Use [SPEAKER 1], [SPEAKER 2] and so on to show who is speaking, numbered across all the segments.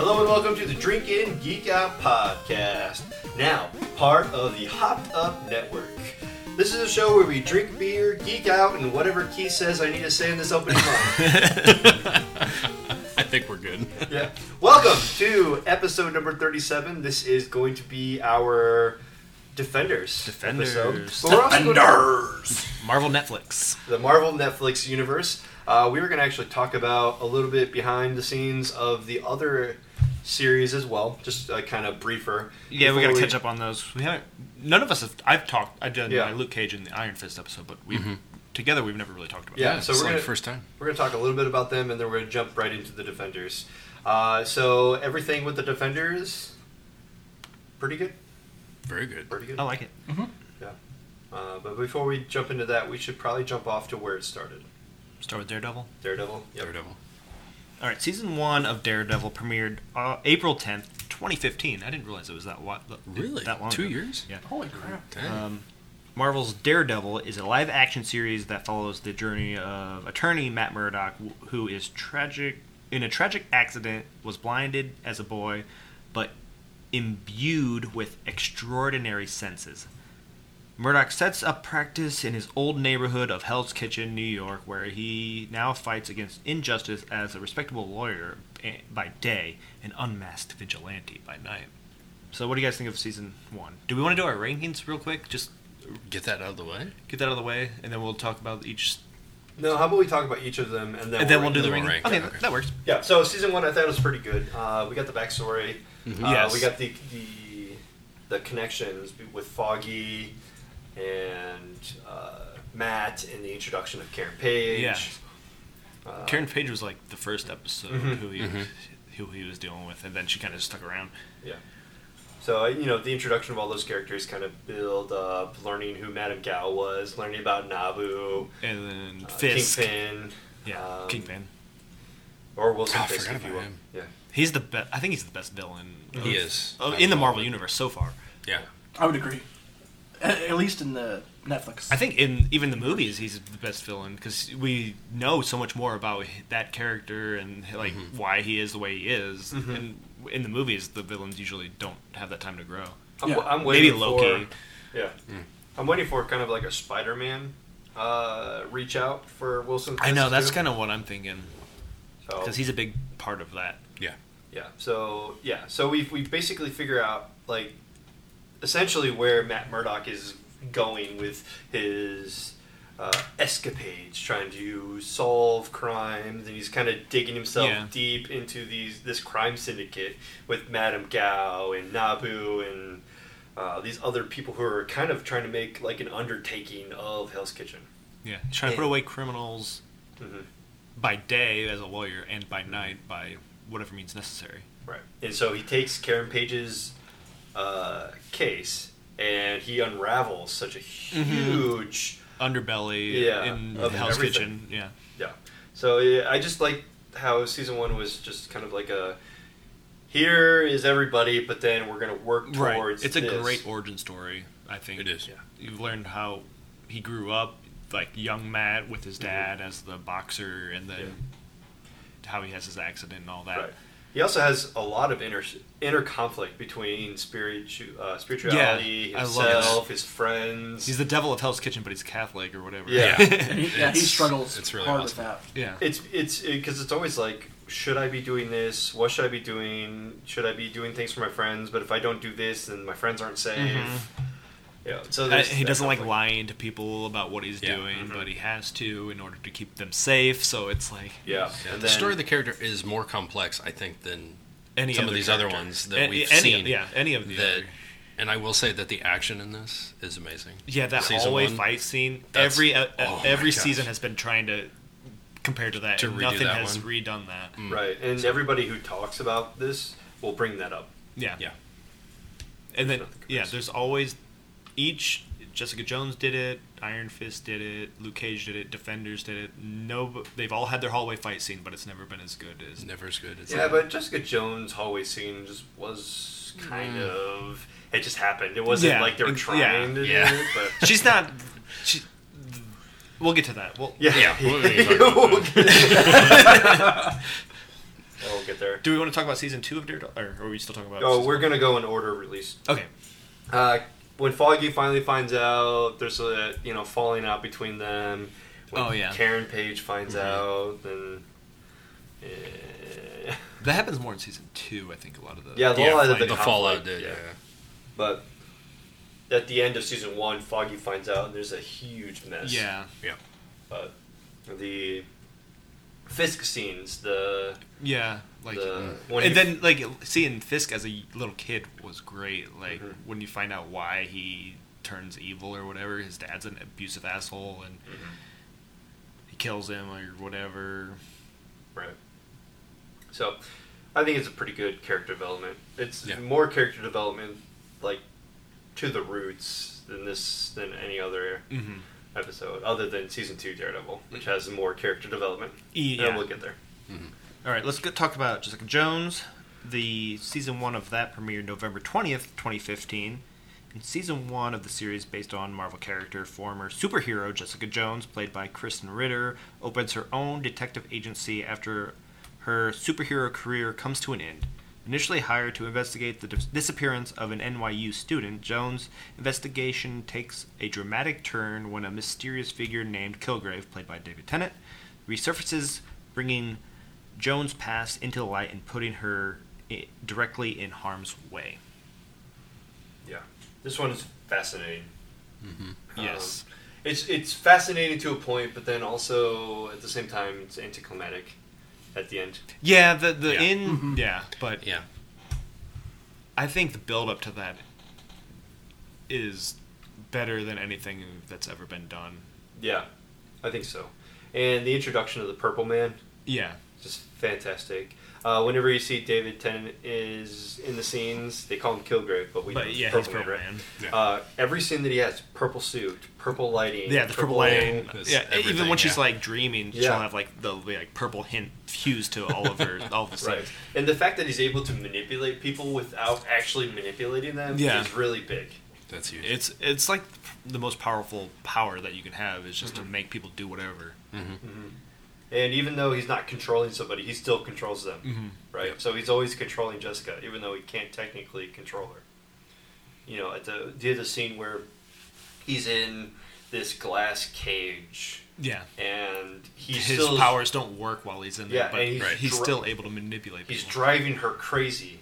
[SPEAKER 1] welcome to the Drink In Geek Out podcast. Now, part of the Hopped Up Network. This is a show where we drink beer, geek out, and whatever Keith says I need to say in this opening line.
[SPEAKER 2] I think we're good.
[SPEAKER 1] yeah. Welcome to episode number 37. This is going to be our Defenders.
[SPEAKER 2] Defenders.
[SPEAKER 1] Episode. But we're also going to-
[SPEAKER 2] Marvel Netflix.
[SPEAKER 1] the Marvel Netflix universe. Uh, we were going to actually talk about a little bit behind the scenes of the other series as well, just uh, kind of briefer.
[SPEAKER 3] Yeah, we
[SPEAKER 1] Before
[SPEAKER 3] gotta catch up on those. We haven't. None of us have. I've talked. I've done
[SPEAKER 1] Yeah.
[SPEAKER 3] my Luke Cage and the Iron Fist episode, but we have together we've never really talked about.
[SPEAKER 1] Yeah,
[SPEAKER 2] Yeah,
[SPEAKER 1] so
[SPEAKER 2] it's
[SPEAKER 1] we're
[SPEAKER 2] like
[SPEAKER 1] gonna,
[SPEAKER 2] first time.
[SPEAKER 1] We're going to talk a little bit about them, and then we're going to jump right into the Defenders. Uh, so everything with the Defenders, pretty good,
[SPEAKER 2] Very good.
[SPEAKER 1] pretty good.
[SPEAKER 3] that. I like it.
[SPEAKER 1] Yeah. Uh, but before we jump into that, we should probably jump off to where it started.
[SPEAKER 3] Start with Daredevil.
[SPEAKER 1] Daredevil. Yep.
[SPEAKER 2] Daredevil.
[SPEAKER 3] All right, season one of Daredevil premiered uh, April tenth, twenty fifteen. I didn't realize it was that wa- that-
[SPEAKER 2] Really?
[SPEAKER 3] that long.
[SPEAKER 2] Two
[SPEAKER 3] ago.
[SPEAKER 2] years?
[SPEAKER 3] Yeah.
[SPEAKER 4] Holy crap.
[SPEAKER 3] Uh,
[SPEAKER 2] Dang.
[SPEAKER 3] Um, Marvel's Daredevil is a live action series that follows the journey of attorney Matt Murdock, wh- who is tragic in a tragic accident, was blinded as a boy, but imbued with extraordinary senses. Murdock sets up practice in his old neighborhood of Hell's Kitchen, New York, where he now fights against injustice as a respectable lawyer eh, by day and unmasked vigilante by night. So, what do you guys think of season one? Do we want to do our rankings real quick? Just
[SPEAKER 2] Get that out of the way.
[SPEAKER 3] get that out of the way, and then we'll talk about each.
[SPEAKER 1] No, how about we talk about each of them, and then
[SPEAKER 3] And then we'll
[SPEAKER 1] rank
[SPEAKER 3] do
[SPEAKER 1] them.
[SPEAKER 3] the
[SPEAKER 2] we'll
[SPEAKER 3] ring.
[SPEAKER 2] rank
[SPEAKER 3] Okay,
[SPEAKER 2] it, okay.
[SPEAKER 3] that, that works.
[SPEAKER 1] Yeah, so season one I thought was pretty good. Uh, we got the backstory. Uh,
[SPEAKER 3] Mm-hmm. Yes.
[SPEAKER 1] We got the, the the connections with Foggy and uh, Matt and the introduction of Karen Page.
[SPEAKER 3] Yeah.
[SPEAKER 1] Uh,
[SPEAKER 3] Karen Page was like the first episode
[SPEAKER 1] Mhm.
[SPEAKER 3] who he who he was dealing with, and then she kind of stuck around.
[SPEAKER 1] Yeah. So, you know, the introduction of all those characters kind of build up, learning who Madame Gao was, learning about Nabu,
[SPEAKER 3] And then
[SPEAKER 1] uh,
[SPEAKER 3] Fisk,
[SPEAKER 1] Kingpin.
[SPEAKER 3] yeah,
[SPEAKER 1] um,
[SPEAKER 3] Kingpin.
[SPEAKER 1] Or Wilson
[SPEAKER 2] Oh, I
[SPEAKER 1] Fisk,
[SPEAKER 2] forgot
[SPEAKER 1] if you
[SPEAKER 2] about
[SPEAKER 1] will.
[SPEAKER 2] him.
[SPEAKER 1] Yeah.
[SPEAKER 3] He's the best. I think he's the best villain. Of,
[SPEAKER 2] He is.
[SPEAKER 3] of-
[SPEAKER 2] I
[SPEAKER 3] in the
[SPEAKER 2] love
[SPEAKER 3] Marvel
[SPEAKER 2] it.
[SPEAKER 3] universe so far.
[SPEAKER 2] Yeah.
[SPEAKER 4] I would agree. At, at least in the Netflix.
[SPEAKER 3] I think in even the movies, he's the best villain because we know so much more about that character and like
[SPEAKER 1] Mm-hmm.
[SPEAKER 3] why he is the way he is. And in the movies, the villains usually don't have that time to grow.
[SPEAKER 1] I'm,
[SPEAKER 4] Yeah.
[SPEAKER 1] I'm
[SPEAKER 3] Maybe
[SPEAKER 1] waiting
[SPEAKER 3] Loki. Hmm.
[SPEAKER 1] for. Yeah. I'm waiting for kind of like a Spider Man uh, reach out for Wilson.
[SPEAKER 3] I know that's kind of what I'm thinking.
[SPEAKER 1] of.
[SPEAKER 3] because he's a big part of that.
[SPEAKER 2] Yeah.
[SPEAKER 1] Yeah. So yeah. So we we basically figure out like essentially where Matt Murdock is going with his uh, escapades, trying to solve crimes, and he's kind of digging himself
[SPEAKER 3] Yeah.
[SPEAKER 1] deep into these this crime syndicate with Madame Gao and Nabu and. Uh, these other people who are kind of trying to make like an undertaking of Hell's Kitchen.
[SPEAKER 3] Yeah, he's trying to put
[SPEAKER 1] Yeah.
[SPEAKER 3] away criminals
[SPEAKER 1] Mm-hmm.
[SPEAKER 3] by day as a lawyer and by night by whatever means necessary.
[SPEAKER 1] Right. And so he takes Karen Page's uh, case and he unravels such a
[SPEAKER 3] Mm-hmm.
[SPEAKER 1] huge.
[SPEAKER 3] Underbelly
[SPEAKER 1] Yeah,
[SPEAKER 3] in
[SPEAKER 1] of
[SPEAKER 3] the Hell's
[SPEAKER 1] everything.
[SPEAKER 3] Kitchen. Yeah,
[SPEAKER 1] Yeah. So yeah, I just like how season one was just kind of like a. Here is everybody, but then we're going to work towards.
[SPEAKER 3] It's a
[SPEAKER 1] this.
[SPEAKER 3] great origin story. I think
[SPEAKER 2] It is.
[SPEAKER 1] Yeah.
[SPEAKER 3] You've learned how he grew up, like young Matt with
[SPEAKER 2] Mm-hmm.
[SPEAKER 3] his dad as the boxer, and then how he has his accident and all that.
[SPEAKER 1] Right. He also has a lot of inner inner conflict between spiritu- uh, spirituality,
[SPEAKER 3] Yeah, I love
[SPEAKER 1] himself, his friends.
[SPEAKER 3] He's the devil of Hell's Kitchen, but he's Catholic or whatever.
[SPEAKER 1] Yeah.
[SPEAKER 4] And he, yeah, he
[SPEAKER 2] It's-
[SPEAKER 4] struggles
[SPEAKER 2] it's really
[SPEAKER 4] hard
[SPEAKER 2] awesome.
[SPEAKER 4] with that.
[SPEAKER 3] yeah.
[SPEAKER 1] it's it's because it's always like should i be doing this what should i be doing should i be doing things for my friends but if i don't do this then my friends aren't safe yeah so
[SPEAKER 3] Uh,
[SPEAKER 1] there's
[SPEAKER 3] he
[SPEAKER 1] that
[SPEAKER 3] doesn't like
[SPEAKER 1] conflict.
[SPEAKER 3] lying to people about what he's
[SPEAKER 2] Yeah.
[SPEAKER 3] doing, but he has to in order to keep them safe. So it's like
[SPEAKER 1] yeah,
[SPEAKER 2] Yeah,
[SPEAKER 1] And
[SPEAKER 2] the
[SPEAKER 1] then-
[SPEAKER 2] story of the character is more complex, I think, than
[SPEAKER 3] any
[SPEAKER 2] some of
[SPEAKER 3] other
[SPEAKER 2] these other
[SPEAKER 3] character.
[SPEAKER 2] ones that
[SPEAKER 3] A-
[SPEAKER 2] we've
[SPEAKER 3] any,
[SPEAKER 2] seen.
[SPEAKER 3] Yeah, any of the
[SPEAKER 2] that.
[SPEAKER 3] other-
[SPEAKER 2] And I will say that the action in this is amazing.
[SPEAKER 3] yeah that
[SPEAKER 2] Season
[SPEAKER 3] hallway
[SPEAKER 2] one,
[SPEAKER 3] fight scene.
[SPEAKER 2] that's-
[SPEAKER 3] Every uh,
[SPEAKER 2] oh my
[SPEAKER 3] every
[SPEAKER 2] gosh.
[SPEAKER 3] season has been trying to compare to that,
[SPEAKER 2] To
[SPEAKER 3] and
[SPEAKER 2] redo
[SPEAKER 3] nothing
[SPEAKER 2] that
[SPEAKER 3] has
[SPEAKER 2] one. Mm.
[SPEAKER 3] redone that.
[SPEAKER 1] right and everybody who talks about this will bring that up
[SPEAKER 3] Yeah,
[SPEAKER 2] Yeah.
[SPEAKER 3] and then
[SPEAKER 1] Nothing
[SPEAKER 3] yeah,
[SPEAKER 1] crazy.
[SPEAKER 3] there's always each. Jessica Jones did it. Iron Fist did it. Luke Cage did it. Defenders did it. No, they've all had their hallway fight scene, but it's never been as good as.
[SPEAKER 2] It's never as good as
[SPEAKER 1] yeah but jessica jones hallway scene just was kind of it just happened it wasn't
[SPEAKER 3] Mm. Yeah,
[SPEAKER 1] like they were
[SPEAKER 3] ex-
[SPEAKER 1] trying
[SPEAKER 3] yeah.
[SPEAKER 1] to
[SPEAKER 2] Yeah.
[SPEAKER 1] do it but
[SPEAKER 3] She's not. She, we'll get to that. Well,
[SPEAKER 1] yeah,
[SPEAKER 2] Yeah, we'll-
[SPEAKER 1] Oh, We'll get- I will get there.
[SPEAKER 3] Do we want to talk about season two of Daredevil, or are we still talking about?
[SPEAKER 1] Oh,
[SPEAKER 3] season
[SPEAKER 1] we're
[SPEAKER 3] one?
[SPEAKER 1] gonna go in order of release.
[SPEAKER 3] Okay.
[SPEAKER 1] Uh, when Foggy finally finds out, there's a you know falling out between them. When
[SPEAKER 2] Oh, yeah.
[SPEAKER 1] Karen Page finds
[SPEAKER 2] Mhm.
[SPEAKER 1] out, then yeah,
[SPEAKER 5] That happens more in season two, I think. A lot of the
[SPEAKER 1] yeah, the, fallout of
[SPEAKER 2] the,
[SPEAKER 1] conflict,
[SPEAKER 2] fallout did. Yeah.
[SPEAKER 1] But at the end of season one, Foggy finds out, and there's a huge mess.
[SPEAKER 5] yeah,
[SPEAKER 1] But the Fisk scenes, the
[SPEAKER 5] yeah, like
[SPEAKER 1] the
[SPEAKER 3] and
[SPEAKER 1] he-
[SPEAKER 3] then like seeing Fisk as a little kid was great. Like
[SPEAKER 1] Mhm.
[SPEAKER 3] when you find out why he turns evil or whatever, his dad's an abusive asshole and he kills him or whatever.
[SPEAKER 1] Right. So, I think it's a pretty good character development. It's
[SPEAKER 2] Yeah.
[SPEAKER 1] more character development, like to the roots than this than any other
[SPEAKER 3] Mm-hmm.
[SPEAKER 1] episode, other than season two Daredevil, which has more character development.
[SPEAKER 3] Yeah.
[SPEAKER 1] And we'll get there.
[SPEAKER 3] All right, let's go talk about Jessica Jones. The season one of that premiered November twentieth, twenty fifteen. And season one of the series, based on Marvel character former superhero Jessica Jones, played by Kristen Ritter, opens her own detective agency after her superhero career comes to an end. Initially hired to investigate the dis- disappearance of an NYU student, Jones' investigation takes a dramatic turn when a mysterious figure named Kilgrave, played by David Tennant, resurfaces, bringing Jones' past into the light and putting her i- directly in harm's way.
[SPEAKER 1] Yeah, this one is fascinating. Um,
[SPEAKER 3] Mm-hmm. Yes.
[SPEAKER 1] it's it's fascinating to a point, but then also at the same time, it's anticlimactic at the end.
[SPEAKER 3] Yeah, the the
[SPEAKER 2] Yeah.
[SPEAKER 3] in yeah, but
[SPEAKER 2] Yeah.
[SPEAKER 3] I think the build up to that is better than anything that's ever been done.
[SPEAKER 1] Yeah, I think so. And the introduction of the Purple Man
[SPEAKER 3] Yeah.
[SPEAKER 1] just fantastic. Uh, whenever you see David Tennant is in the scenes, they call him Kilgrave, but we know
[SPEAKER 3] But
[SPEAKER 1] it's
[SPEAKER 3] yeah, he's
[SPEAKER 1] Purple Man,
[SPEAKER 3] Purple
[SPEAKER 1] right?
[SPEAKER 3] Man.
[SPEAKER 2] Yeah.
[SPEAKER 1] Uh, every scene that he has, purple suit, purple lighting.
[SPEAKER 3] Yeah, the purple lighting.
[SPEAKER 2] That's
[SPEAKER 3] Yeah, even
[SPEAKER 2] everything,
[SPEAKER 3] when she's
[SPEAKER 2] yeah.
[SPEAKER 3] like dreaming, she'll
[SPEAKER 1] Yeah.
[SPEAKER 3] have like the like purple hint hues to all of her all of the
[SPEAKER 1] Right.
[SPEAKER 3] scenes.
[SPEAKER 1] And the fact that he's able to manipulate people without actually manipulating them
[SPEAKER 3] Yeah.
[SPEAKER 1] is really big.
[SPEAKER 2] That's huge.
[SPEAKER 3] It's it's like the most powerful power that you can have is just to make people do whatever.
[SPEAKER 1] And even though he's not controlling somebody, he still controls them.
[SPEAKER 3] Mhm.
[SPEAKER 1] Right? So he's always controlling Jessica, even though he can't technically control her. You know, at the, the other scene where he's in this glass cage
[SPEAKER 3] Yeah.
[SPEAKER 1] and he's
[SPEAKER 3] his
[SPEAKER 1] still
[SPEAKER 3] powers don't work while he's in there,
[SPEAKER 1] Yeah,
[SPEAKER 3] but
[SPEAKER 1] and he's
[SPEAKER 2] Right.
[SPEAKER 3] he's
[SPEAKER 1] dri-
[SPEAKER 3] still able to manipulate
[SPEAKER 1] he's
[SPEAKER 3] people.
[SPEAKER 1] driving her crazy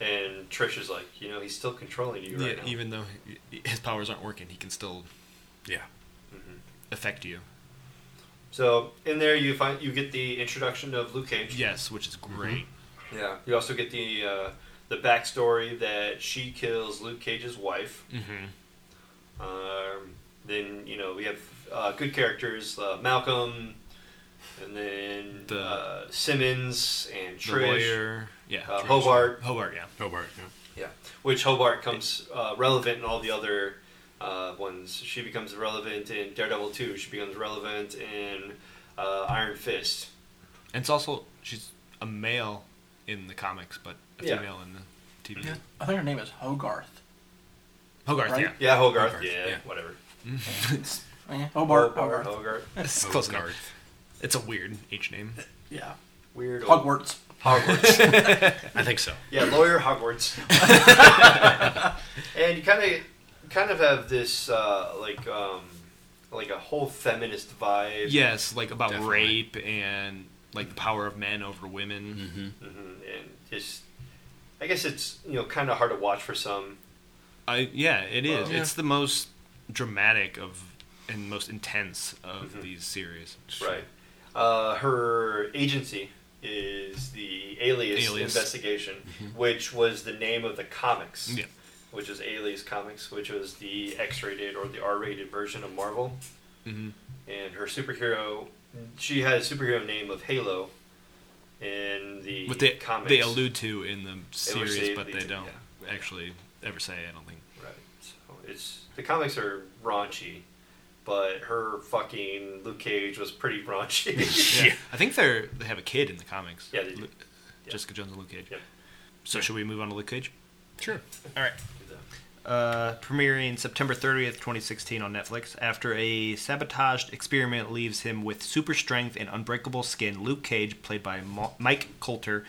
[SPEAKER 1] and Trish is like, you know, he's still controlling you right
[SPEAKER 3] yeah,
[SPEAKER 1] now.
[SPEAKER 3] even though he- his powers aren't working, he can still
[SPEAKER 2] yeah.
[SPEAKER 1] Mm-hmm.
[SPEAKER 3] affect you.
[SPEAKER 1] so in there you find you get the introduction of Luke Cage.
[SPEAKER 3] Yes, which is
[SPEAKER 1] Mm-hmm.
[SPEAKER 3] great.
[SPEAKER 1] Yeah. You also get the uh, the backstory that she kills Luke Cage's wife.
[SPEAKER 3] Mm-hmm.
[SPEAKER 1] Um, then you know we have uh, good characters uh, Malcolm, and then
[SPEAKER 3] The-
[SPEAKER 1] uh, Simmons and
[SPEAKER 3] The
[SPEAKER 1] Trish,
[SPEAKER 3] lawyer, yeah,
[SPEAKER 1] uh,
[SPEAKER 3] Trish.
[SPEAKER 1] Hobart.
[SPEAKER 3] Hobart, yeah,
[SPEAKER 2] Hobart. Yeah.
[SPEAKER 1] Yeah, which Hobart comes uh, relevant in all the other uh, ones. She becomes relevant in Daredevil two. She becomes relevant in uh, Iron Fist.
[SPEAKER 3] and it's also she's a male in the comics, but a
[SPEAKER 1] Yeah.
[SPEAKER 3] female in the TV.
[SPEAKER 2] Yeah.
[SPEAKER 4] I think her name is Hogarth.
[SPEAKER 3] Hogarth,
[SPEAKER 4] Right?
[SPEAKER 3] yeah,
[SPEAKER 1] Yeah, Hogarth.
[SPEAKER 2] Hogarth,
[SPEAKER 1] yeah,
[SPEAKER 2] yeah.
[SPEAKER 1] whatever.
[SPEAKER 4] It's- eh, Hobart.
[SPEAKER 1] Hobart.
[SPEAKER 4] Hogarth.
[SPEAKER 1] Hogarth.
[SPEAKER 3] it's close enough. It's a weird H name.
[SPEAKER 4] Yeah.
[SPEAKER 1] Weird. old-
[SPEAKER 4] Hogwarts.
[SPEAKER 1] Hogwarts.
[SPEAKER 2] I think so.
[SPEAKER 1] Yeah, lawyer Hogwarts. and you kind of, kind of have this uh, like, um, like a whole feminist vibe.
[SPEAKER 3] Yes, like about
[SPEAKER 2] Definitely.
[SPEAKER 3] rape and like the power of men over women.
[SPEAKER 2] Mm-hmm.
[SPEAKER 1] Mhm, and just, I guess it's you know kind of hard to watch for some.
[SPEAKER 3] I yeah, it is.
[SPEAKER 1] Wow.
[SPEAKER 3] It's the most dramatic of and most intense of
[SPEAKER 1] Mhm.
[SPEAKER 3] these series.
[SPEAKER 1] Right. Uh, her agency is the Alias,
[SPEAKER 3] Alias. Mm-hmm.
[SPEAKER 1] Investigation, which was the name of the comics.
[SPEAKER 3] Yeah.
[SPEAKER 1] Which is Alias Comics, which was the X-rated or the R-rated version of Marvel.
[SPEAKER 3] Mhm.
[SPEAKER 1] and her superhero she had a superhero name of Halo in the
[SPEAKER 3] What they
[SPEAKER 1] comics.
[SPEAKER 3] they allude to in the
[SPEAKER 1] allude
[SPEAKER 3] series,
[SPEAKER 1] to
[SPEAKER 3] but
[SPEAKER 1] the-
[SPEAKER 3] they don't
[SPEAKER 1] yeah.
[SPEAKER 3] actually ever say. I don't think.
[SPEAKER 1] right. So it's the comics are raunchy, but her fucking Luke Cage was pretty raunchy.
[SPEAKER 3] Yeah. I think they're they have a kid in the comics.
[SPEAKER 1] Yeah, they do.
[SPEAKER 3] Lu-
[SPEAKER 1] Yeah.
[SPEAKER 3] Jessica Jones and Luke Cage.
[SPEAKER 1] Yep.
[SPEAKER 3] So should we move on to Luke Cage?
[SPEAKER 2] Sure.
[SPEAKER 3] All right. uh, premiering September 30th, 2016 on Netflix. After a sabotaged experiment leaves him with super strength and unbreakable skin, Luke Cage, played by Mo- Mike Coulter,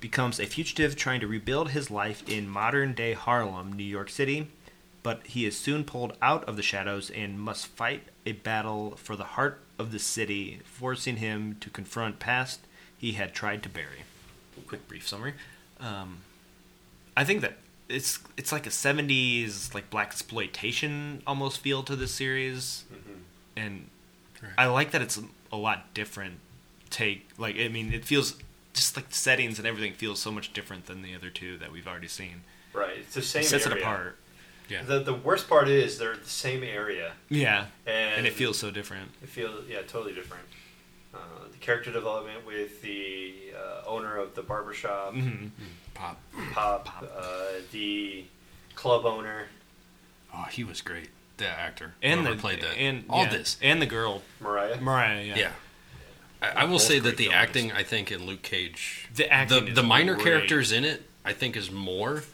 [SPEAKER 3] becomes a fugitive trying to rebuild his life in modern-day Harlem, New York City. But he is soon pulled out of the shadows and must fight a battle for the heart of the city, forcing him to confront past he had tried to bury. Quick brief summary. Um, I think that it's it's like a '70s like black exploitation almost feel to this series,
[SPEAKER 4] Mm-hmm.
[SPEAKER 3] and I like that it's a lot different take. Like I mean, it feels just like the settings and everything feels so much different than the other two that we've already seen.
[SPEAKER 1] Right. It's the same.
[SPEAKER 3] It sets
[SPEAKER 1] area.
[SPEAKER 3] it apart.
[SPEAKER 2] Yeah.
[SPEAKER 1] The the worst part is they're the same area.
[SPEAKER 3] Yeah,
[SPEAKER 1] And-
[SPEAKER 3] and, it feels so different.
[SPEAKER 1] It feels yeah, totally different. Uh, the character development with the uh, owner of the barbershop,
[SPEAKER 3] hmm
[SPEAKER 2] Pop.
[SPEAKER 1] Pop, Uh, the club owner,
[SPEAKER 2] Oh, he was great. The actor.
[SPEAKER 3] And
[SPEAKER 2] Whoever
[SPEAKER 3] the
[SPEAKER 2] played that.
[SPEAKER 3] and
[SPEAKER 2] all
[SPEAKER 3] yeah,
[SPEAKER 2] this.
[SPEAKER 3] and the girl
[SPEAKER 1] Mariah.
[SPEAKER 3] Mariah. Yeah.
[SPEAKER 2] Yeah. I, I will
[SPEAKER 3] Both
[SPEAKER 2] say
[SPEAKER 3] great
[SPEAKER 2] that the
[SPEAKER 3] villains.
[SPEAKER 2] acting, I think, in Luke Cage,
[SPEAKER 3] The acting
[SPEAKER 2] the,
[SPEAKER 3] is
[SPEAKER 2] the minor
[SPEAKER 3] great.
[SPEAKER 2] characters in it, I think, is more.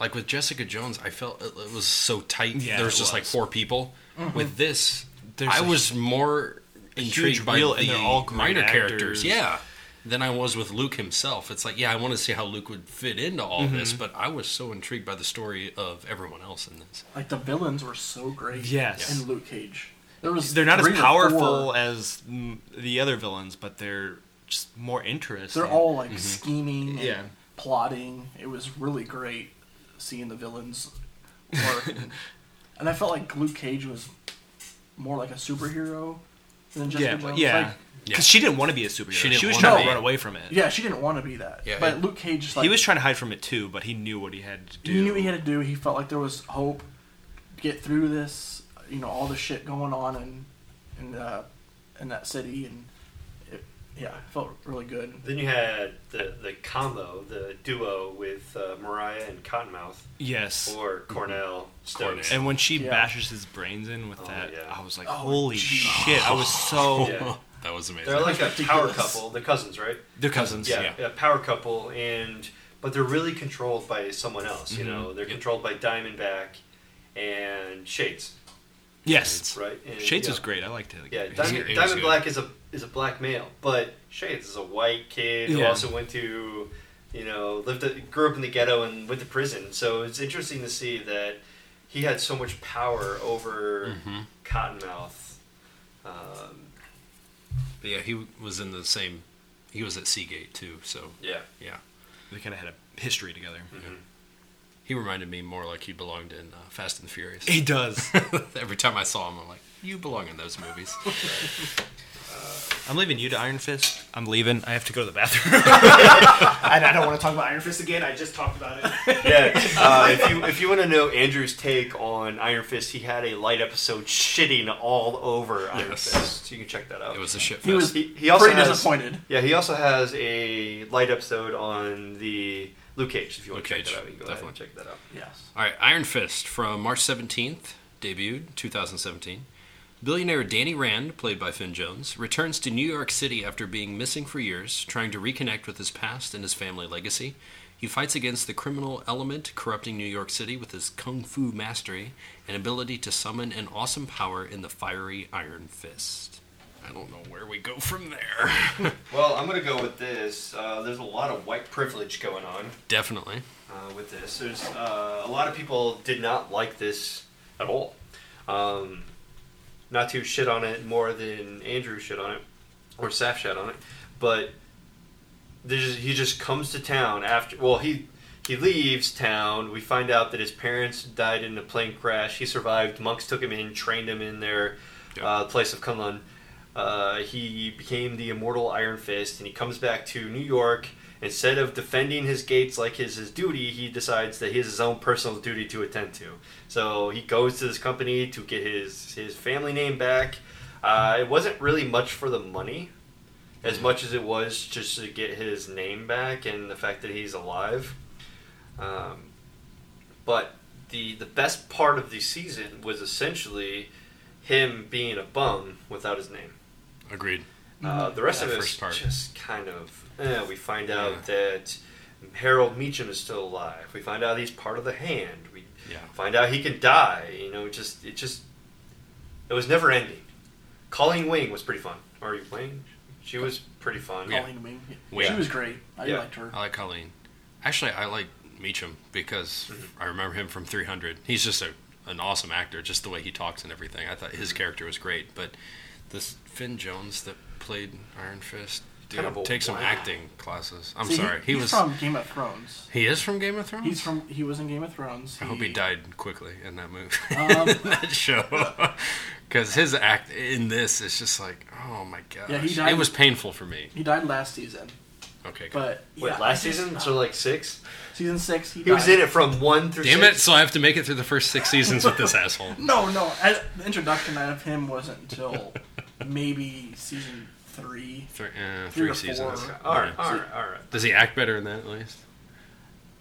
[SPEAKER 2] Like with Jessica Jones, I felt it, it was so tight.
[SPEAKER 3] Yeah,
[SPEAKER 2] there was
[SPEAKER 3] it
[SPEAKER 2] just like
[SPEAKER 3] was.
[SPEAKER 2] four people. With this,
[SPEAKER 3] There's
[SPEAKER 2] I
[SPEAKER 3] a
[SPEAKER 2] was more
[SPEAKER 3] huge
[SPEAKER 2] intrigued by
[SPEAKER 3] reel,
[SPEAKER 2] the
[SPEAKER 3] and they're all great
[SPEAKER 2] minor
[SPEAKER 3] actors.
[SPEAKER 2] characters. Yeah. Than I was with Luke himself. It's like, yeah, I want to see how Luke would fit into all
[SPEAKER 3] Mm-hmm.
[SPEAKER 2] this, but I was so intrigued by the story of everyone else in this.
[SPEAKER 4] Like the villains were so great.
[SPEAKER 3] Yes.
[SPEAKER 4] In Luke Cage, there was
[SPEAKER 3] They're not as
[SPEAKER 4] three or
[SPEAKER 3] powerful
[SPEAKER 4] four.
[SPEAKER 3] as mm, the other villains, but they're just more interesting.
[SPEAKER 4] They're all like scheming, and
[SPEAKER 3] Mm-hmm. Yeah.
[SPEAKER 4] plotting. It was really great seeing the villains work, and, and I felt like Luke Cage was more like a superhero than Jessica
[SPEAKER 3] yeah,
[SPEAKER 4] Jones.
[SPEAKER 3] yeah.
[SPEAKER 4] Like,
[SPEAKER 2] Yeah.
[SPEAKER 3] Because she didn't want to be a superhero.
[SPEAKER 2] She
[SPEAKER 3] She,
[SPEAKER 2] didn't
[SPEAKER 3] was
[SPEAKER 2] wanna
[SPEAKER 3] trying
[SPEAKER 4] be.
[SPEAKER 3] to run away from it.
[SPEAKER 4] yeah, she didn't want to be that.
[SPEAKER 2] Yeah,
[SPEAKER 4] but
[SPEAKER 2] yeah.
[SPEAKER 4] Luke Cage, just, like,
[SPEAKER 3] he was trying to hide from it too, but he knew what he had to do.
[SPEAKER 4] He knew he had to do. He felt like there was hope to get through this. You know, all the shit going on in in uh, in that city, and it, yeah, it felt really good.
[SPEAKER 1] Then you had the the combo, the duo with uh, Mariah and Cottonmouth
[SPEAKER 3] yes.
[SPEAKER 1] or Cornell Stokes.
[SPEAKER 3] And when she
[SPEAKER 4] Yeah.
[SPEAKER 3] bashes his brains in with
[SPEAKER 1] Oh,
[SPEAKER 3] that,
[SPEAKER 1] yeah.
[SPEAKER 3] I was like,
[SPEAKER 4] Oh,
[SPEAKER 3] holy
[SPEAKER 4] geez.
[SPEAKER 3] shit! I was so
[SPEAKER 1] Yeah.
[SPEAKER 2] That was amazing.
[SPEAKER 1] They're like a power
[SPEAKER 4] Ridiculous.
[SPEAKER 1] couple. They're cousins, right?
[SPEAKER 3] they're cousins.
[SPEAKER 1] Yeah, yeah. power couple, and but they're really controlled by someone else. You know, they're controlled by Diamondback and Shades,
[SPEAKER 3] Yes.
[SPEAKER 1] right? And,
[SPEAKER 3] Shades
[SPEAKER 1] yeah.
[SPEAKER 3] was great. I liked it.
[SPEAKER 1] Yeah,
[SPEAKER 2] was-
[SPEAKER 1] Diamond,
[SPEAKER 2] he was
[SPEAKER 1] Diamond
[SPEAKER 2] good.
[SPEAKER 1] Black is a is a black male, but Shades is a white kid who
[SPEAKER 3] Yeah.
[SPEAKER 1] also went to, you know, lived a, grew up in the ghetto and went to prison. So it's interesting to see that he had so much power over Cottonmouth. Um,
[SPEAKER 2] But yeah, he was in the same. He was at Seagate too, so
[SPEAKER 1] yeah,
[SPEAKER 2] yeah,
[SPEAKER 3] They kind of had a history together.
[SPEAKER 2] he reminded me more like he belonged in uh, Fast and the Furious.
[SPEAKER 3] He does.
[SPEAKER 2] Every time I saw him, I'm like, you belong in those movies.
[SPEAKER 3] I'm leaving you to Iron Fist. I'm leaving. I have to go to the bathroom.
[SPEAKER 6] I, I don't want to talk about Iron Fist again. I just talked about it.
[SPEAKER 1] yeah. Uh, if you if you want to know Andrew's take on Iron Fist, he had a light episode shitting all over Iron
[SPEAKER 2] Yes.
[SPEAKER 1] Fist. You can check that out.
[SPEAKER 2] It was a shit fest.
[SPEAKER 4] He was
[SPEAKER 1] He- he also
[SPEAKER 4] pretty
[SPEAKER 1] has-
[SPEAKER 4] disappointed.
[SPEAKER 1] yeah, he also has a light episode on the Luke Cage. If you want
[SPEAKER 2] Luke
[SPEAKER 1] to check
[SPEAKER 2] Cage,
[SPEAKER 1] that out, you can go ahead and
[SPEAKER 2] definitely.
[SPEAKER 1] check that out.
[SPEAKER 4] Yes.
[SPEAKER 2] All right, Iron Fist from March 17th, debuted 2017. Billionaire Danny Rand, played by Finn Jones, returns to New York City after being missing for years, trying to reconnect with his past and his family legacy. He fights against the criminal element corrupting New York City with his kung fu mastery and ability to summon an awesome power in the fiery Iron Fist. I don't know where we go from there.
[SPEAKER 1] Well, I'm gonna go with this. Uh, there's a lot of white privilege going on
[SPEAKER 2] Definitely.
[SPEAKER 1] uh, with this. There's uh, a lot of people did not like this at all. Um, not to shit on it more than Andrew shit on it or Saf shit on it, but there's, he just comes to town after. Well, he he leaves town. We find out that his parents died in a plane crash. He survived. Monks took him in, trained him in their uh, place of Kunlun. Uh, he became the immortal Iron Fist, and he comes back to New York. Instead of defending his gates like his his duty, he decides that he has his own personal duty to attend to. So he goes to this company to get his his family name back. Uh, it wasn't really much for the money, as much as it was just to get his name back and the fact that he's alive. Um, but the the best part of the season was essentially him being a bum without his name.
[SPEAKER 2] Agreed.
[SPEAKER 1] Uh, the rest
[SPEAKER 4] Mm-hmm.
[SPEAKER 2] That
[SPEAKER 1] of it
[SPEAKER 2] first
[SPEAKER 1] is
[SPEAKER 2] part.
[SPEAKER 1] just kind of. Eh, we find out that Harold Meacham is still alive. We find out he's part of the hand. We
[SPEAKER 2] Yeah.
[SPEAKER 1] find out he can die. You know, just it just it was never ending. Colleen Wing was pretty fun. Are you playing? She was pretty fun.
[SPEAKER 4] Colleen Wing.
[SPEAKER 2] Yeah.
[SPEAKER 4] She was great. I
[SPEAKER 1] Yeah.
[SPEAKER 4] liked her.
[SPEAKER 2] I like Colleen. Actually, I like Meacham because
[SPEAKER 4] Mm-hmm.
[SPEAKER 2] I remember him from 300. He's just a, an awesome actor, just the way he talks and everything. I thought his
[SPEAKER 4] Mm-hmm.
[SPEAKER 2] character was great, but this Finn Jones that played Iron Fist, dude,
[SPEAKER 1] Kind of a
[SPEAKER 2] take some
[SPEAKER 1] wow.
[SPEAKER 2] acting classes. I'm
[SPEAKER 4] See,
[SPEAKER 2] sorry,
[SPEAKER 4] He,
[SPEAKER 2] he,
[SPEAKER 4] he's
[SPEAKER 2] was.
[SPEAKER 4] from Game of Thrones.
[SPEAKER 2] he is from Game of Thrones.
[SPEAKER 4] He's from. He was in Game of Thrones.
[SPEAKER 2] I hope he died quickly in that movie,
[SPEAKER 4] Um,
[SPEAKER 2] in that show, because his act in this is just like, oh my gosh,
[SPEAKER 4] Yeah, he died-
[SPEAKER 2] it was painful for me.
[SPEAKER 4] He died last season,
[SPEAKER 2] Okay, good.
[SPEAKER 4] but
[SPEAKER 1] Wait,
[SPEAKER 4] yeah,
[SPEAKER 1] last
[SPEAKER 4] I just-
[SPEAKER 1] season? So like six?
[SPEAKER 4] season six. He,
[SPEAKER 1] He was
[SPEAKER 4] died.
[SPEAKER 1] in it from one through
[SPEAKER 2] damn it!
[SPEAKER 1] six.
[SPEAKER 2] So I have to make it through the first six seasons with this asshole.
[SPEAKER 4] No, no. I, the introduction of him wasn't until maybe season three.
[SPEAKER 2] Three, uh,
[SPEAKER 4] Three
[SPEAKER 2] three,
[SPEAKER 4] or
[SPEAKER 2] seasons.
[SPEAKER 4] four.
[SPEAKER 1] All right,
[SPEAKER 2] Yeah.
[SPEAKER 1] all right, all right.
[SPEAKER 2] Does he act better in that at least?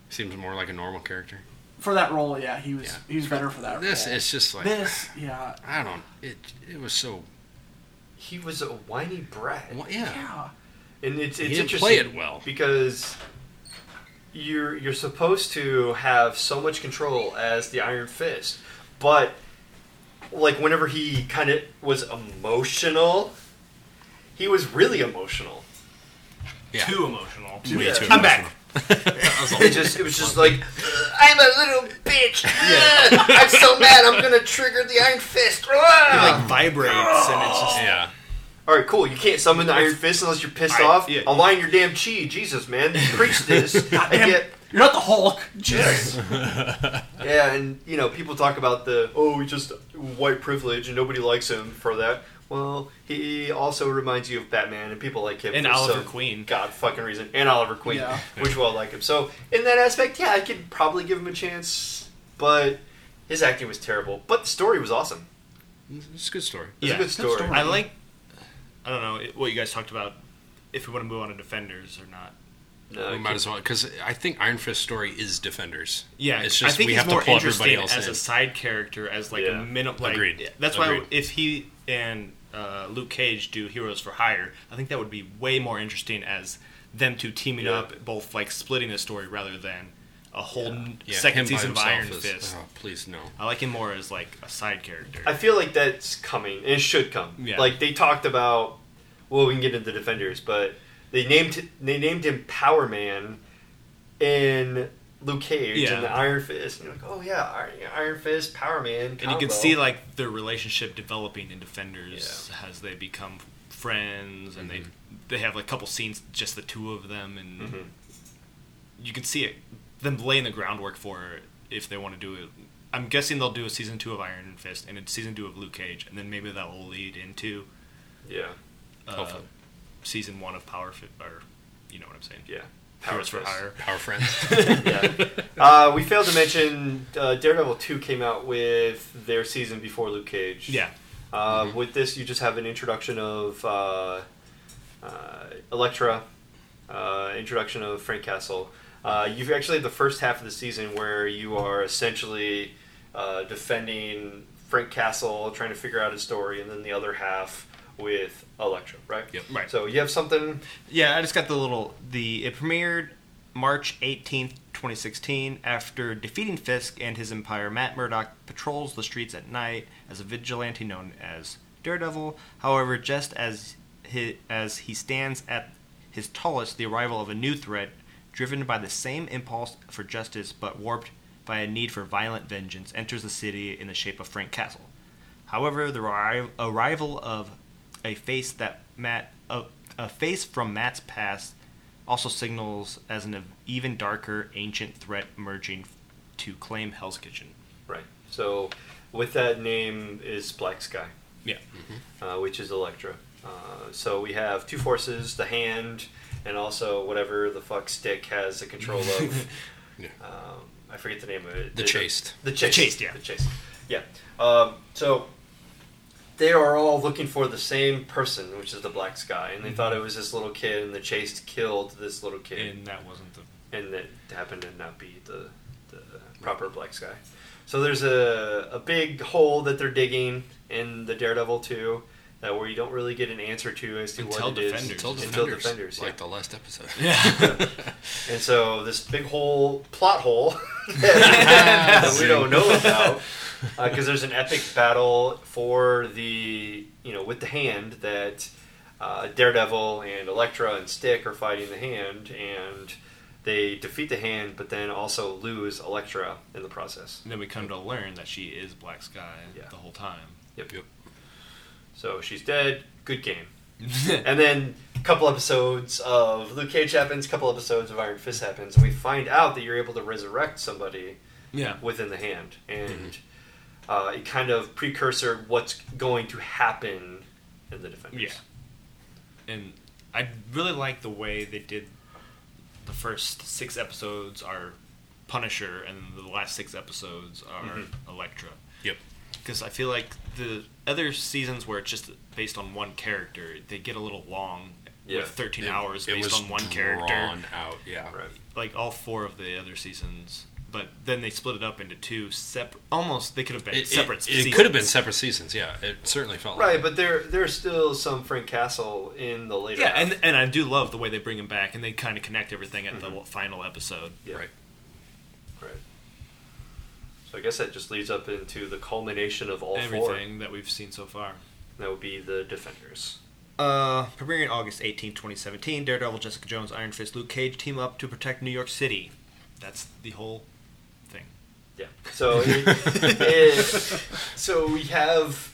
[SPEAKER 2] Seems more like a normal character.
[SPEAKER 4] For that role, yeah, he was.
[SPEAKER 2] Yeah.
[SPEAKER 4] He was better for that.
[SPEAKER 2] This
[SPEAKER 4] role.
[SPEAKER 2] is just like
[SPEAKER 4] This, yeah,
[SPEAKER 2] I don't. It it was so
[SPEAKER 1] He was a whiny brat.
[SPEAKER 2] well,
[SPEAKER 4] yeah.
[SPEAKER 2] yeah.
[SPEAKER 1] And it's,
[SPEAKER 2] He
[SPEAKER 1] it's
[SPEAKER 2] didn't
[SPEAKER 1] interesting
[SPEAKER 2] play it well.
[SPEAKER 1] because you're you're supposed to have so much control as the Iron Fist, but like whenever he kind of was emotional, he was really emotional.
[SPEAKER 2] Yeah.
[SPEAKER 3] Too emotional.
[SPEAKER 2] Way
[SPEAKER 1] Yeah.
[SPEAKER 2] too
[SPEAKER 1] I'm
[SPEAKER 2] emotional. That was
[SPEAKER 1] It
[SPEAKER 2] all.
[SPEAKER 1] just it was just like I'm a little bitch. I'm so mad. I'm gonna trigger the Iron Fist.
[SPEAKER 5] Like vibrates and it's just
[SPEAKER 2] yeah.
[SPEAKER 1] All right, cool. You can't summon the Iron Fist unless you're pissed off.
[SPEAKER 5] yeah.
[SPEAKER 1] Align your damn chi, Jesus, man. Preach this. I get.
[SPEAKER 4] You're not the Hulk. Jesus.
[SPEAKER 1] Yeah, and you know, people talk about the oh, he's just white privilege, and nobody likes him for that. Well, he also reminds you of Batman, and people like him
[SPEAKER 3] And
[SPEAKER 1] for
[SPEAKER 3] Oliver
[SPEAKER 1] some
[SPEAKER 3] Queen.
[SPEAKER 1] God fucking reason, and Oliver Queen,
[SPEAKER 4] Yeah.
[SPEAKER 1] which will like him. So in that aspect, yeah, I could probably give him a chance, but his acting was terrible. But the story was awesome.
[SPEAKER 2] It's a good story.
[SPEAKER 1] It's
[SPEAKER 3] Yeah.
[SPEAKER 1] a good story.
[SPEAKER 4] story.
[SPEAKER 3] I like. I don't know it- what you guys talked about. If we want to move on to defenders or not.
[SPEAKER 1] No,
[SPEAKER 2] we
[SPEAKER 1] you
[SPEAKER 2] might as well because I think Iron Fist's story is Defenders.
[SPEAKER 3] Yeah,
[SPEAKER 2] It's just
[SPEAKER 3] I think
[SPEAKER 2] we
[SPEAKER 3] he's
[SPEAKER 2] have
[SPEAKER 3] more
[SPEAKER 2] to pull
[SPEAKER 3] interesting
[SPEAKER 2] everybody else
[SPEAKER 3] as
[SPEAKER 2] in.
[SPEAKER 3] a side character, as like
[SPEAKER 1] Yeah.
[SPEAKER 3] a minute. Like,
[SPEAKER 2] Agreed.
[SPEAKER 3] That's
[SPEAKER 2] Agreed.
[SPEAKER 3] why if he and uh, Luke Cage do Heroes for Hire, I think that would be way more interesting as them two teaming
[SPEAKER 1] Yeah.
[SPEAKER 3] up, both like splitting a story rather than a whole n-
[SPEAKER 2] Yeah, him
[SPEAKER 3] second
[SPEAKER 2] by
[SPEAKER 3] season of Iron
[SPEAKER 2] himself is-
[SPEAKER 3] Fist.
[SPEAKER 2] oh, please no.
[SPEAKER 3] I like him more as like a side character.
[SPEAKER 1] I feel like that's coming. and It should come.
[SPEAKER 3] Yeah.
[SPEAKER 1] Like they talked about. Well, we can get into defenders, but they named they named him Power Man in Luke Cage
[SPEAKER 3] Yeah.
[SPEAKER 1] and the Iron Fist. And you're like, oh yeah, Iron, Iron Fist, Power Man,
[SPEAKER 3] and you can
[SPEAKER 1] combo.
[SPEAKER 3] see like their relationship developing in Defenders as they become friends, and they they have like a couple scenes just the two of them, and
[SPEAKER 1] Mhm.
[SPEAKER 3] you can see it them laying the groundwork for it if they want to do it. I'm guessing they'll do a season two of Iron Fist and a season two of Luke Cage, and then maybe that will lead into
[SPEAKER 1] yeah,
[SPEAKER 3] uh,
[SPEAKER 2] Hopefully.
[SPEAKER 3] season one of Power Fit, or you know what I'm saying?
[SPEAKER 1] yeah,
[SPEAKER 3] Heroes for
[SPEAKER 1] Fist.
[SPEAKER 3] Hire.
[SPEAKER 2] Power friends.
[SPEAKER 1] yeah. Uh, we failed to mention uh, Daredevil two came out with their season before Luke Cage.
[SPEAKER 3] Yeah,
[SPEAKER 1] Uh, With this, you just have an introduction of uh, uh, Elektra, uh, introduction of Frank Castle. Uh, you've actually had the first half of the season where you are essentially uh, defending Frank Castle, trying to figure out his story, and then the other half with Elektra, right?
[SPEAKER 2] Yep.
[SPEAKER 3] Right.
[SPEAKER 1] So you have something.
[SPEAKER 3] Yeah, I just got the little the it premiered March 18th, 2016 after defeating Fisk and his empire. Matt Murdock patrols the streets at night as a vigilante known as Daredevil. However, just as he, as he stands at his tallest, the arrival of a new threat driven by the same impulse for justice but warped by a need for violent vengeance enters the city in the shape of Frank Castle. However, the arri- arrival of a face that Matt a, a face from Matt's past also signals as an even darker ancient threat emerging to claim Hell's Kitchen.
[SPEAKER 1] Right. So with that name is Black Sky.
[SPEAKER 3] Yeah.
[SPEAKER 1] uh, which is Electra. Uh, so we have two forces: the hand and also whatever the fuck stick has the control of.
[SPEAKER 2] Yeah.
[SPEAKER 1] um, I forget the name of it.
[SPEAKER 2] The Chaste.
[SPEAKER 1] The chase.
[SPEAKER 3] Chaste, yeah.
[SPEAKER 1] The chase. Yeah. Um, so they are all looking for the same person, which is the Black Sky, and they thought it was this little kid, and the chase killed this little kid
[SPEAKER 3] And that wasn't the
[SPEAKER 1] and that happened to not be the, the proper black sky. So there's a, a big hole that they're digging in the Daredevil 2. uh, where you don't really get an answer to as to
[SPEAKER 5] Until
[SPEAKER 1] what it is
[SPEAKER 5] Defenders.
[SPEAKER 2] Until
[SPEAKER 1] until
[SPEAKER 2] defenders,
[SPEAKER 1] Defenders, yeah.
[SPEAKER 2] like the last episode.
[SPEAKER 1] And so this big hole, plot hole, that we don't know about, because there's an epic battle for the, you know, with the hand that uh, Daredevil and Elektra and Stick are fighting the hand, and they defeat the hand, but then also lose Elektra in the process.
[SPEAKER 3] And then we come to learn that she is Black Sky
[SPEAKER 1] Yeah.
[SPEAKER 3] the whole time.
[SPEAKER 1] Yep.
[SPEAKER 2] Yep.
[SPEAKER 1] So she's dead. Good game. and then a couple episodes of Luke Cage happens, a couple episodes of Iron Fist happens, and we find out that you're able to resurrect somebody.
[SPEAKER 3] Yeah.
[SPEAKER 1] within the hand, and
[SPEAKER 3] Mm-hmm.
[SPEAKER 1] uh, it kind of precursor what's going to happen in the defense.
[SPEAKER 3] Yeah. And I really like the way they did the first six episodes are Punisher and the last six episodes are Elektra.
[SPEAKER 2] Mm-hmm. Yep.
[SPEAKER 3] Because I feel like the other seasons where it's just based on one character, they get a little long
[SPEAKER 1] Yeah.
[SPEAKER 3] with 13
[SPEAKER 2] It-
[SPEAKER 3] hours
[SPEAKER 2] it
[SPEAKER 3] based
[SPEAKER 2] was
[SPEAKER 3] on one character.
[SPEAKER 2] drawn out, yeah.
[SPEAKER 1] Right.
[SPEAKER 3] Like all four of the other seasons. But then they split it up into two separate, almost, they could have been
[SPEAKER 2] It,
[SPEAKER 3] separate
[SPEAKER 2] it,
[SPEAKER 3] seasons.
[SPEAKER 2] it could have been separate seasons. Yeah, it certainly felt
[SPEAKER 1] Right,
[SPEAKER 2] Like
[SPEAKER 1] but there there's still some Frank Castle in the later.
[SPEAKER 3] Yeah,
[SPEAKER 1] half.
[SPEAKER 3] and, and I do love the way they bring him back and they kind of connect everything at
[SPEAKER 2] Mm-hmm.
[SPEAKER 3] the final episode.
[SPEAKER 1] yeah,
[SPEAKER 2] right.
[SPEAKER 1] right. So I guess that just leads up into the culmination of all four.
[SPEAKER 3] everything that we've seen so far.
[SPEAKER 1] That would be the defenders.
[SPEAKER 3] Uh, premiering August 18, 2017, Daredevil, Jessica Jones, Iron Fist, Luke Cage team up to protect New York City. That's the whole thing.
[SPEAKER 1] Yeah. So it, it- so we have.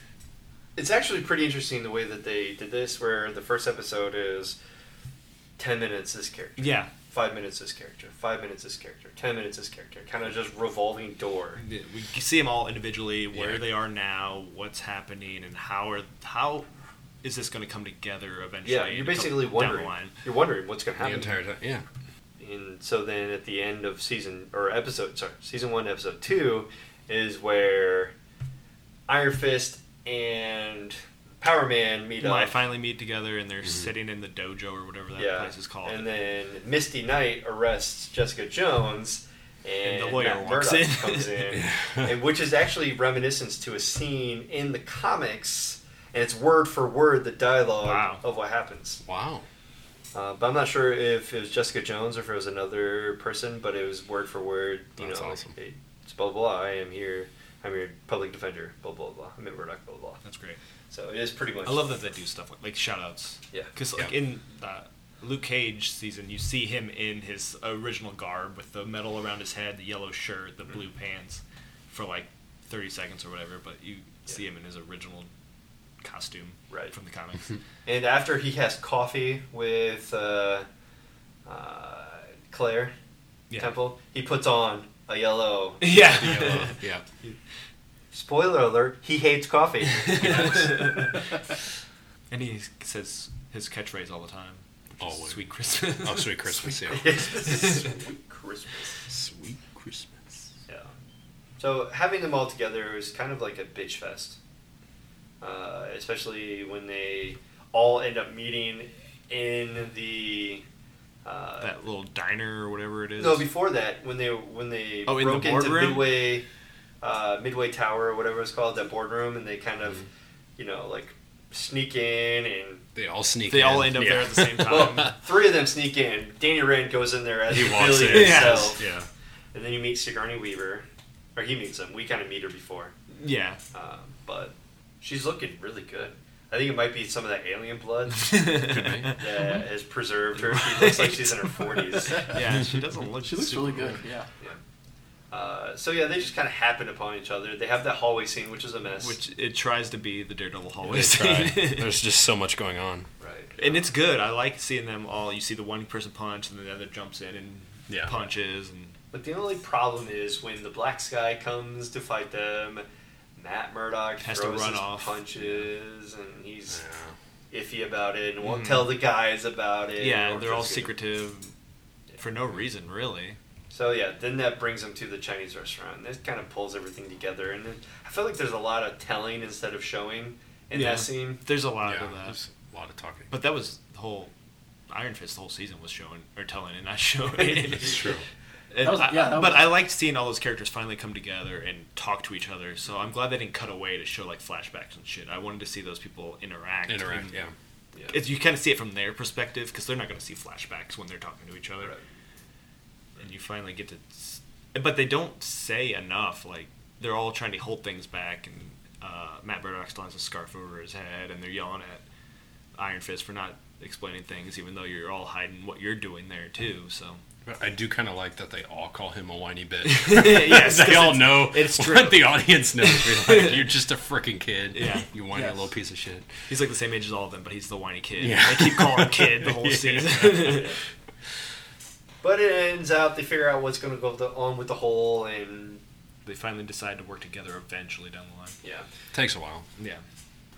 [SPEAKER 1] It's actually pretty interesting the way that they did this, where the first episode is ten minutes this character.
[SPEAKER 3] Yeah.
[SPEAKER 1] five minutes this character, five minutes this character, ten minutes this character, kind of just revolving door.
[SPEAKER 3] We see them all individually, where
[SPEAKER 2] Yeah.
[SPEAKER 3] they are now, what's happening, and how are how is this going to come together eventually?
[SPEAKER 1] Yeah, you're
[SPEAKER 3] and come
[SPEAKER 1] basically
[SPEAKER 3] down the
[SPEAKER 1] wondering.
[SPEAKER 3] line.
[SPEAKER 1] You're wondering what's going to
[SPEAKER 2] The
[SPEAKER 1] happen.
[SPEAKER 2] entire time. Yeah.
[SPEAKER 1] and so then at the end of season or episode, sorry, season one, episode two, is where Iron Fist and Power Man meet
[SPEAKER 3] When I
[SPEAKER 1] up.
[SPEAKER 3] finally meet together, and they're sitting in the dojo or whatever that
[SPEAKER 1] Mm-hmm. yeah,
[SPEAKER 3] place is called.
[SPEAKER 1] and then Misty Knight arrests Jessica Jones. And,
[SPEAKER 3] And the lawyer
[SPEAKER 1] Matt
[SPEAKER 3] walks
[SPEAKER 1] Murdock
[SPEAKER 3] in.
[SPEAKER 1] comes in, and which is actually reminiscence to a scene in the comics, and it's word for word the dialogue
[SPEAKER 3] Wow.
[SPEAKER 1] of what happens.
[SPEAKER 2] Wow.
[SPEAKER 1] Uh, but I'm not sure if it was Jessica Jones or if it was another person, but it was word for word. You
[SPEAKER 2] That's
[SPEAKER 1] know,
[SPEAKER 2] awesome.
[SPEAKER 1] hey, it's blah blah. blah, I am here. I'm your public defender. Blah blah blah. I'm at Murdoch. Blah blah.
[SPEAKER 3] That's great.
[SPEAKER 1] So it is pretty much.
[SPEAKER 3] I love that they do stuff like, like shout outs.
[SPEAKER 1] Yeah.
[SPEAKER 3] Because like
[SPEAKER 2] Yeah.
[SPEAKER 3] in uh, Luke Cage season, you see him in his original garb with the metal around his head, the yellow shirt, the blue
[SPEAKER 2] Mm-hmm.
[SPEAKER 3] pants, for like thirty seconds or whatever. But you see him in his original costume
[SPEAKER 1] Right.
[SPEAKER 3] from the comics.
[SPEAKER 1] And after he has coffee with uh, uh, Claire
[SPEAKER 3] yeah.
[SPEAKER 1] Temple, he puts on a yellow.
[SPEAKER 3] Yeah.
[SPEAKER 2] Yeah.
[SPEAKER 1] Spoiler alert: He hates coffee.
[SPEAKER 3] and he says his catchphrase all the time. which is
[SPEAKER 2] Always.
[SPEAKER 3] Sweet Christmas.
[SPEAKER 2] Oh, sweet Christmas. yeah.
[SPEAKER 1] Sweet Christmas.
[SPEAKER 2] Sweet Christmas.
[SPEAKER 1] Yeah. So having them all together is kind of like a bitch fest, uh, especially when they all end up meeting in the. Uh,
[SPEAKER 3] That little diner or whatever it is.
[SPEAKER 1] no, before that, when they when they
[SPEAKER 3] Oh, in the
[SPEAKER 1] broke into
[SPEAKER 3] boardroom?
[SPEAKER 1] Midway, uh, Midway Tower or whatever it's called, that boardroom, and they kind
[SPEAKER 3] Mm-hmm.
[SPEAKER 1] of, you know, like sneak in and.
[SPEAKER 2] They all sneak.
[SPEAKER 3] they all
[SPEAKER 2] in.
[SPEAKER 3] end up
[SPEAKER 2] Yeah.
[SPEAKER 3] there at the same time.
[SPEAKER 1] Well, three of them sneak in. Danny Rand goes in there as
[SPEAKER 2] He
[SPEAKER 1] the
[SPEAKER 2] walks
[SPEAKER 1] Billy
[SPEAKER 2] in.
[SPEAKER 1] himself,
[SPEAKER 3] yeah.
[SPEAKER 1] and then you meet Sigourney Weaver, or he meets him. We kind of meet her before.
[SPEAKER 3] Yeah.
[SPEAKER 1] Uh, but she's looking really good. I think it might be some of that alien blood
[SPEAKER 2] Could
[SPEAKER 1] that has preserved her. She looks like she's in her forties.
[SPEAKER 3] yeah, she doesn't look.
[SPEAKER 4] She looks
[SPEAKER 3] super
[SPEAKER 4] really
[SPEAKER 3] old.
[SPEAKER 4] good. Yeah.
[SPEAKER 1] Uh, so yeah, they just kind of happen upon each other. They have that hallway scene, which is a mess.
[SPEAKER 3] Which it tries to be the Daredevil hallway
[SPEAKER 2] They try.
[SPEAKER 3] scene.
[SPEAKER 2] There's just so much going on.
[SPEAKER 1] right.
[SPEAKER 3] and it's good. I like seeing them all. You see the one person punch, and the other jumps in and
[SPEAKER 2] Yeah.
[SPEAKER 3] punches, and
[SPEAKER 1] But the only problem is when the black sky comes to fight them. Matt Murdock
[SPEAKER 3] Has to
[SPEAKER 1] throws
[SPEAKER 3] run
[SPEAKER 1] his
[SPEAKER 3] off.
[SPEAKER 1] punches, and he's
[SPEAKER 2] Yeah.
[SPEAKER 1] iffy about it, and won't tell the guys about it.
[SPEAKER 3] Mm-hmm. yeah,
[SPEAKER 1] or
[SPEAKER 3] they're all
[SPEAKER 1] just-
[SPEAKER 3] secretive for no reason, really.
[SPEAKER 1] So yeah, then that brings them to the Chinese restaurant. That kind of pulls everything together, and then I feel like there's a lot of telling instead of showing in
[SPEAKER 3] Yeah.
[SPEAKER 1] that scene.
[SPEAKER 3] There's a lot
[SPEAKER 2] Yeah,
[SPEAKER 3] of that,
[SPEAKER 2] there's a lot of talking.
[SPEAKER 3] but that was the whole Iron Fist. The whole season was showing or telling and not showing.
[SPEAKER 2] It's true.
[SPEAKER 3] And
[SPEAKER 4] That was-
[SPEAKER 3] I-
[SPEAKER 4] yeah, that
[SPEAKER 3] but
[SPEAKER 4] was-
[SPEAKER 3] I liked seeing all those characters finally come together and talk to each other. So I'm glad they didn't cut away to show like flashbacks and shit. I wanted to see those people interact.
[SPEAKER 2] Interact,
[SPEAKER 3] and-
[SPEAKER 2] yeah.
[SPEAKER 3] It's, you kind of see it from their perspective because they're not going to see flashbacks when they're talking to each other.
[SPEAKER 1] Right.
[SPEAKER 3] And you finally get to, s- but they don't say enough. Like they're all trying to hold things back, and uh, Matt Murdock still has a scarf over his head, and they're yelling at Iron Fist for not explaining things, even though you're all hiding what you're doing there too. So
[SPEAKER 2] But I do kind of like that they all call him a whiny bitch.
[SPEAKER 3] yes,
[SPEAKER 2] they all know
[SPEAKER 3] it's true.
[SPEAKER 2] what the audience knows. You're, like, you're just a freaking kid.
[SPEAKER 3] Yeah.
[SPEAKER 2] You whiny
[SPEAKER 4] Yes.
[SPEAKER 2] little piece of shit.
[SPEAKER 3] He's like the same age as all of them, but he's the whiny kid.
[SPEAKER 2] Yeah.
[SPEAKER 3] They keep calling him kid the whole
[SPEAKER 2] Yeah.
[SPEAKER 3] season.
[SPEAKER 1] But it ends out they figure out what's going to go the, on with the whole, and
[SPEAKER 3] they finally decide to work together eventually down the line.
[SPEAKER 1] yeah,
[SPEAKER 2] Takes a while.
[SPEAKER 3] Yeah,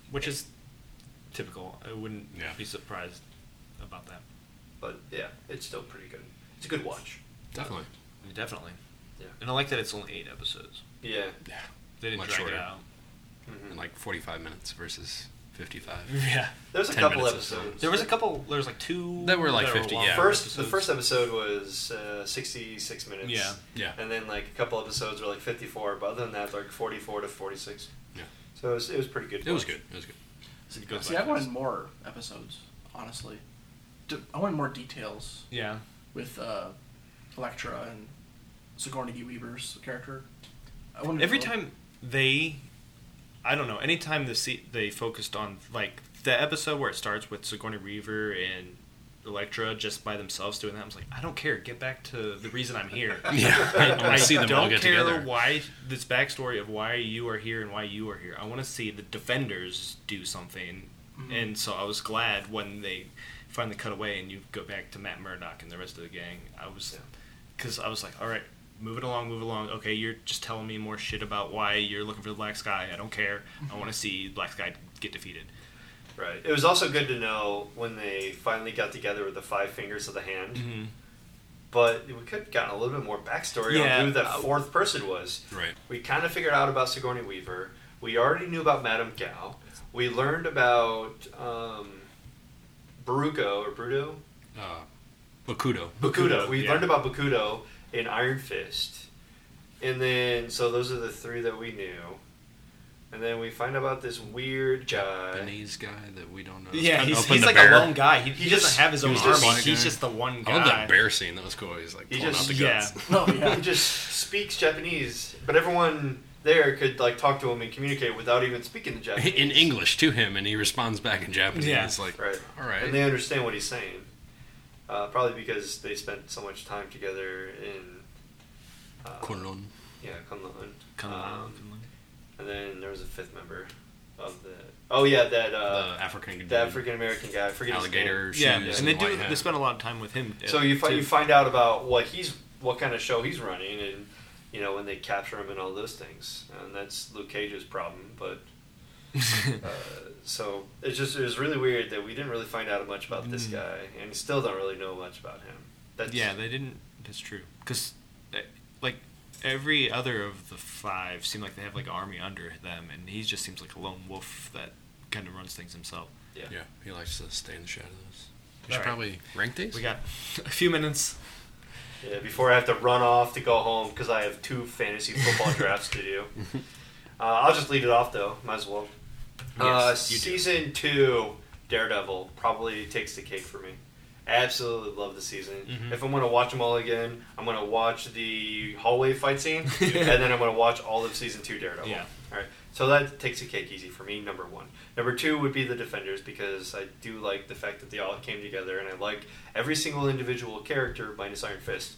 [SPEAKER 3] which is typical. I wouldn't
[SPEAKER 2] Yeah.
[SPEAKER 3] be surprised about that.
[SPEAKER 1] but yeah, it's still pretty good. It's a good watch.
[SPEAKER 2] Definitely.
[SPEAKER 3] Definitely.
[SPEAKER 1] Yeah.
[SPEAKER 3] And I like that it's only eight episodes.
[SPEAKER 1] Yeah, Mm-hmm.
[SPEAKER 3] They didn't
[SPEAKER 2] Much
[SPEAKER 3] drag
[SPEAKER 2] shorter.
[SPEAKER 3] it out.
[SPEAKER 2] In like 45 minutes versus 55.
[SPEAKER 3] Yeah.
[SPEAKER 1] there's a
[SPEAKER 2] 10
[SPEAKER 1] couple
[SPEAKER 2] minutes or so.
[SPEAKER 1] episodes.
[SPEAKER 3] There was a couple. There was like two.
[SPEAKER 2] That were like
[SPEAKER 3] that
[SPEAKER 2] 50,
[SPEAKER 3] long
[SPEAKER 2] yeah.
[SPEAKER 1] first the
[SPEAKER 3] episodes.
[SPEAKER 1] first episode was uh, 66 minutes
[SPEAKER 3] Yeah.
[SPEAKER 2] Yeah.
[SPEAKER 1] and then like a couple episodes were like 54 but other than that like 44 to 46
[SPEAKER 2] Yeah.
[SPEAKER 1] so it was, it was pretty good
[SPEAKER 2] It was
[SPEAKER 1] watch.
[SPEAKER 2] good. It was good.
[SPEAKER 3] It's a good
[SPEAKER 4] See, I wanted
[SPEAKER 3] podcast.
[SPEAKER 4] more episodes, honestly. D- I wanted more details
[SPEAKER 3] Yeah.
[SPEAKER 4] with uh, Electra and Sigourney Weaver's character. I wanted
[SPEAKER 3] Every
[SPEAKER 4] to-
[SPEAKER 3] time they, I don't know. Anytime the se- they focused on like the episode where it starts with Sigourney Weaver and Electra just by themselves doing that, I was like, I don't care. Get back to the reason I'm here.
[SPEAKER 2] Yeah. I, wanna
[SPEAKER 3] I
[SPEAKER 2] see them
[SPEAKER 3] don't
[SPEAKER 2] all get
[SPEAKER 3] care
[SPEAKER 2] together.
[SPEAKER 3] why this backstory of why you are here and why you are here. I want to see the defenders do something, and so I was glad when they finally cut away and you go back to Matt Murdock and the rest of the gang. I was, because I was like, all right, move it along, move it along. Okay, you're just telling me more shit about why you're looking for the Black Sky. I don't care. I want to see Black Sky get defeated.
[SPEAKER 1] right it was also good to know when they finally got together with the five fingers of the hand
[SPEAKER 2] Mm-hmm.
[SPEAKER 3] Mm-hmm.
[SPEAKER 1] but we could have gotten a little bit more backstory
[SPEAKER 3] Yeah.
[SPEAKER 1] on who
[SPEAKER 2] Uh,
[SPEAKER 1] that fourth person was
[SPEAKER 2] Right.
[SPEAKER 1] we kind of figured out about Sigourney Weaver. We already knew about Madame Gao. We learned about um, Barugo or Bruto.
[SPEAKER 2] Uh, Bakudo.
[SPEAKER 1] Bakudo. We
[SPEAKER 3] yeah.
[SPEAKER 1] learned about Bakudo in Iron Fist. And then, so those are the three that we knew. And then we find out about this weird guy.
[SPEAKER 2] Japanese guy that we don't know.
[SPEAKER 3] Yeah,
[SPEAKER 2] Cutting
[SPEAKER 3] he's,
[SPEAKER 2] Uh, open
[SPEAKER 3] he's
[SPEAKER 2] the
[SPEAKER 3] like
[SPEAKER 2] bear.
[SPEAKER 3] a lone guy. He, he,
[SPEAKER 1] He just-
[SPEAKER 3] doesn't have his
[SPEAKER 1] he
[SPEAKER 3] own
[SPEAKER 1] was
[SPEAKER 2] just-
[SPEAKER 3] army.
[SPEAKER 2] Funny
[SPEAKER 3] He's
[SPEAKER 2] guy.
[SPEAKER 3] just the one
[SPEAKER 2] I
[SPEAKER 3] guy.
[SPEAKER 2] love that bear scene. That was cool. He's like
[SPEAKER 1] He
[SPEAKER 2] pulling
[SPEAKER 1] just-
[SPEAKER 2] out the
[SPEAKER 3] yeah.
[SPEAKER 2] guts.
[SPEAKER 4] No, yeah.
[SPEAKER 1] He just speaks Japanese, but everyone there could like talk to him and communicate without even speaking the Japanese
[SPEAKER 2] in English to him, and he responds back in Japanese.
[SPEAKER 3] Yeah.
[SPEAKER 2] It's like,
[SPEAKER 1] Right.
[SPEAKER 2] all right.
[SPEAKER 1] And they understand what he's saying. Uh, probably because they spent so much time together in. Uh,
[SPEAKER 2] Kunlun.
[SPEAKER 1] Yeah, Kunlun.
[SPEAKER 3] Come on.
[SPEAKER 1] Um, And then there was a fifth member of the. Oh, yeah, that. Uh,
[SPEAKER 2] the African
[SPEAKER 1] the African American guy. I forget
[SPEAKER 2] alligator
[SPEAKER 1] his
[SPEAKER 2] shoes.
[SPEAKER 3] Yeah, and they
[SPEAKER 2] white
[SPEAKER 3] do.
[SPEAKER 2] hat.
[SPEAKER 3] They spend a lot of time with him. uh,
[SPEAKER 1] name. So you, fi-
[SPEAKER 3] too.
[SPEAKER 1] you find out about what he's. What kind of show he's running and, you know, when they capture him and all those things. And that's Luke Cage's problem, but. uh, so it's just it was really weird that we didn't really find out much about this guy and still don't really know much about him. That's
[SPEAKER 3] Yeah, they didn't. That's true. Because, like, every other of the five seem like they have like an army under them, and he just seems like a lone wolf that kind of runs things himself.
[SPEAKER 2] Yeah, he likes to stay in the shadows. We
[SPEAKER 3] All
[SPEAKER 2] should
[SPEAKER 3] right.
[SPEAKER 2] probably rank these.
[SPEAKER 3] We got a few minutes.
[SPEAKER 1] Yeah, before I have to run off to go home because I have two fantasy football drafts to do. Uh, I'll just lead it off though. Might as well. uh,
[SPEAKER 3] Yes, you do.
[SPEAKER 1] season two, Daredevil probably takes the cake for me. Absolutely love the season. If I'm gonna watch them all again, I'm gonna watch the hallway fight scene, and then I'm gonna watch all of season two Daredevil.
[SPEAKER 3] Yeah.
[SPEAKER 1] All right. So that takes a cake easy for me. Number one. Number two would be the Defenders because I do like the fact that they all came together, and I like every single individual character minus Iron Fist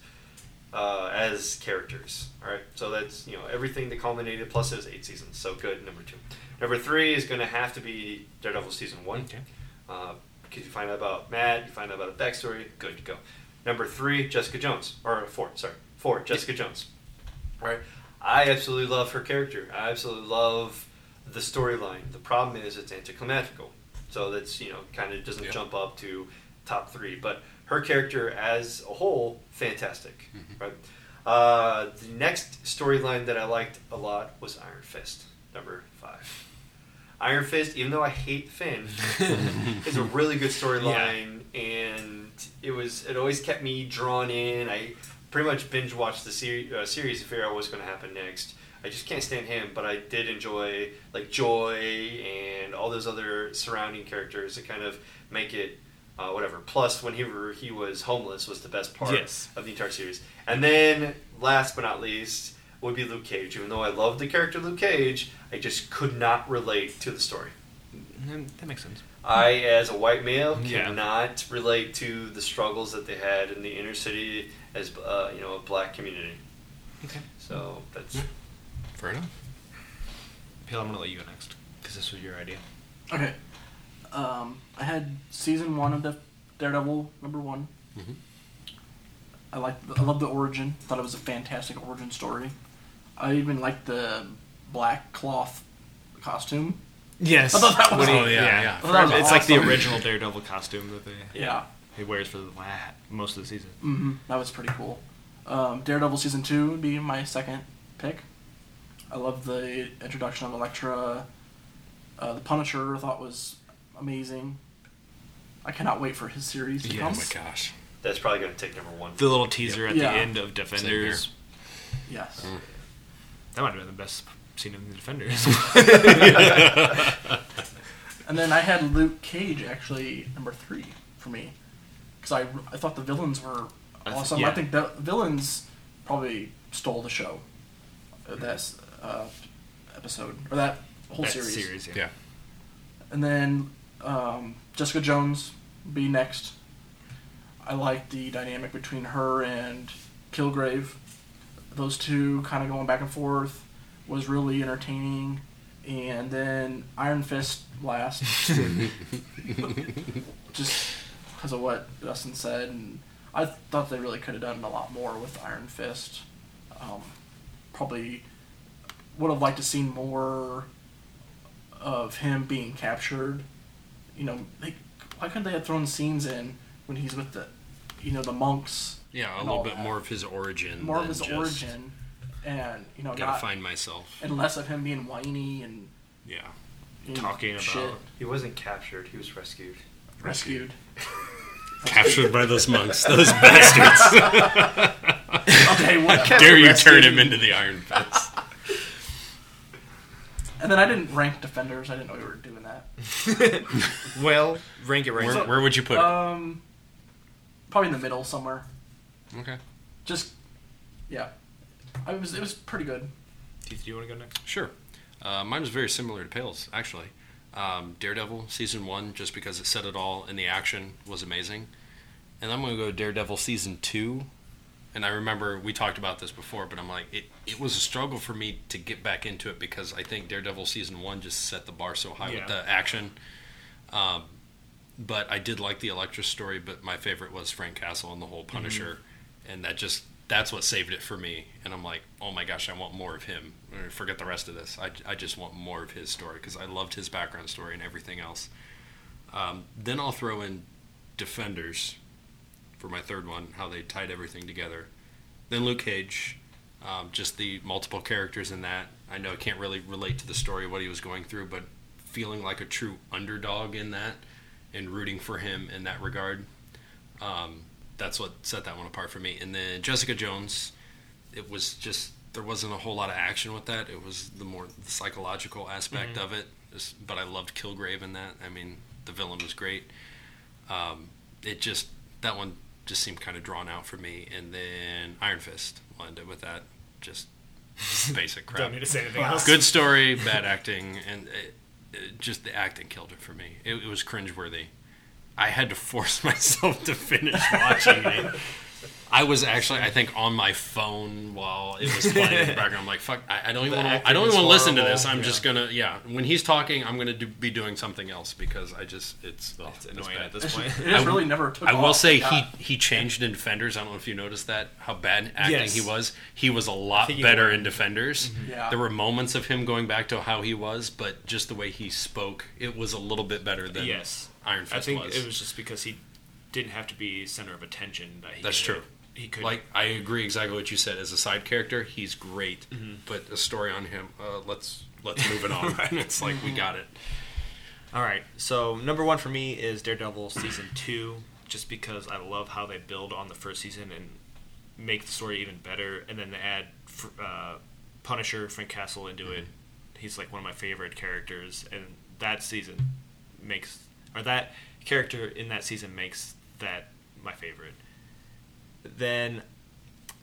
[SPEAKER 1] uh, as characters. All right, so that's you know everything that culminated. Plus, it was eight seasons, so good. Number two, number three is going to have to be Daredevil season one.
[SPEAKER 3] Okay.
[SPEAKER 1] Uh, because you find out about Matt, you find out about a backstory. Good to go. Number three, Jessica Jones, or four, sorry, four, Jessica Jones. All right, I absolutely love her character. I absolutely love the storyline. The problem is it's anticlimactical, so that's you know kind of doesn't
[SPEAKER 2] Yeah.
[SPEAKER 1] jump up to top three. But her character as a whole, fantastic. Right. Uh, the next storyline that I liked a lot was Iron Fist, number five. Iron Fist, even though I hate Finn, is a really good storyline, and it was it always kept me drawn in. I pretty much binge watched the ser- uh, series to figure out what's going to happen next. I just can't stand him, but I did enjoy like Joy and all those other surrounding characters that kind of make it uh, whatever. Plus, when he were, he was homeless was the best part
[SPEAKER 3] Yes.
[SPEAKER 1] of the entire series. And then, last but not least, would be Luke Cage. Even though I love the character Luke Cage, I just could not relate to the story.
[SPEAKER 3] that makes sense.
[SPEAKER 1] I, as a white male,
[SPEAKER 2] Yeah.
[SPEAKER 1] cannot relate to the struggles that they had in the inner city as uh, you know a black community.
[SPEAKER 3] Okay.
[SPEAKER 1] So that's
[SPEAKER 2] Fair enough.
[SPEAKER 3] Pale, I'm gonna let you go next because this was your idea.
[SPEAKER 4] Okay. Um, I had season one of the Daredevil number one.
[SPEAKER 2] Mhm.
[SPEAKER 4] I like. I love the origin. Thought it was a fantastic origin story. I even liked the black cloth costume.
[SPEAKER 3] Yes.
[SPEAKER 4] I thought that was-
[SPEAKER 2] Oh, yeah, yeah.
[SPEAKER 4] I thought that was
[SPEAKER 3] It's like the
[SPEAKER 4] awesome.
[SPEAKER 3] original Daredevil costume that they
[SPEAKER 4] Yeah.
[SPEAKER 3] he wears for the la- most of the season.
[SPEAKER 4] hmm That was pretty cool. Um, Daredevil season two would be my second pick. I love the introduction of Elektra. Uh, the Punisher I thought was amazing. I cannot wait for his series to come.
[SPEAKER 2] Oh my gosh.
[SPEAKER 1] that's probably going to take number one.
[SPEAKER 3] The little teaser at
[SPEAKER 4] Yeah.
[SPEAKER 3] the end of Defenders.
[SPEAKER 4] Yes.
[SPEAKER 3] That might have been the best scene in the Defenders.
[SPEAKER 4] And then I had Luke Cage actually number three for me because I, I thought the villains were
[SPEAKER 3] I th-
[SPEAKER 4] awesome. I,
[SPEAKER 3] yeah.
[SPEAKER 4] think the villains probably stole the show. uh, That uh, episode or that whole
[SPEAKER 3] That
[SPEAKER 4] series.
[SPEAKER 3] series yeah.
[SPEAKER 2] Yeah.
[SPEAKER 4] And then um, Jessica Jones be next. I like the dynamic between her and Kilgrave. Those two kind of going back and forth was really entertaining. And then Iron Fist last, just because of what Dustin said, and I thought they really could have done a lot more with Iron Fist. Um, probably would have liked to see more of him being captured. You know, they, why couldn't they have thrown scenes in when he's with the, you know, the monks,
[SPEAKER 2] Yeah, a
[SPEAKER 4] And
[SPEAKER 2] little
[SPEAKER 4] all
[SPEAKER 2] bit
[SPEAKER 4] that.
[SPEAKER 2] more of his origin.
[SPEAKER 4] more of
[SPEAKER 2] than
[SPEAKER 4] his
[SPEAKER 2] just,
[SPEAKER 4] origin, and you know,
[SPEAKER 2] Gotta
[SPEAKER 4] not,
[SPEAKER 2] find myself.
[SPEAKER 4] and less of him being whiny and
[SPEAKER 2] Yeah.
[SPEAKER 4] you know,
[SPEAKER 3] Talking about
[SPEAKER 4] shit.
[SPEAKER 1] He wasn't captured; he was rescued.
[SPEAKER 4] rescued.
[SPEAKER 2] Captured by those monks, those bastards.
[SPEAKER 4] okay, what?
[SPEAKER 2] Dare you turn him into the Iron Fist?
[SPEAKER 4] And then I didn't rank defenders. I didn't know we were doing that.
[SPEAKER 3] Well, rank it right.
[SPEAKER 2] Where, where would you put
[SPEAKER 4] Um, probably in the middle somewhere.
[SPEAKER 2] it? Okay.
[SPEAKER 4] Just, yeah, I was. It was pretty good.
[SPEAKER 3] Keith, do you want to go next?
[SPEAKER 2] Sure. Uh, mine was very similar to Pale's, actually. Um, Daredevil season one, just because it said it all and the action was amazing. And I'm going to go Daredevil season two. And I remember we talked about this before, but I'm like, it, it was a struggle for me to get back into it because I think Daredevil season one just set the bar so high
[SPEAKER 3] Yeah.
[SPEAKER 2] with the action. Um, but I did like the Elektra story, but my favorite was Frank Castle and the whole Punisher. And that just, that's what saved it for me. And I'm like, oh my gosh, I want more of him. Or Forget the rest of this. I, I just want more of his story because I loved his background story and everything else. Um, then I'll throw in Defenders for my third one, how they tied everything together. Then Luke Cage, um, just the multiple characters in that. I know I can't really relate to the story of what he was going through, but feeling like a true underdog in that and rooting for him in that regard. Um, that's what set that one apart for me. And then Jessica Jones, it was just there wasn't a whole lot of action with that. It was the more psychological aspect
[SPEAKER 3] Mm-hmm.
[SPEAKER 2] of it. Just- But I loved Kilgrave in that. I mean, the villain was great. Um, it just that one just seemed kind of drawn out for me. And then Iron Fist. We'll end it with that. Just basic crap.
[SPEAKER 3] Don't need to say anything else.
[SPEAKER 2] Good story, bad acting, and it, it, just the acting killed it for me. It, it was cringeworthy. I had to force myself to finish watching it. I was actually, I think, on my phone while it was playing in the background. I'm like, fuck, I, I don't even
[SPEAKER 5] The
[SPEAKER 2] want. I
[SPEAKER 5] acting
[SPEAKER 2] don't
[SPEAKER 5] is
[SPEAKER 2] even want to listen to
[SPEAKER 5] horrible.
[SPEAKER 2] this. I'm
[SPEAKER 5] Yeah.
[SPEAKER 2] just gonna, yeah. When he's talking, I'm gonna do, be doing something else because I just, it's, oh,
[SPEAKER 3] It's annoying
[SPEAKER 2] bad.
[SPEAKER 3] at this point.
[SPEAKER 4] It just
[SPEAKER 2] I-
[SPEAKER 4] really never took.
[SPEAKER 2] I will
[SPEAKER 4] off.
[SPEAKER 2] say
[SPEAKER 4] Yeah.
[SPEAKER 2] he he changed in Defenders. I don't know if you noticed that how bad acting
[SPEAKER 3] Yes.
[SPEAKER 2] he was. He was a lot
[SPEAKER 3] think he
[SPEAKER 2] better
[SPEAKER 3] was. Mm-hmm.
[SPEAKER 2] in Defenders.
[SPEAKER 4] Yeah.
[SPEAKER 2] There were moments of him going back to how he was, but just the way he spoke, it was a little bit better than
[SPEAKER 3] Yes.
[SPEAKER 2] Iron Fist
[SPEAKER 3] I think
[SPEAKER 2] was.
[SPEAKER 3] it was just because he didn't have to be center of attention. That he
[SPEAKER 2] That's
[SPEAKER 3] could-
[SPEAKER 2] true.
[SPEAKER 3] He could
[SPEAKER 2] Like I agree exactly what you said. As a side character, he's great,
[SPEAKER 3] Mm-hmm.
[SPEAKER 2] but a story on him. Uh, let's let's move it on. It's like we got it.
[SPEAKER 3] All right, so number one for me is Daredevil season two, just because I love how they build on the first season and make the story even better, and then they add fr- uh, Punisher Frank Castle into it. He's like one of my favorite characters, and that season makes or that character in that season makes that my favorite. Then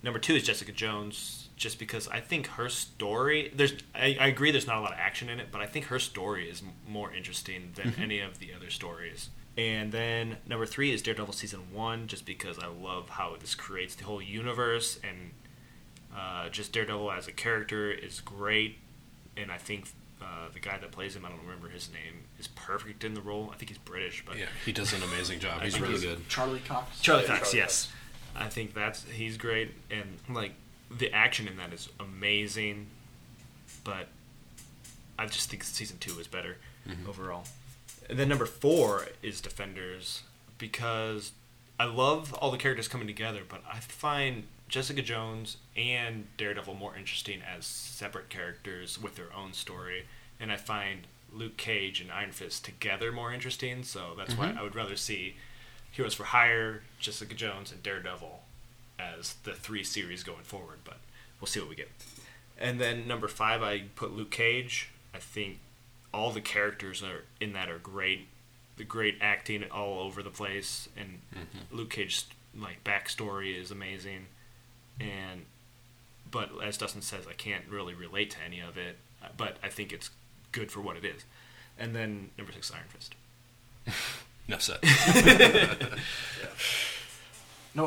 [SPEAKER 3] number two is Jessica Jones, just because I think her story there's I, I agree there's not a lot of action in it, but I think her story is m- more interesting than any of the other stories. And then number three is Daredevil season one, just because I love how this creates the whole universe and uh, just Daredevil as a character is great, and I think uh, the guy that plays him, I don't remember his name, is perfect in the role. I think he's British, but
[SPEAKER 2] Yeah, he does an amazing job.
[SPEAKER 3] Mm-hmm. I
[SPEAKER 2] He's
[SPEAKER 3] think
[SPEAKER 2] really
[SPEAKER 3] he's-
[SPEAKER 2] good.
[SPEAKER 4] Charlie Cox.
[SPEAKER 3] Charlie
[SPEAKER 1] Yeah,
[SPEAKER 3] Cox,
[SPEAKER 1] Charlie
[SPEAKER 3] yes. I think that's he's great, and like the action in that is amazing. But I just think season two is better overall. And then number four is Defenders because I love all the characters coming together, but I find Jessica Jones and Daredevil more interesting as separate characters with their own story, and I find Luke Cage and Iron Fist together more interesting. So that's why I would rather see Heroes for Hire, Jessica Jones, and Daredevil as the three series going forward, but we'll see what we get. And then number five, I put Luke Cage. I think all the characters are in that are great. The great acting all over the place, and Luke Cage's like backstory is amazing. And but as Dustin says, I can't really relate to any of it. But I think it's good for what it is. And then number six, Iron Fist.
[SPEAKER 2] Enough said.
[SPEAKER 4] No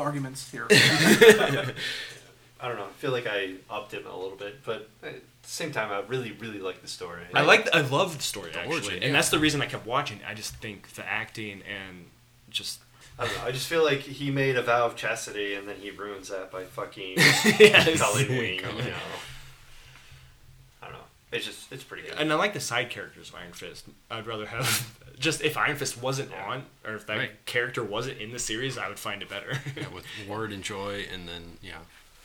[SPEAKER 4] arguments here.
[SPEAKER 1] I don't know. I feel like I upped him a little bit, but at the same time, I really, really like the story.
[SPEAKER 3] I like I love the story actually,
[SPEAKER 2] origin, yeah.
[SPEAKER 3] and that's the reason I kept watching. it. I just think the acting and just
[SPEAKER 1] I don't know. I just feel like he made a vow of chastity, and then he ruins that by fucking
[SPEAKER 3] Yes.
[SPEAKER 1] Cullen Wing. You know. I don't know. It's just it's pretty good.
[SPEAKER 3] and I like the side characters of Iron Fist. I'd rather have just if Iron Fist wasn't on or if that
[SPEAKER 2] Right.
[SPEAKER 3] character wasn't in the series, I would find it better.
[SPEAKER 2] yeah, with Word and Joy, and then yeah,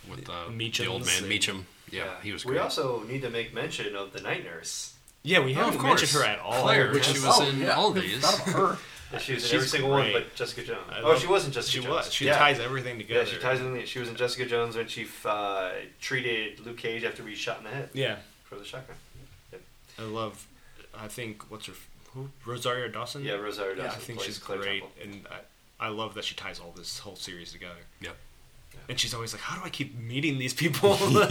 [SPEAKER 2] with uh, the old
[SPEAKER 3] Meachums
[SPEAKER 2] man
[SPEAKER 3] and-
[SPEAKER 2] Meacham. Yeah, he was
[SPEAKER 1] We
[SPEAKER 2] great.
[SPEAKER 1] also need to make mention of the night nurse.
[SPEAKER 3] yeah, we
[SPEAKER 2] Oh, of
[SPEAKER 3] haven't
[SPEAKER 2] course.
[SPEAKER 3] mentioned her at all.
[SPEAKER 2] Claire,
[SPEAKER 3] which
[SPEAKER 2] she
[SPEAKER 3] is-
[SPEAKER 2] was
[SPEAKER 4] Oh,
[SPEAKER 2] in all
[SPEAKER 4] Forgot
[SPEAKER 2] these.
[SPEAKER 4] about her.
[SPEAKER 1] She was in
[SPEAKER 3] Uh, She's
[SPEAKER 1] every single one,
[SPEAKER 3] great.
[SPEAKER 1] but Jessica Jones.
[SPEAKER 3] I
[SPEAKER 1] oh,
[SPEAKER 3] love-
[SPEAKER 1] she was in Jessica
[SPEAKER 3] she
[SPEAKER 1] Jones.
[SPEAKER 3] was. She
[SPEAKER 1] yeah.
[SPEAKER 3] ties everything together.
[SPEAKER 1] Yeah, she ties in. the- She was in Jessica Jones when she uh, treated Luke Cage after being shot in the head
[SPEAKER 3] Yeah,
[SPEAKER 1] for the shotgun.
[SPEAKER 3] I love. I think what's her who Rosario Dawson.
[SPEAKER 1] Yeah, Rosario
[SPEAKER 3] Yeah, I
[SPEAKER 1] Dawson
[SPEAKER 3] think
[SPEAKER 1] plays
[SPEAKER 3] she's
[SPEAKER 1] Claire
[SPEAKER 3] great,
[SPEAKER 1] Temple.
[SPEAKER 3] and I, I love that she ties all this whole series together.
[SPEAKER 2] Yep.
[SPEAKER 3] And she's always like, "How do I keep meeting these people?"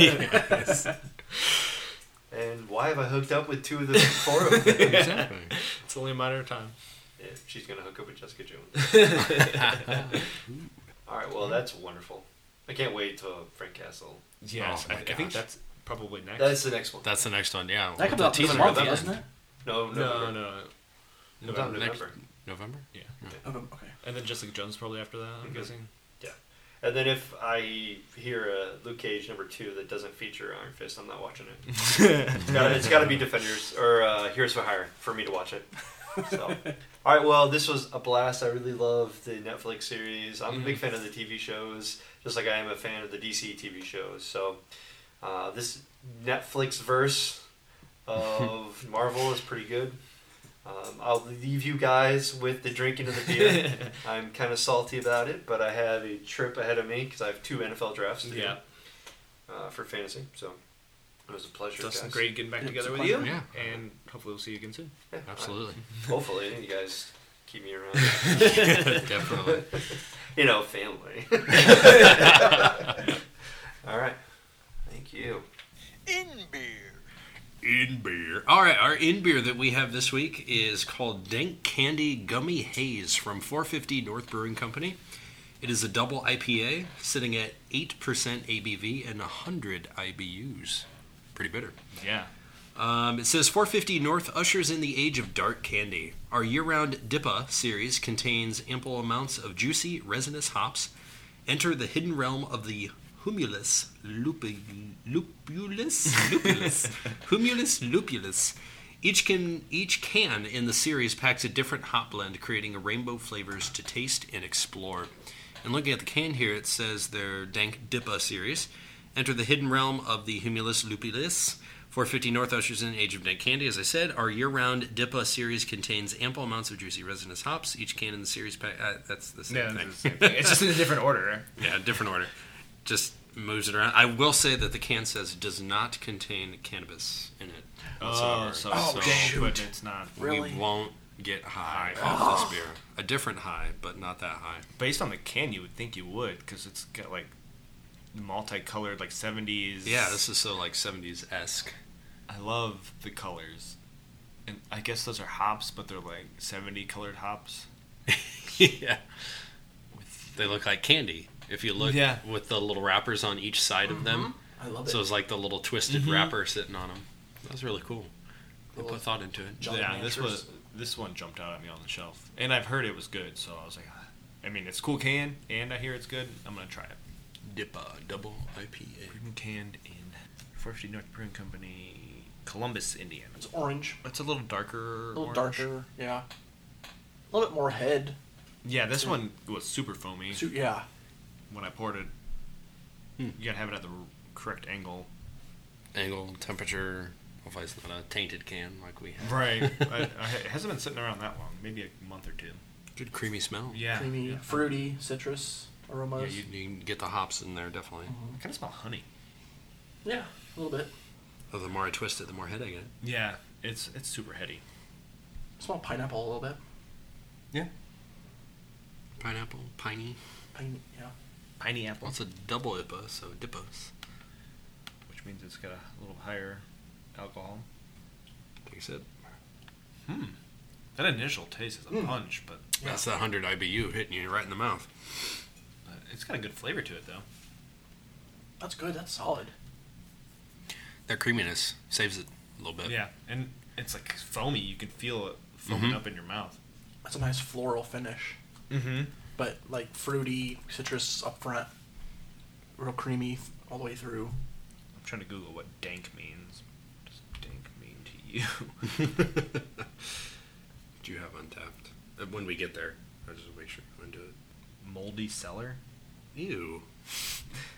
[SPEAKER 1] And why have I hooked up with two of the four of them?
[SPEAKER 2] exactly.
[SPEAKER 3] it's only a matter of time.
[SPEAKER 1] Yeah, she's gonna hook up with Jessica Jones. All right, well that's wonderful. I can't wait till Frank Castle.
[SPEAKER 3] Yes,
[SPEAKER 2] Oh
[SPEAKER 3] I,
[SPEAKER 2] my
[SPEAKER 3] I think
[SPEAKER 2] gosh.
[SPEAKER 3] that's probably next.
[SPEAKER 1] That's the next one.
[SPEAKER 2] That's the next one. Yeah, with
[SPEAKER 4] That comes
[SPEAKER 2] the
[SPEAKER 4] out this
[SPEAKER 2] teaser
[SPEAKER 4] month,
[SPEAKER 2] at the
[SPEAKER 4] doesn't
[SPEAKER 2] end.
[SPEAKER 4] it?
[SPEAKER 1] no,
[SPEAKER 3] no,
[SPEAKER 1] no, no.
[SPEAKER 3] no.
[SPEAKER 1] It's not
[SPEAKER 2] November.
[SPEAKER 1] November.
[SPEAKER 2] November.
[SPEAKER 3] Yeah,
[SPEAKER 4] Okay. okay.
[SPEAKER 3] and then Jessica Jones probably after that. I'm guessing.
[SPEAKER 1] Yeah. And then if I hear a Luke Cage number two that doesn't feature Iron Fist, I'm not watching it. It's gotta, it's gotta be Defenders or uh, Heroes for Hire for me to watch it. So. All right, well, this was a blast. I really love the Netflix series. I'm a
[SPEAKER 3] Mm.
[SPEAKER 1] big fan of the TV shows, just like I am a fan of the DC TV shows. So uh, this Netflix verse of Marvel is pretty good. Um, I'll leave you guys with the drinking of the beer. I'm kind of salty about it, but I have a trip ahead of me because I have two NFL drafts to do,
[SPEAKER 3] yeah,
[SPEAKER 1] uh, for fantasy. So it was a pleasure,
[SPEAKER 3] Dustin,
[SPEAKER 1] guys.
[SPEAKER 3] great getting back
[SPEAKER 4] Yeah,
[SPEAKER 3] together
[SPEAKER 4] it's
[SPEAKER 3] with
[SPEAKER 4] a
[SPEAKER 3] you,
[SPEAKER 2] pleasure. Yeah.
[SPEAKER 3] and hopefully we'll see you again soon.
[SPEAKER 1] Yeah,
[SPEAKER 2] Absolutely.
[SPEAKER 1] I- hopefully, you guys keep me around.
[SPEAKER 2] Definitely.
[SPEAKER 1] you know, family. All right. Thank you.
[SPEAKER 5] In beer.
[SPEAKER 2] In beer. All right, our in beer that we have this week is called Dank Candy Gummy Haze from 450 North Brewing Company. It is a double IPA sitting at 8% ABV and 100 IBUs. Pretty bitter.
[SPEAKER 3] Yeah,
[SPEAKER 2] Um, it says 450 North ushers in the age of dark candy. Our year round DIPA series contains ample amounts of juicy, resinous hops. Enter the hidden realm of the humulus lupi, lupulus? Lupulus. humulus lupulus. Each can, each can in the series packs a different hop blend, creating a rainbow flavors to taste and explore. And looking at the can here, it says their Dank DIPA series. Enter the hidden realm of the Humulus lupulus. 450 North ushers in Age of Dank Candy. As I said, our year-round DIPA series contains ample amounts of juicy resinous hops. Each can in the series pack. Uh, that's the same
[SPEAKER 3] yeah,
[SPEAKER 2] thing.
[SPEAKER 3] it's just in a different order.
[SPEAKER 2] Yeah, different order. just moves it around. I will say that the can says it does not contain cannabis in it whatsoever.
[SPEAKER 3] so,
[SPEAKER 4] Oh,
[SPEAKER 3] so
[SPEAKER 4] shoot.
[SPEAKER 3] but it's not
[SPEAKER 4] Really? Oh.
[SPEAKER 2] We won't get high off this beer. A different high, but not that high.
[SPEAKER 3] based on the can. You would think you would because it's got like multicolored, like seventies.
[SPEAKER 2] Yeah, this is so like 70s esque.
[SPEAKER 3] I love the colors, and I guess those are hops, but they're like seventy colored hops.
[SPEAKER 2] yeah. They look like candy. If you look
[SPEAKER 3] Yeah. Mm-hmm.
[SPEAKER 2] with the little wrappers on each side of them,
[SPEAKER 4] I love it.
[SPEAKER 2] so it's like the little twisted
[SPEAKER 3] Mhm.
[SPEAKER 2] wrapper sitting on them. That was really cool. They
[SPEAKER 4] Cool.
[SPEAKER 2] put thought into it.
[SPEAKER 4] Jolly
[SPEAKER 3] yeah, this
[SPEAKER 4] Ranchers.
[SPEAKER 3] was this one jumped out at me on the shelf, and I've heard it was good, so I was like, "Ah, I mean, it's cool can, and I hear it's good. I'm gonna try it.
[SPEAKER 2] Dipa Double IPA.
[SPEAKER 3] Brewed and canned in Forestry North Brewing Company, Columbus, Indiana.
[SPEAKER 4] It's orange,
[SPEAKER 3] It's a little darker.
[SPEAKER 4] a little
[SPEAKER 3] orange.
[SPEAKER 4] darker. Yeah, a little bit more head.
[SPEAKER 3] Yeah, this
[SPEAKER 4] Yeah.
[SPEAKER 3] one was super foamy
[SPEAKER 4] So, yeah,
[SPEAKER 3] when I poured it.
[SPEAKER 2] Hmm.
[SPEAKER 3] You gotta have it at the r- correct angle.
[SPEAKER 2] Angle, temperature. Hopefully, it's not a tainted can like we have.
[SPEAKER 3] I, I, it hasn't been sitting around that long. Maybe a month or two.
[SPEAKER 2] Good creamy smell.
[SPEAKER 3] Yeah.
[SPEAKER 4] creamy,
[SPEAKER 3] yeah.
[SPEAKER 4] fruity, citrus
[SPEAKER 2] Yeah,
[SPEAKER 4] aromas. Mm-hmm.
[SPEAKER 2] you, you can get the hops in there definitely.
[SPEAKER 3] I kind of smell honey.
[SPEAKER 4] yeah a little bit.
[SPEAKER 2] Oh, the more I twist it, the more head I get.
[SPEAKER 3] Yeah, it's it's super heady.
[SPEAKER 4] Smell pineapple a little bit.
[SPEAKER 2] Pineapple, piney.
[SPEAKER 4] Pine, yeah.
[SPEAKER 3] Piney apple,
[SPEAKER 2] Well, it's a double IPA, so dippos.
[SPEAKER 3] which means it's got a little higher alcohol.
[SPEAKER 2] Take a sip.
[SPEAKER 3] Hmm. That initial taste is a
[SPEAKER 4] Mm.
[SPEAKER 3] punch, but,
[SPEAKER 4] Yeah.
[SPEAKER 2] That's that 100 IBU hitting you right in the mouth.
[SPEAKER 3] but uh, it's got a good flavor to it, though.
[SPEAKER 4] That's good. That's solid.
[SPEAKER 2] That creaminess saves it a little bit.
[SPEAKER 3] Yeah, and it's like foamy. You can feel it foaming
[SPEAKER 2] Mhm.
[SPEAKER 3] up in your mouth.
[SPEAKER 4] That's a nice floral finish,
[SPEAKER 3] Mm-hmm.
[SPEAKER 4] but like fruity, citrus up front, real creamy f- all the way through.
[SPEAKER 3] I'm trying to Google what dank means. What does dank mean to you?
[SPEAKER 2] Do you have untapped? Uh, When we get there, I'll just make sure you do it.
[SPEAKER 3] Moldy cellar?
[SPEAKER 2] Ew.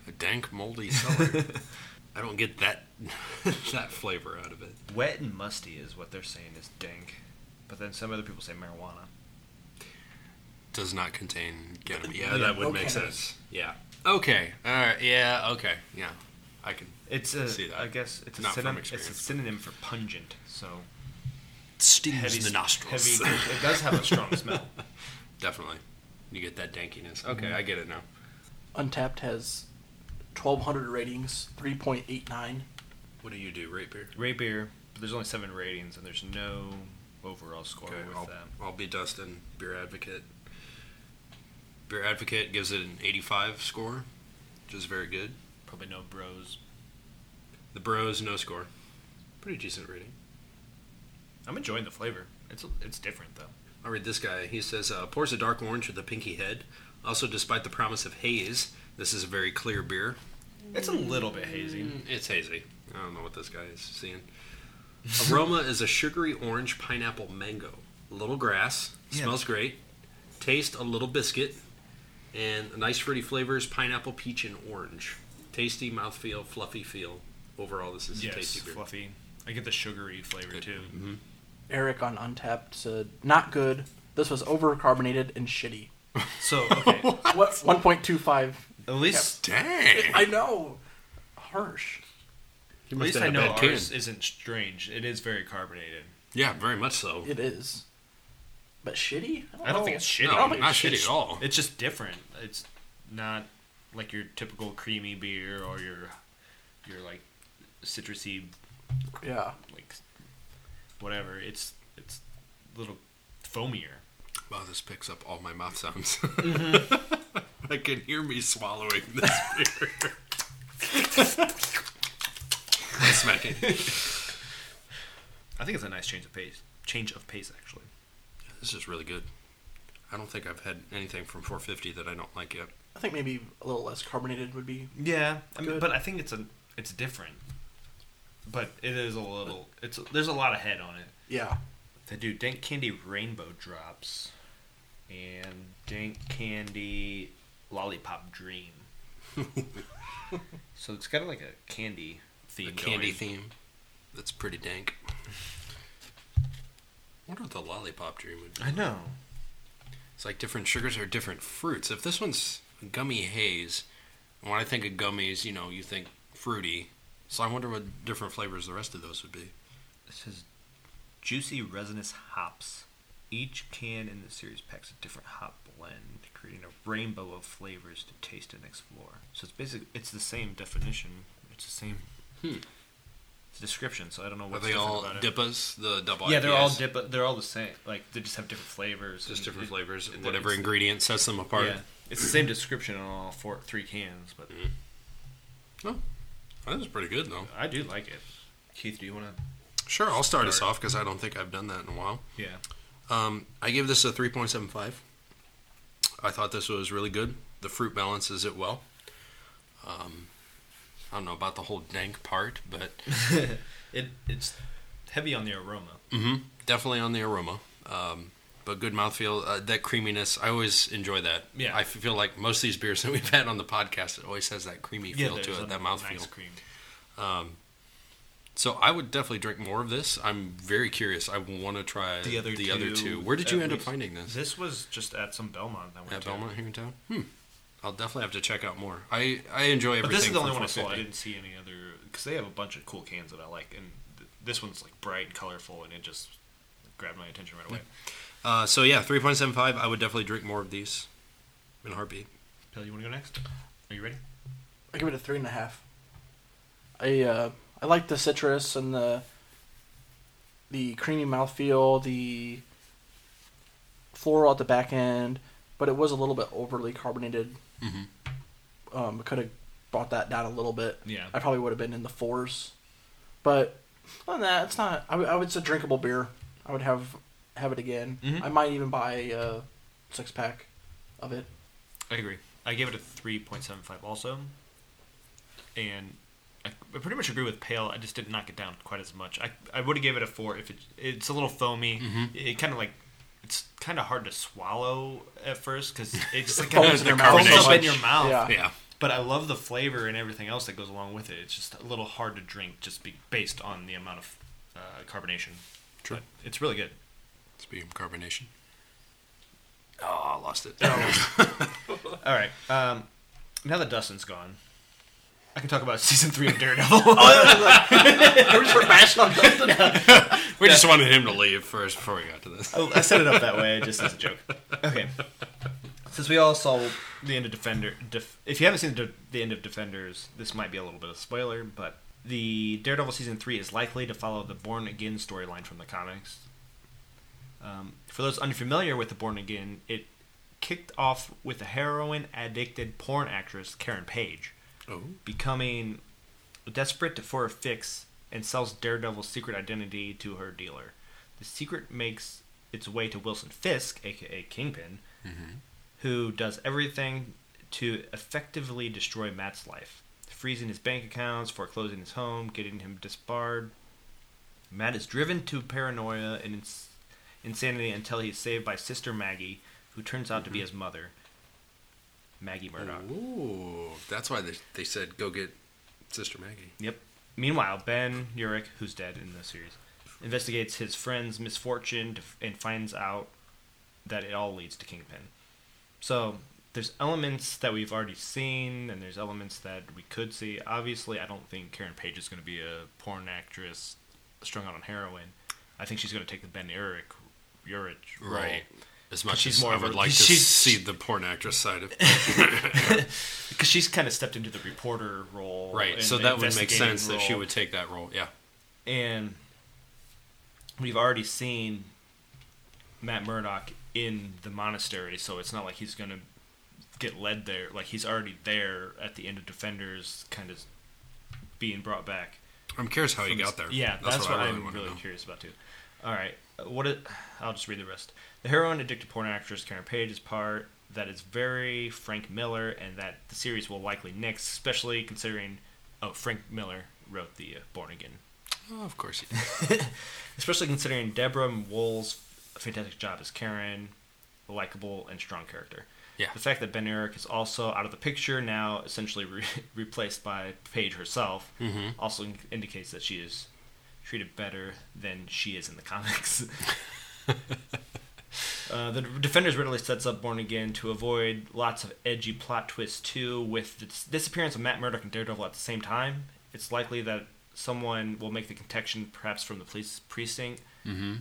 [SPEAKER 2] A dank, moldy cellar. I don't get that that flavor out of it.
[SPEAKER 3] Wet and musty is what they're saying is dank. But then some other people say marijuana.
[SPEAKER 2] Does not contain cannabis. Yeah,
[SPEAKER 4] Yeah,
[SPEAKER 2] that would
[SPEAKER 4] no
[SPEAKER 2] make
[SPEAKER 4] cannabis.
[SPEAKER 2] sense. Yeah. Okay. All right. Yeah. Okay. Yeah. I can.
[SPEAKER 3] It's a,
[SPEAKER 2] See that.
[SPEAKER 3] I guess it's a,
[SPEAKER 2] Not from
[SPEAKER 3] synonym, it's a
[SPEAKER 2] experience.
[SPEAKER 3] synonym for pungent. So
[SPEAKER 2] Stings
[SPEAKER 3] s- Heavy, it does have a strong smell. Mm-hmm.
[SPEAKER 2] Definitely. You get that dankiness. Okay, I get it now.
[SPEAKER 4] Untapped has 1,200 ratings, 3.89.
[SPEAKER 2] What do you do? Rate beer.
[SPEAKER 3] Ray beer, but there's only seven ratings, and there's no overall score
[SPEAKER 2] Okay,
[SPEAKER 3] with
[SPEAKER 2] I'll,
[SPEAKER 3] that.
[SPEAKER 2] I'll be Dustin, beer advocate. Beer advocate gives it an 85 score, which is very good.
[SPEAKER 3] Probably no bros.
[SPEAKER 2] The Bros no score, pretty decent rating.
[SPEAKER 3] I'm enjoying the flavor. It's it's different though.
[SPEAKER 2] I'll read this guy. He says uh, pours a dark orange with a pinky head. Also, despite the promise of haze, this is a very clear beer.
[SPEAKER 3] It's a little bit hazy.
[SPEAKER 2] Mm, It's hazy. I don't know what this guy is seeing. Aroma is a sugary orange pineapple mango. A little grass.
[SPEAKER 3] Yeah.
[SPEAKER 2] Smells great. Taste a little biscuit. And nice fruity flavors pineapple, peach, and orange. Tasty mouthfeel, fluffy feel. Overall, this is
[SPEAKER 3] Yes,
[SPEAKER 2] a tasty beer.
[SPEAKER 3] fluffy. I get the sugary flavor too.
[SPEAKER 4] Eric on Untapped said, not good. This was overcarbonated and shitty.
[SPEAKER 3] So okay,
[SPEAKER 4] What? 1.25.
[SPEAKER 3] at least
[SPEAKER 2] Dang!
[SPEAKER 4] I know. Harsh.
[SPEAKER 2] You
[SPEAKER 3] at
[SPEAKER 2] must
[SPEAKER 3] least
[SPEAKER 2] have
[SPEAKER 3] I
[SPEAKER 2] had a
[SPEAKER 3] know
[SPEAKER 2] bad can.
[SPEAKER 3] ours isn't strange. It is very carbonated.
[SPEAKER 2] Yeah, very much so.
[SPEAKER 4] It is. But shitty? I don't,
[SPEAKER 3] I don't
[SPEAKER 4] know.
[SPEAKER 3] think it's shitty.
[SPEAKER 2] No,
[SPEAKER 4] I don't think
[SPEAKER 2] not
[SPEAKER 4] it's
[SPEAKER 2] shitty at all.
[SPEAKER 3] It's just different. It's not like your typical creamy beer or your your like citrusy
[SPEAKER 4] Yeah.
[SPEAKER 3] like whatever. It's it's a little foamier.
[SPEAKER 2] Wow, Oh, this picks up all my mouth sounds.
[SPEAKER 3] Mm-hmm.
[SPEAKER 2] I can hear me swallowing this beer. I smack it.
[SPEAKER 3] I think it's a nice change of pace. Change of pace actually.
[SPEAKER 2] This is really good. I don't think I've had anything from 450 that I don't like yet.
[SPEAKER 4] I think maybe a little less carbonated would be.
[SPEAKER 3] Yeah, I mean,
[SPEAKER 4] Good.
[SPEAKER 3] but I think it's a it's different. But it is a little. It's there's a lot of head on it.
[SPEAKER 4] Yeah.
[SPEAKER 3] They do dank candy rainbow drops, and dank candy lollipop dream. so it's got like a candy theme.
[SPEAKER 2] The candy
[SPEAKER 3] going.
[SPEAKER 2] theme. That's pretty dank. wonder what the lollipop dream would be.
[SPEAKER 3] I know.
[SPEAKER 2] It's like different sugars or different fruits. If this one's gummy haze, When I think of gummies, you know, you think fruity. So I wonder what different flavors the rest of those would be.
[SPEAKER 3] This is juicy resinous hops. Each can in the series packs a different hop blend, creating a rainbow of flavors to taste and explore. So it's basically it's the same definition. It's the same it's a description. So I don't know
[SPEAKER 2] Are
[SPEAKER 3] what's
[SPEAKER 2] they
[SPEAKER 3] different
[SPEAKER 2] all
[SPEAKER 3] about it.
[SPEAKER 2] dippas? The double
[SPEAKER 3] Yeah, they're all
[SPEAKER 2] IPAs?
[SPEAKER 3] dip. They're all the same. Like they just have different flavors.
[SPEAKER 2] Just
[SPEAKER 3] and
[SPEAKER 2] different
[SPEAKER 3] it-
[SPEAKER 2] flavors.
[SPEAKER 3] it-
[SPEAKER 2] Whatever
[SPEAKER 3] it's-
[SPEAKER 2] ingredient sets them apart.
[SPEAKER 3] Yeah, it's the same description on all four, three cans, but
[SPEAKER 2] Hmm. That was pretty good, though.
[SPEAKER 3] I do like it. Keith, do you want to?
[SPEAKER 2] Sure, I'll start us
[SPEAKER 3] Start.
[SPEAKER 2] off because I don't think I've done that in a while.
[SPEAKER 3] Yeah.
[SPEAKER 2] Um, I give this a 3.75. I thought this was really good. The fruit balances it well. Um, I don't know about the whole dank part, but
[SPEAKER 3] it it's heavy on the aroma.
[SPEAKER 2] mhm, definitely on the aroma. Um, but good mouthfeel, uh, that creaminess. I always enjoy that.
[SPEAKER 3] Yeah.
[SPEAKER 2] I feel like most of these beers that we've had on the podcast, it always has that creamy feel
[SPEAKER 3] there's
[SPEAKER 2] to
[SPEAKER 3] a
[SPEAKER 2] it, that mouthfeel.
[SPEAKER 3] nice cream.
[SPEAKER 2] So I would definitely drink more of this. I'm very curious. I want to try
[SPEAKER 3] The other two,
[SPEAKER 2] Where did you
[SPEAKER 3] at
[SPEAKER 2] end up
[SPEAKER 3] least.
[SPEAKER 2] finding this?
[SPEAKER 3] This was just at some Belmont. That went
[SPEAKER 2] At
[SPEAKER 3] to.
[SPEAKER 2] Belmont here in town. Hmm. I'll definitely have to check out more. I I enjoy everything.
[SPEAKER 3] But this is the
[SPEAKER 2] from
[SPEAKER 3] only one I saw. I
[SPEAKER 2] 450.
[SPEAKER 3] didn't see any other because they have a bunch of cool cans that I like, and th- this one's like bright and colorful, and it just grabbed my attention right away.
[SPEAKER 2] Uh, so yeah, three point seven five. I would definitely drink more of these in a heartbeat.
[SPEAKER 3] Pill, you want to go next? Are you ready?
[SPEAKER 4] I give it a three and a half. I uh, I like the citrus and the the creamy mouthfeel, the floral at the back end, but it was a little bit overly carbonated.
[SPEAKER 2] Mhm.
[SPEAKER 3] Mm-hmm.
[SPEAKER 4] Um, could have brought that down a little bit.
[SPEAKER 3] Yeah.
[SPEAKER 4] I probably would have been in the fours, but on that, it's not. I, would- I would, it's a drinkable beer. I would have have it again.
[SPEAKER 3] Mhm.
[SPEAKER 4] I might even buy a six pack of it.
[SPEAKER 3] I agree. I gave it a three point seven five also, and I, I pretty much agree with Pale. I just did not get down quite as much. I I would have gave it a four if it it's a little foamy. It, kind of like it's kind of hard to swallow at first because it just like kind
[SPEAKER 4] Foams
[SPEAKER 3] of
[SPEAKER 4] in your
[SPEAKER 2] mouth so
[SPEAKER 3] up in
[SPEAKER 4] much.
[SPEAKER 3] your mouth.
[SPEAKER 4] Yeah.
[SPEAKER 2] Yeah,
[SPEAKER 3] But I love the flavor and everything else that goes along with it. It's just a little hard to drink just be, based on the amount of uh, carbonation.
[SPEAKER 2] True.
[SPEAKER 3] But it's really good.
[SPEAKER 2] speaking of carbonation. Oh, I lost it.
[SPEAKER 3] All right. Um, now that Dustin's gone, I can talk about season three of Daredevil.
[SPEAKER 2] we just wanted him to leave first before we got to this.
[SPEAKER 3] Oh, I I set it up that way just as a joke. Okay. Since we all saw the end of Defender, def, if you haven't seen the, the end of Defenders, this might be a little bit of a spoiler, but the Daredevil season three is likely to follow the Born Again storyline from the comics. Um, for those unfamiliar with the Born Again, it kicked off with the heroin addicted porn actress Karen Page
[SPEAKER 2] Oh,
[SPEAKER 3] becoming desperate to- for a fix and sells Daredevil's secret identity to her dealer. The secret makes its way to Wilson Fisk, aka Kingpin, who does everything to effectively destroy Matt's life, freezing his bank accounts, foreclosing his home, getting him disbarred. Matt is driven to paranoia and ins- insanity until he is saved by Sister Maggie, who turns out to be his mother, Maggie Murdock.
[SPEAKER 2] Ooh, that's why they they said go get Sister Maggie.
[SPEAKER 3] Yep. Meanwhile, Ben Urich, who's dead in the series, investigates his friend's misfortune to, and finds out that it all leads to Kingpin. So there's elements that we've already seen, and there's elements that we could see. Obviously, I don't think Karen Page is going to be a porn actress strung out on heroin. I think she's going to take the Ben Urich, Urich role.
[SPEAKER 2] Right. As much
[SPEAKER 3] She's
[SPEAKER 2] as
[SPEAKER 3] more
[SPEAKER 2] I
[SPEAKER 3] of a-
[SPEAKER 2] would like to
[SPEAKER 3] she's-
[SPEAKER 2] see the porn actress side of
[SPEAKER 3] Because she's kind of stepped into the reporter role.
[SPEAKER 2] Right,
[SPEAKER 3] and
[SPEAKER 2] so
[SPEAKER 3] the
[SPEAKER 2] that would make
[SPEAKER 3] investigating
[SPEAKER 2] sense that she
[SPEAKER 3] role.
[SPEAKER 2] would take that role. Yeah.
[SPEAKER 3] and we've already seen Matt Murdock in the monastery, so it's not like he's gonna get led there. Like he's already there at the end of Defenders, kind of being brought back.
[SPEAKER 2] I'm curious how Oh, he
[SPEAKER 3] from his-
[SPEAKER 2] got there.
[SPEAKER 3] Yeah, that's, what,
[SPEAKER 2] I
[SPEAKER 3] I'm
[SPEAKER 2] wanna
[SPEAKER 3] really
[SPEAKER 2] know.
[SPEAKER 3] curious about too. All right, uh, what it, I'll just read the rest. The heroin addicted porn actress Karen Page is part that is very Frank Miller, and that the series will likely next, especially considering oh Frank Miller wrote the uh, Born Again
[SPEAKER 2] Oh, of course he did.
[SPEAKER 3] especially considering Deborah Wool's fantastic job as Karen, a likable and strong character.
[SPEAKER 2] Yeah.
[SPEAKER 3] The fact that Ben Urich is also out of the picture now, essentially re- replaced by Paige herself, also in- indicates that she is treated better than she is in the comics. Uh, the Defenders readily sets up Born Again to avoid lots of edgy plot twists too. With the dis- disappearance of Matt Murdock and Daredevil at the same time, it's likely that someone will make the connection, perhaps from the police precinct, mm-hmm.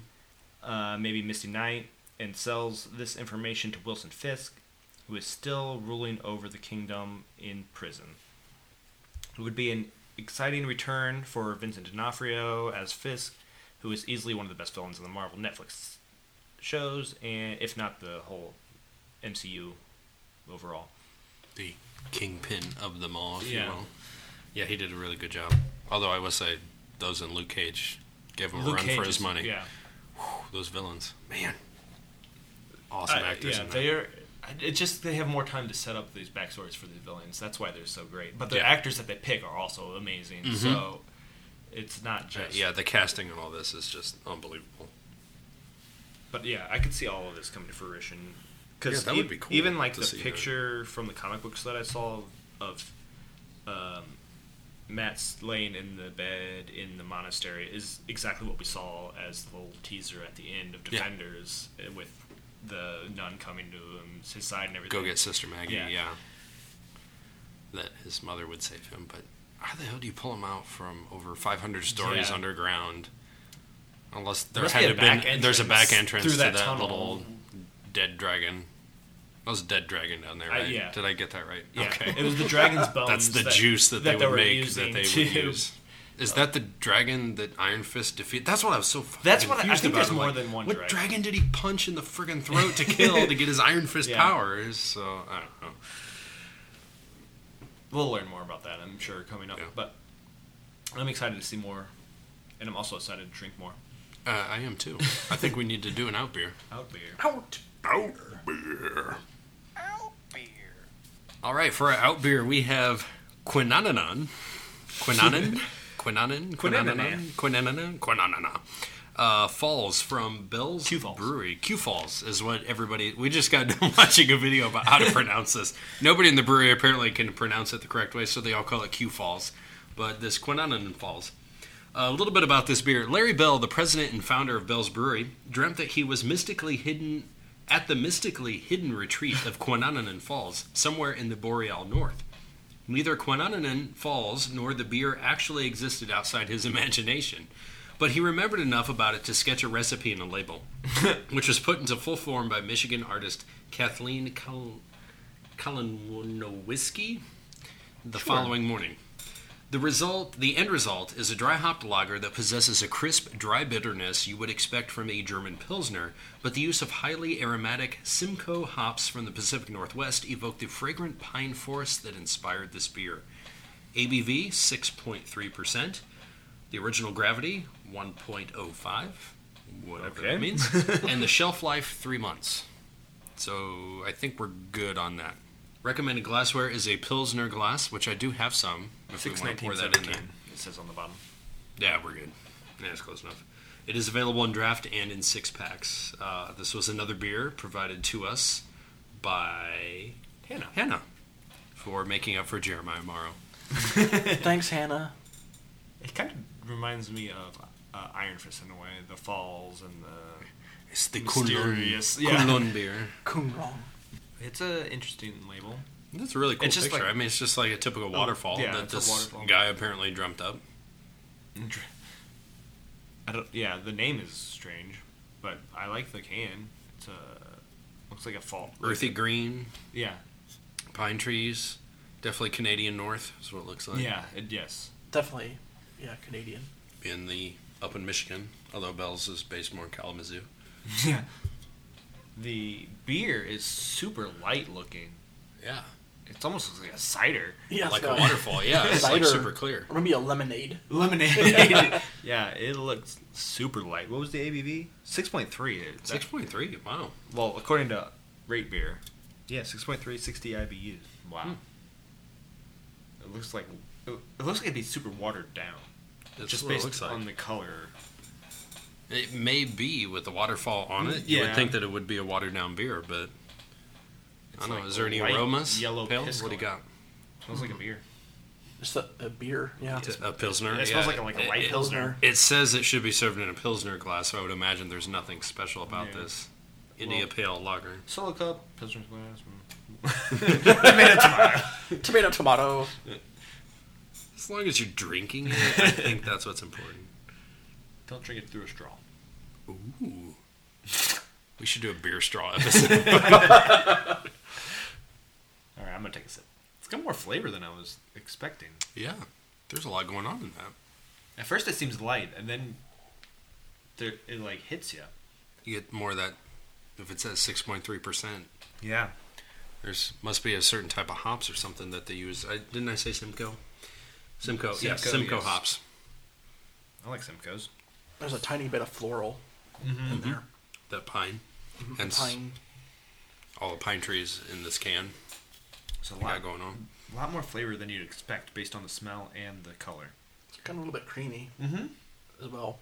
[SPEAKER 3] uh, maybe Misty Knight, and sells this information to Wilson Fisk, who is still ruling over the kingdom in prison. It would be an exciting return for Vincent D'Onofrio as Fisk, who is easily one of the best villains in the Marvel Netflix shows, and if not the whole MCU overall.
[SPEAKER 2] the kingpin of them all, if
[SPEAKER 3] Yeah.
[SPEAKER 2] you will. Yeah, he did a really good job. Although I will say, those in Luke Cage gave him a
[SPEAKER 3] Luke
[SPEAKER 2] run
[SPEAKER 3] Cage
[SPEAKER 2] for his
[SPEAKER 3] is-
[SPEAKER 2] money.
[SPEAKER 3] Yeah,
[SPEAKER 2] Those villains, man, awesome
[SPEAKER 3] I-
[SPEAKER 2] actors.
[SPEAKER 3] Uh, yeah,
[SPEAKER 2] in that.
[SPEAKER 3] they are. It's just they have more time to set up these backstories for the villains. That's why they're so great. But the
[SPEAKER 2] Yeah. Mm-hmm.
[SPEAKER 3] actors that they pick are also amazing. So it's not
[SPEAKER 2] Uh,
[SPEAKER 3] just
[SPEAKER 2] yeah, the casting on all this is just unbelievable.
[SPEAKER 3] But yeah, I could see all of this coming to fruition.
[SPEAKER 2] Yeah,
[SPEAKER 3] Because
[SPEAKER 2] that would be cool
[SPEAKER 3] Even like
[SPEAKER 2] to
[SPEAKER 3] the
[SPEAKER 2] see that.
[SPEAKER 3] picture from the comic books that I saw of um, Matt's laying in the bed in the monastery is exactly what we saw as the little teaser at the end of
[SPEAKER 2] Yeah.
[SPEAKER 3] Defenders uh, with the nun coming to him, his side, and everything.
[SPEAKER 2] Go get Sister Maggie.
[SPEAKER 3] Yeah.
[SPEAKER 2] Yeah. that his mother would save him. But how the hell do you pull him out from over 500 stories
[SPEAKER 3] Yeah.
[SPEAKER 2] underground? Unless there
[SPEAKER 3] must
[SPEAKER 2] had
[SPEAKER 3] be
[SPEAKER 2] to
[SPEAKER 3] a
[SPEAKER 2] have
[SPEAKER 3] back
[SPEAKER 2] been there's a back
[SPEAKER 3] entrance
[SPEAKER 2] entrance
[SPEAKER 3] through
[SPEAKER 2] to
[SPEAKER 3] that
[SPEAKER 2] that,
[SPEAKER 3] tunnel.
[SPEAKER 2] little dead dragon. That was a dead dragon down there,
[SPEAKER 3] I-
[SPEAKER 2] right?
[SPEAKER 3] Uh, yeah.
[SPEAKER 2] Did I get that right?
[SPEAKER 3] Yeah,
[SPEAKER 2] Okay.
[SPEAKER 3] it was the dragon's bones.
[SPEAKER 2] That's the juice that, they would
[SPEAKER 3] were
[SPEAKER 2] make
[SPEAKER 3] using
[SPEAKER 2] that they
[SPEAKER 3] to-
[SPEAKER 2] would use. Is that the dragon that Iron Fist defeat? That's what I was so fucking
[SPEAKER 3] That's what I- I
[SPEAKER 2] confused
[SPEAKER 3] think
[SPEAKER 2] about.
[SPEAKER 3] there's
[SPEAKER 2] I'm
[SPEAKER 3] more
[SPEAKER 2] like,
[SPEAKER 3] than one
[SPEAKER 2] What
[SPEAKER 3] dragon.
[SPEAKER 2] dragon did he punch in the friggin' throat to kill to get his Iron Fist
[SPEAKER 3] Yeah.
[SPEAKER 2] powers? So I don't know.
[SPEAKER 3] we'll learn more about that, I'm sure, coming up.
[SPEAKER 2] Yeah.
[SPEAKER 3] But I'm excited to see more, and I'm also excited to drink more.
[SPEAKER 2] Uh, I am too. I think we need to do an out beer.
[SPEAKER 3] Out beer.
[SPEAKER 2] Out out beer.
[SPEAKER 5] Out beer.
[SPEAKER 2] All right, for our out beer, we have Quinananon. Quinanan? Quinanan? Quinananon? Quinananon? Quinanana. Uh, Falls from Bell's
[SPEAKER 3] Q Falls.
[SPEAKER 2] Brewery. Q Falls is what everybody. We just got done watching a video about how to pronounce this. Nobody in the brewery apparently can pronounce it the correct way, so they all call it Q Falls. But this Quinanan Falls. A little bit about this beer. Larry Bell, the president and founder of Bell's Brewery, dreamt that he was mystically hidden at the mystically hidden retreat of Quinananan Falls, somewhere in the boreal north. Neither Quinananan Falls nor the beer actually existed outside his imagination, but he remembered enough about it to sketch a recipe and a label, which was put into full form by Michigan artist Kathleen Kal- Kalinowski the following morning. The result, the end result, is a dry hopped lager that possesses a crisp, dry bitterness you would expect from a German Pilsner, but the use of highly aromatic Simcoe hops from the Pacific Northwest evoked the fragrant pine forest that inspired this beer. ABV 6.3%, the original gravity 1.05, whatever
[SPEAKER 3] Okay.
[SPEAKER 2] that means, and the shelf life 3 months. So I think we're good on that. Recommended glassware is a Pilsner glass, which I do have some. If we
[SPEAKER 3] Six
[SPEAKER 2] want to
[SPEAKER 3] nineteen
[SPEAKER 2] pour that in
[SPEAKER 3] seventeen.
[SPEAKER 2] there.
[SPEAKER 3] It says on the bottom.
[SPEAKER 2] Yeah, we're good. That's close enough. It is available in draft and in six packs. Uh, this was another beer provided to us by
[SPEAKER 3] Hannah.
[SPEAKER 2] Hannah for making up for Jeremiah Morrow.
[SPEAKER 4] Thanks, Hannah.
[SPEAKER 3] It kind of reminds me of uh, Iron Fist in a way, the falls and the.
[SPEAKER 2] It's the
[SPEAKER 3] Mysterious,
[SPEAKER 2] Kunlun,
[SPEAKER 3] yeah.
[SPEAKER 2] Kunlun beer.
[SPEAKER 4] Coon wrong.
[SPEAKER 3] It's a interesting label.
[SPEAKER 2] That's a really cool
[SPEAKER 3] It's just
[SPEAKER 2] picture.
[SPEAKER 3] like- Oh,
[SPEAKER 2] I mean, it's just like a typical waterfall
[SPEAKER 3] yeah,
[SPEAKER 2] that
[SPEAKER 3] it's a
[SPEAKER 2] this
[SPEAKER 3] waterfall.
[SPEAKER 2] guy apparently dreamt up.
[SPEAKER 3] I don't. Yeah, the name is strange, but I like the can. It's a looks like a fall.
[SPEAKER 2] Earthy green,
[SPEAKER 3] Yeah.
[SPEAKER 2] pine trees, definitely Canadian North is what it looks like.
[SPEAKER 3] Yeah. It, yes.
[SPEAKER 4] Definitely, yeah, Canadian.
[SPEAKER 2] in the up in Michigan, although Bell's is based more in Kalamazoo.
[SPEAKER 3] Yeah. The beer is super light looking.
[SPEAKER 2] Yeah,
[SPEAKER 3] It almost looks like a cider.
[SPEAKER 4] Yeah, it's
[SPEAKER 2] like a
[SPEAKER 4] got-
[SPEAKER 2] waterfall. Yeah, it's like
[SPEAKER 4] Cider.
[SPEAKER 2] super clear.
[SPEAKER 4] uh, Or maybe a lemonade.
[SPEAKER 3] Lemonade. yeah, it looks super light. What was the ABV? Six point three.
[SPEAKER 2] Six point three. Wow.
[SPEAKER 3] Well, according to Rate Beer. Yeah, 6.3, 60 IBUs. Wow.
[SPEAKER 2] Hmm.
[SPEAKER 3] It looks like it looks like it'd be super watered down,
[SPEAKER 2] That's
[SPEAKER 3] just
[SPEAKER 2] what
[SPEAKER 3] based
[SPEAKER 2] it looks like.
[SPEAKER 3] on the color.
[SPEAKER 2] It may be with the waterfall on it. You
[SPEAKER 3] Yeah.
[SPEAKER 2] would think that it would be a watered down beer, but I don't know. Is there any aromas?
[SPEAKER 3] Yellow
[SPEAKER 2] Pale?
[SPEAKER 3] piss
[SPEAKER 2] What do you
[SPEAKER 3] color.
[SPEAKER 2] got?
[SPEAKER 3] Smells
[SPEAKER 2] Hmm.
[SPEAKER 3] like a beer.
[SPEAKER 4] Just a, a beer. Yeah.
[SPEAKER 2] A pilsner.
[SPEAKER 3] It smells
[SPEAKER 2] Yeah.
[SPEAKER 3] like a, like a
[SPEAKER 2] It-
[SPEAKER 3] white
[SPEAKER 2] it-
[SPEAKER 3] pilsner.
[SPEAKER 2] It says it should be served in a pilsner glass, so I would imagine there's nothing special about
[SPEAKER 3] Yeah.
[SPEAKER 2] this. India Pale Lager.
[SPEAKER 3] Solo cup. Pilsner's glass. hmm.
[SPEAKER 4] Tomato, tomato.
[SPEAKER 2] As long as you're drinking it, I think that's what's important.
[SPEAKER 3] Don't drink it through a straw.
[SPEAKER 2] Ooh. We should do a beer straw episode.
[SPEAKER 3] All right, I'm gonna take a sip. It's got more flavor than I was expecting.
[SPEAKER 2] yeah. There's a lot going on in that.
[SPEAKER 3] At first, it seems light, and then there, it like hits you.
[SPEAKER 2] You get more of that if it says 6.3%.
[SPEAKER 3] Yeah.
[SPEAKER 2] There's must be a certain type of hops or something that they use. I, didn't I say Simcoe? Simcoe, yeah,
[SPEAKER 3] Simcoe,
[SPEAKER 2] Simcoe
[SPEAKER 3] yes.
[SPEAKER 2] hops.
[SPEAKER 3] I like Simcoe's.
[SPEAKER 4] There's a tiny bit of floral
[SPEAKER 3] Mm-hmm.
[SPEAKER 4] in there.
[SPEAKER 2] That pine. Hence
[SPEAKER 4] Pine.
[SPEAKER 2] all the pine trees in this can.
[SPEAKER 3] It's a
[SPEAKER 2] We got
[SPEAKER 3] lot,
[SPEAKER 2] going on.
[SPEAKER 3] a lot more flavor than you'd expect based on the smell and the color.
[SPEAKER 4] It's kind of a little bit creamy
[SPEAKER 2] Mm-hmm.
[SPEAKER 4] as well.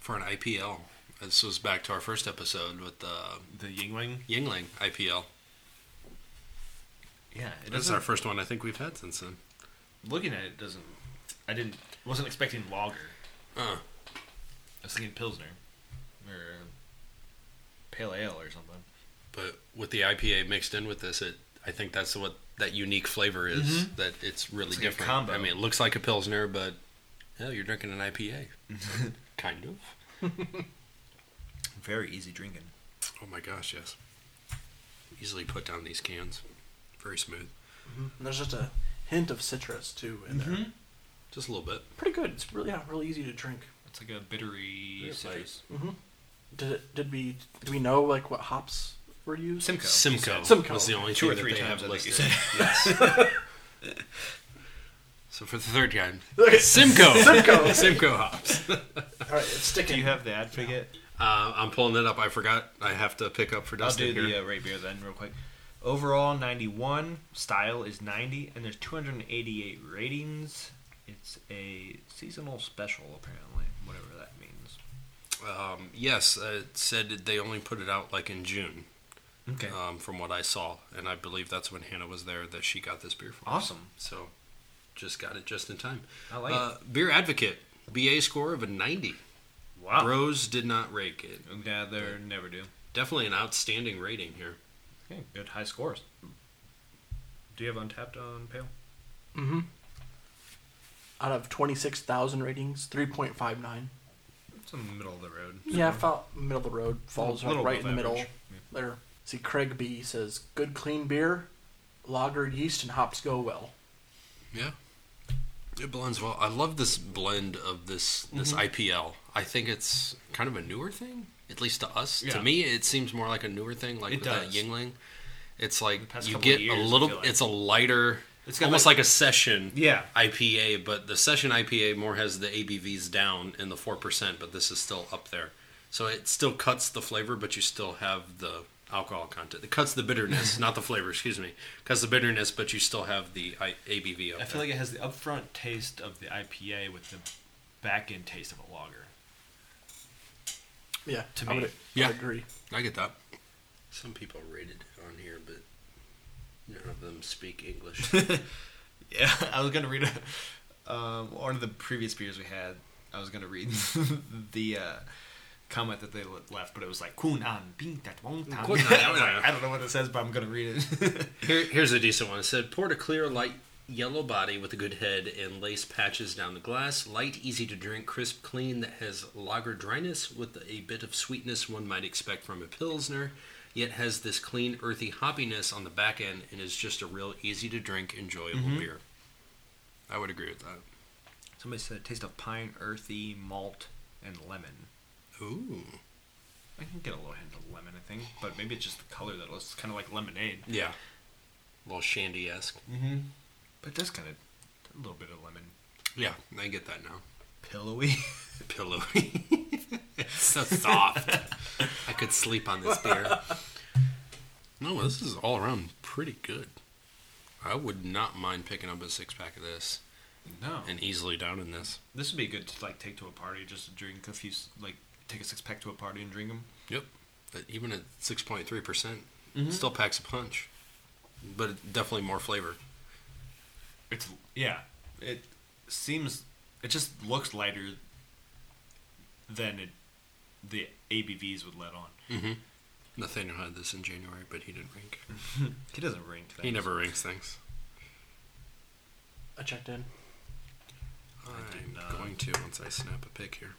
[SPEAKER 2] For an IPL, this was back to our first episode with the
[SPEAKER 3] The Yingling.
[SPEAKER 2] Yingling IPL.
[SPEAKER 3] Yeah, it
[SPEAKER 2] This is
[SPEAKER 3] doesn't.
[SPEAKER 2] our first one I think we've had since then.
[SPEAKER 3] looking at it, doesn't. I didn't. Wasn't expecting lager.
[SPEAKER 2] Uh,
[SPEAKER 3] I was thinking pilsner, or pale ale or something.
[SPEAKER 2] but with the IPA mixed in with this, it I think that's what that unique flavor is. That it's really
[SPEAKER 3] Mm-hmm. It's like a
[SPEAKER 2] different.
[SPEAKER 3] combo.
[SPEAKER 2] I mean, it looks like a pilsner, but yeah, you're drinking an IPA,
[SPEAKER 3] Mm-hmm.
[SPEAKER 2] kind of.
[SPEAKER 3] Very easy drinking.
[SPEAKER 2] Oh my gosh, yes. Easily put down these cans. Very smooth.
[SPEAKER 4] And there's just a hint of citrus too in
[SPEAKER 3] Mm-hmm.
[SPEAKER 4] there.
[SPEAKER 2] Just a little bit.
[SPEAKER 4] Pretty good. It's really yeah, really easy to drink.
[SPEAKER 3] It's like a bittery citrus.
[SPEAKER 4] Did it, did we did we know like what hops were used?
[SPEAKER 3] Simcoe.
[SPEAKER 2] Simcoe,
[SPEAKER 4] Simcoe.
[SPEAKER 2] was the only
[SPEAKER 3] Two
[SPEAKER 2] thing
[SPEAKER 3] or three
[SPEAKER 2] that they
[SPEAKER 3] times,
[SPEAKER 2] have
[SPEAKER 3] I think you
[SPEAKER 2] listed. Yes. so for the third time,
[SPEAKER 4] Okay.
[SPEAKER 2] Simcoe,
[SPEAKER 4] Simcoe.
[SPEAKER 2] Simcoe hops.
[SPEAKER 4] All right, it's sticking.
[SPEAKER 3] Do you have the ad figure?
[SPEAKER 2] Uh, I'm pulling it up. I forgot. I have to pick up for
[SPEAKER 3] I'll
[SPEAKER 2] Dustin
[SPEAKER 3] do
[SPEAKER 2] here.
[SPEAKER 3] the uh, rate beer then, real quick. Overall, 91. Style is 90, and there's 288 ratings. It's a seasonal special, apparently, whatever that means.
[SPEAKER 2] um, yes, uh, it said that they only put it out like in June,
[SPEAKER 3] Okay.
[SPEAKER 2] um, from what I saw, and I believe that's when Hannah was there that she got this beer from. us.
[SPEAKER 3] awesome.
[SPEAKER 2] So, just got it just in time.
[SPEAKER 3] I like
[SPEAKER 2] uh, Beer Advocate BA score of a 90.
[SPEAKER 3] it. Wow.
[SPEAKER 2] Bros did not rake it.
[SPEAKER 3] Yeah, they are never do.
[SPEAKER 2] Definitely an outstanding rating here.
[SPEAKER 3] Okay, good high scores. Do you have untapped on Pale?
[SPEAKER 4] hmm Out of twenty six thousand ratings, three point five nine.
[SPEAKER 3] It's in the middle of the road.
[SPEAKER 4] Yeah, fell, middle of the road falls
[SPEAKER 3] Little
[SPEAKER 4] like, right in
[SPEAKER 3] above
[SPEAKER 4] the middle.
[SPEAKER 3] average. Yeah.
[SPEAKER 4] There. See, Craig B says good clean beer, lager, yeast, and hops go well.
[SPEAKER 2] Yeah. It blends well. I love this blend of this this
[SPEAKER 3] Mm-hmm.
[SPEAKER 2] IPL. I think it's kind of a newer thing, at least to us.
[SPEAKER 3] Yeah.
[SPEAKER 2] To me, it seems more like a newer thing, like
[SPEAKER 3] It
[SPEAKER 2] with that
[SPEAKER 3] does.
[SPEAKER 2] Yingling. It's
[SPEAKER 3] The
[SPEAKER 2] like
[SPEAKER 3] past
[SPEAKER 2] you
[SPEAKER 3] couple of
[SPEAKER 2] get
[SPEAKER 3] years, I
[SPEAKER 2] a little.
[SPEAKER 3] feel like.
[SPEAKER 2] It's a lighter.
[SPEAKER 3] It's
[SPEAKER 2] It's
[SPEAKER 3] got
[SPEAKER 2] almost
[SPEAKER 3] like-
[SPEAKER 2] like, a session
[SPEAKER 3] Yeah.
[SPEAKER 2] IPA, but the session IPA more has the ABVs down in the four percent, but this is still up there. So it still cuts the flavor, but you still have the alcohol content. It cuts the bitterness, not the flavor. Excuse me, cuts the bitterness, but you still have the I- ABV. Up
[SPEAKER 3] I
[SPEAKER 2] there.
[SPEAKER 3] feel like it has the upfront taste of the IPA with the back end taste of a lager.
[SPEAKER 4] Yeah,
[SPEAKER 3] To
[SPEAKER 4] I
[SPEAKER 3] me.
[SPEAKER 4] would, I would
[SPEAKER 2] Yeah.
[SPEAKER 4] agree.
[SPEAKER 2] I get that. Some people rated on here, but none of them speak English.
[SPEAKER 3] Yeah, I was gonna read a, um, one of the previous beers we had. I was gonna read the uh, comment that they le- left, but it was like "kun an bing that wong tan." I
[SPEAKER 2] Kun
[SPEAKER 3] was
[SPEAKER 2] an,
[SPEAKER 3] like, I don't know what it says, but I'm gonna read it.
[SPEAKER 2] Here, here's a decent one. It said, poured a clear, light yellow body with a good head and lace patches down the glass. Light, easy to drink, crisp, clean, that has lager dryness with a bit of sweetness one might expect from a Pilsner, yet has this clean, earthy hoppiness on the back end and is just a real easy to drink, enjoyable beer. Mm-hmm. I would agree with that.
[SPEAKER 3] Somebody said taste of pine, earthy, malt, and lemon.
[SPEAKER 2] Ooh.
[SPEAKER 3] I can get a little hint of lemon, I think, but maybe it's just the color that looks kind of like lemonade.
[SPEAKER 2] Yeah. A little shandy esque.
[SPEAKER 3] Mm-hmm. But it does kind of a little bit of lemon.
[SPEAKER 2] Yeah, I get that now.
[SPEAKER 3] Pillowy.
[SPEAKER 2] Pillowy. it's so soft. I could sleep on this beer. No, this is all around pretty good. I would not mind picking up a six pack of this
[SPEAKER 3] no.
[SPEAKER 2] and easily down in this.
[SPEAKER 3] This would be good to like take to a party, just drink a few, s- like take a six pack to a party and drink them.
[SPEAKER 2] Yep. But even at 6.3%,
[SPEAKER 3] Mm-hmm.
[SPEAKER 2] it still packs a punch, but definitely more flavor.
[SPEAKER 3] It's yeah. It seems it just looks lighter than it the ABVs would let on.
[SPEAKER 2] Nathaniel had this in January, but he didn't rink.
[SPEAKER 3] He doesn't ring.
[SPEAKER 2] He never rinks things.
[SPEAKER 4] I checked in.
[SPEAKER 2] I'm
[SPEAKER 3] did not.
[SPEAKER 2] going to once I snap a pic here.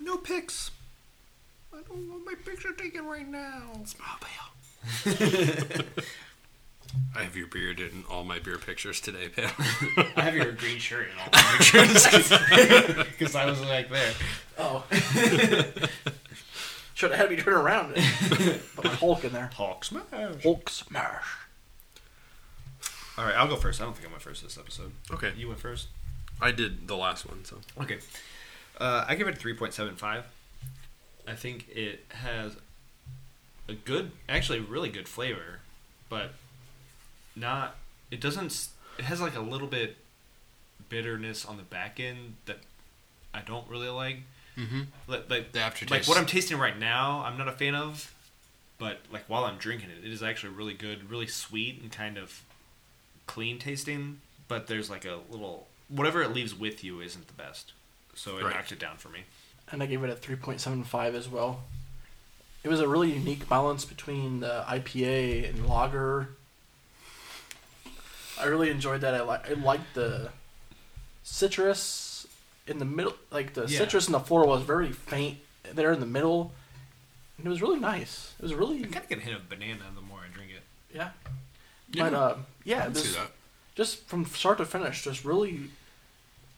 [SPEAKER 3] No pics.
[SPEAKER 2] I don't want my picture taken right now. Smile, pal. I have your beard in all my beer pictures today, pal.
[SPEAKER 3] I have your green shirt and all my pictures because I was like there.
[SPEAKER 4] Oh. Should have had me turn around and put my Hulk in there.
[SPEAKER 3] Hulk smash. All
[SPEAKER 4] Hulk smash.
[SPEAKER 3] right, I'll go first. I don't think I went first this episode.
[SPEAKER 2] Okay.
[SPEAKER 3] you went first.
[SPEAKER 2] I did the last one, so.
[SPEAKER 3] Okay. Uh, I give it a 3.75. I think it has a good, actually really good flavor, but not. It doesn't. s- It has like a little bit bitterness on the back end that I don't really like.
[SPEAKER 2] Mm-hmm.
[SPEAKER 3] Like, like
[SPEAKER 2] The aftertaste.
[SPEAKER 3] like what I'm tasting right now, I'm not a fan of. But like while I'm drinking it, it is actually really good, really sweet and kind of clean tasting. But there's like a little whatever it leaves with you isn't the best. So it
[SPEAKER 2] Right.
[SPEAKER 3] knocked it down for me.
[SPEAKER 4] and I gave it a 3.75 as well. It was a really unique balance between the IPA and lager. I really enjoyed that. I like I liked the citrus in the middle, like the
[SPEAKER 3] Yeah.
[SPEAKER 4] citrus and the floral was very faint there in the middle. And it was really nice. It was really
[SPEAKER 3] I kind of get a hint of banana the more I drink it.
[SPEAKER 4] yeah.
[SPEAKER 2] Yeah.
[SPEAKER 4] But uh, yeah,
[SPEAKER 2] I can see
[SPEAKER 4] this,
[SPEAKER 2] that.
[SPEAKER 4] just from start to finish, just really,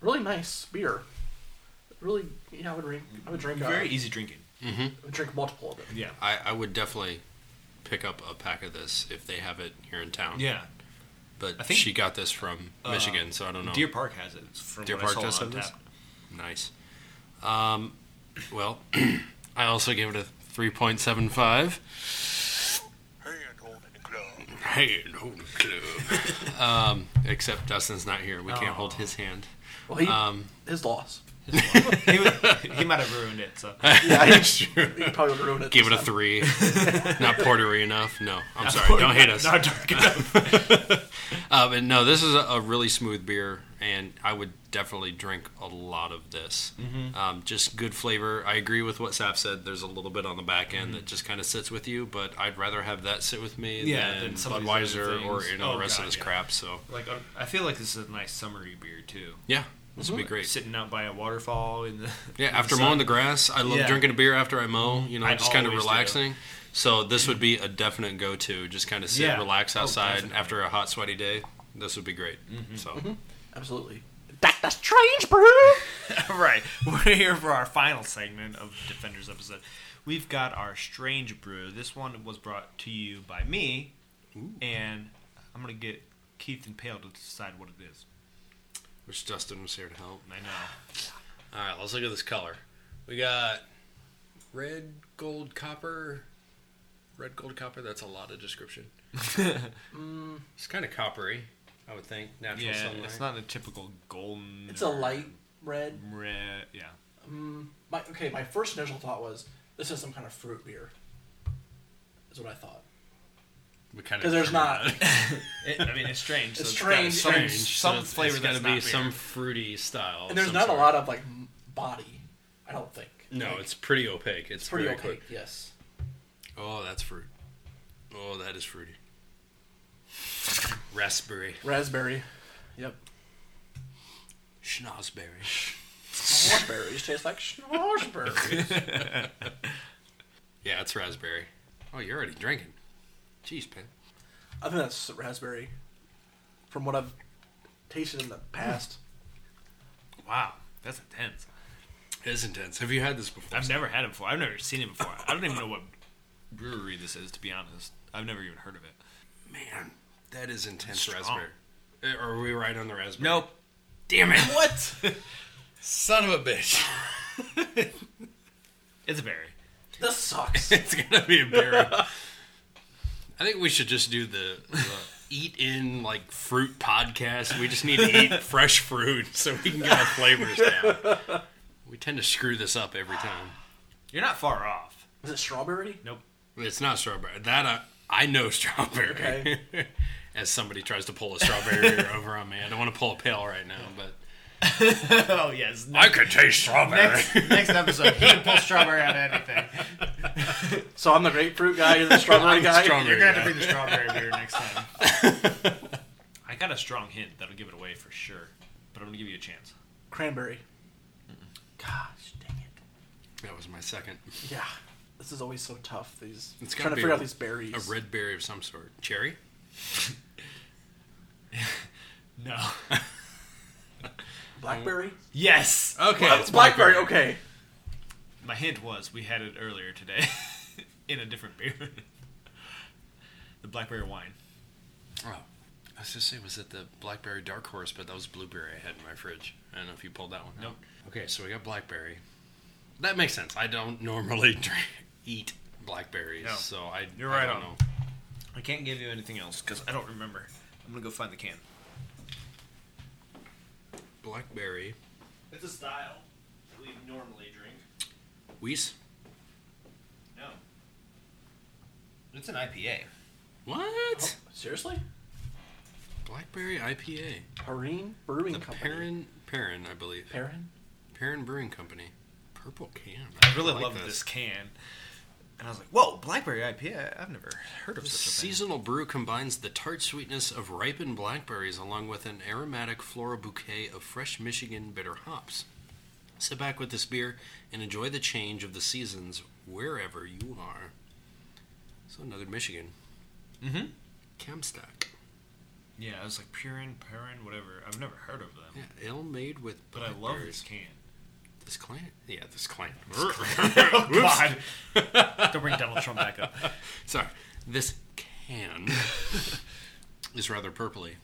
[SPEAKER 4] really nice beer. Really, yeah, I would drink. I would drink. uh,
[SPEAKER 3] Very easy drinking.
[SPEAKER 2] Mm-hmm.
[SPEAKER 4] I would drink multiple of it.
[SPEAKER 3] Yeah.
[SPEAKER 2] I, I would definitely pick up a pack of this if they have it here in town.
[SPEAKER 3] Yeah.
[SPEAKER 2] But
[SPEAKER 3] I think-
[SPEAKER 2] she got this from
[SPEAKER 3] Uh,
[SPEAKER 2] Michigan, so I don't know.
[SPEAKER 3] Deer Park has it. It's from
[SPEAKER 2] Deer
[SPEAKER 3] what I
[SPEAKER 2] Park does
[SPEAKER 3] saw on
[SPEAKER 2] have this?
[SPEAKER 3] tap.
[SPEAKER 2] Nice. Um, well, I also gave it a 3.75.
[SPEAKER 5] Hand on the glove.
[SPEAKER 2] Hey, hold the club. um, except Dustin's not here. We can't
[SPEAKER 3] Aw.
[SPEAKER 2] hold his hand.
[SPEAKER 4] Well, he,
[SPEAKER 2] Um,
[SPEAKER 4] his loss.
[SPEAKER 3] he, was- he might have ruined it. So
[SPEAKER 4] Yeah, he,
[SPEAKER 2] that's true.
[SPEAKER 4] he probably would ruin it.
[SPEAKER 2] Give it
[SPEAKER 4] this
[SPEAKER 2] a
[SPEAKER 4] time.
[SPEAKER 2] three. not Portery enough. No, I'm sorry. Don't hate us.
[SPEAKER 3] Not dark enough.
[SPEAKER 2] Uh, but no, this is a, a really smooth beer, and I would definitely drink a lot of this.
[SPEAKER 3] Mm-hmm.
[SPEAKER 2] Um, just good flavor. I agree with what Sap said. There's a little bit on the back
[SPEAKER 3] Mm-hmm.
[SPEAKER 2] end that just kind of sits with you, but I'd rather have that sit with me
[SPEAKER 3] Yeah,
[SPEAKER 2] than,
[SPEAKER 3] than some of these other
[SPEAKER 2] Budweiser or
[SPEAKER 3] things.
[SPEAKER 2] you know, the
[SPEAKER 3] Oh,
[SPEAKER 2] rest
[SPEAKER 3] God,
[SPEAKER 2] of this
[SPEAKER 3] yeah.
[SPEAKER 2] crap. So
[SPEAKER 3] Like um, I feel like this is a nice summery beer too.
[SPEAKER 2] yeah, this would be
[SPEAKER 3] Like,
[SPEAKER 2] great.
[SPEAKER 3] Sitting out by a waterfall in the
[SPEAKER 2] Yeah,
[SPEAKER 3] in
[SPEAKER 2] after
[SPEAKER 3] sun.
[SPEAKER 2] mowing the grass, I love
[SPEAKER 3] Yeah.
[SPEAKER 2] drinking a beer after I mow. You know,
[SPEAKER 3] I
[SPEAKER 2] just kind of
[SPEAKER 3] always do.
[SPEAKER 2] relaxing. So this would be a definite go-to. Just kind of sit,
[SPEAKER 3] Yeah.
[SPEAKER 2] relax
[SPEAKER 3] Oh,
[SPEAKER 2] outside
[SPEAKER 3] definitely. Mm-hmm.
[SPEAKER 2] after a hot, sweaty day. This would be great. So
[SPEAKER 4] Absolutely. Doctor Strange, bro.
[SPEAKER 3] right, we're here for our final segment of Defenders episode. We've got our strange brew. This one was brought to you by me, and I'm gonna get Keith and Pale to decide what it is.
[SPEAKER 2] wish Dustin was here to help.
[SPEAKER 3] I know.
[SPEAKER 2] All right, let's look at this color. We got red, gold, copper. Red, gold, copper. That's a lot of description. It's kind of coppery, I would think. Natural
[SPEAKER 3] yeah,
[SPEAKER 2] sunlight.
[SPEAKER 3] it's not a typical golden.
[SPEAKER 4] It's a
[SPEAKER 3] or
[SPEAKER 4] light red.
[SPEAKER 3] red. Yeah,
[SPEAKER 4] My, okay, my first initial thought was this is some kind of fruit beer. Is what I thought.
[SPEAKER 2] we kind
[SPEAKER 4] Because there's not.
[SPEAKER 3] It- I mean it's strange.
[SPEAKER 4] It's
[SPEAKER 3] so got
[SPEAKER 4] strange.
[SPEAKER 3] some-
[SPEAKER 4] Strange,
[SPEAKER 3] Some, flavor
[SPEAKER 2] got
[SPEAKER 3] that's
[SPEAKER 2] to
[SPEAKER 3] not
[SPEAKER 2] be
[SPEAKER 3] beer.
[SPEAKER 2] some fruity style.
[SPEAKER 4] And there's not a lot of like m- body. I don't think.
[SPEAKER 2] No,
[SPEAKER 4] Like,
[SPEAKER 2] it's pretty opaque. It's,
[SPEAKER 4] pretty
[SPEAKER 2] very
[SPEAKER 4] opaque.
[SPEAKER 2] quick.
[SPEAKER 4] Yes.
[SPEAKER 2] Oh, that's fruit. Oh, that is fruity. Raspberry.
[SPEAKER 4] Raspberry. Yep.
[SPEAKER 2] Schnozberry.
[SPEAKER 4] Raspberries taste like raspberries.
[SPEAKER 2] Yeah, it's raspberry. Oh, you're already drinking. Jeez, man.
[SPEAKER 4] I think that's raspberry. From what I've tasted in the past.
[SPEAKER 3] Wow, that's intense.
[SPEAKER 2] It is intense. Have you had this before?
[SPEAKER 3] I've never had it before. I've never seen it before. I don't even know what brewery this is, to be honest. I've never even heard of it.
[SPEAKER 2] Man, that is intense
[SPEAKER 3] Strong.
[SPEAKER 2] raspberry. Uh, Are we right on the raspberry?
[SPEAKER 3] Nope.
[SPEAKER 2] Damn it.
[SPEAKER 3] What?
[SPEAKER 2] Son of a bitch.
[SPEAKER 3] It's a berry.
[SPEAKER 4] This sucks.
[SPEAKER 2] it's going to be a berry. I think we should just do the, the eat in like fruit podcast. We just need to eat fresh fruit so we can get our flavors down. We tend to screw this up every time.
[SPEAKER 3] You're not far off.
[SPEAKER 4] Is it strawberry?
[SPEAKER 3] Nope.
[SPEAKER 2] It's not strawberry. That I, I know strawberry.
[SPEAKER 4] Okay.
[SPEAKER 2] As somebody tries to pull a strawberry over on me, I don't want to pull a pail right now, but
[SPEAKER 7] oh yes.
[SPEAKER 2] I could taste strawberry.
[SPEAKER 7] Next, next episode, he can pull strawberry out of anything.
[SPEAKER 4] So I'm the grapefruit guy, you're the strawberry
[SPEAKER 2] I'm
[SPEAKER 4] guy.
[SPEAKER 2] strawberry.
[SPEAKER 7] You're gonna have to bring the strawberry beer next time.
[SPEAKER 3] I got a strong hint that'll give it away for sure, but I'm gonna give you a chance.
[SPEAKER 4] Cranberry.
[SPEAKER 7] Gosh, dang it!
[SPEAKER 2] That was my second.
[SPEAKER 4] Yeah. This is always so tough. These
[SPEAKER 2] It's
[SPEAKER 4] trying
[SPEAKER 2] gotta
[SPEAKER 4] to
[SPEAKER 2] be
[SPEAKER 4] figure
[SPEAKER 2] a-
[SPEAKER 4] out these berries.
[SPEAKER 2] A red berry of some sort. Cherry?
[SPEAKER 3] No.
[SPEAKER 4] blackberry.
[SPEAKER 3] yes.
[SPEAKER 2] Oh, Okay.
[SPEAKER 4] It's blackberry. Okay.
[SPEAKER 3] My hint was we had it earlier today in a different beer. the blackberry wine.
[SPEAKER 2] Oh. I was just say, was it the blackberry dark horse? But that was blueberry I had in my fridge. I don't know if you pulled that one.
[SPEAKER 3] Nope.
[SPEAKER 2] Out. Okay, so we got blackberry. That makes sense. I don't normally drink, eat blackberries,
[SPEAKER 3] No.
[SPEAKER 2] so I
[SPEAKER 3] You're
[SPEAKER 2] I
[SPEAKER 3] right
[SPEAKER 2] don't
[SPEAKER 3] on.
[SPEAKER 2] know.
[SPEAKER 3] I can't give you anything else because I don't remember. I'm gonna go find the can.
[SPEAKER 2] Blackberry.
[SPEAKER 8] It's a style that we normally drink.
[SPEAKER 2] Weiss.
[SPEAKER 8] No.
[SPEAKER 7] It's an IPA.
[SPEAKER 2] What?
[SPEAKER 4] Seriously?
[SPEAKER 2] Oh, Blackberry IPA.
[SPEAKER 4] Perrine Brewing
[SPEAKER 2] The
[SPEAKER 4] Company.
[SPEAKER 2] Perrin, Perrin, I believe.
[SPEAKER 4] Perrin?
[SPEAKER 2] Perrin Brewing Company. Purple can.
[SPEAKER 3] I really
[SPEAKER 2] like
[SPEAKER 3] love this. can. And I was like, whoa, blackberry IPA? I've never heard of
[SPEAKER 2] This
[SPEAKER 3] such a thing.
[SPEAKER 2] seasonal brew combines the tart sweetness of ripened blackberries along with an aromatic floral bouquet of fresh Michigan bitter hops. Sit back with this beer and enjoy the change of the seasons wherever you are. So another Michigan.
[SPEAKER 3] Mhm.
[SPEAKER 2] Camstock.
[SPEAKER 3] Yeah, I was like Purin, Perrin, whatever. I've never heard of them.
[SPEAKER 2] Yeah, ale made with
[SPEAKER 3] But I love
[SPEAKER 2] blackberries.
[SPEAKER 3] this can.
[SPEAKER 2] This clan. Yeah, this clan.
[SPEAKER 3] oh, God. Don't bring Donald Trump back up.
[SPEAKER 2] Sorry, this can is rather purpley,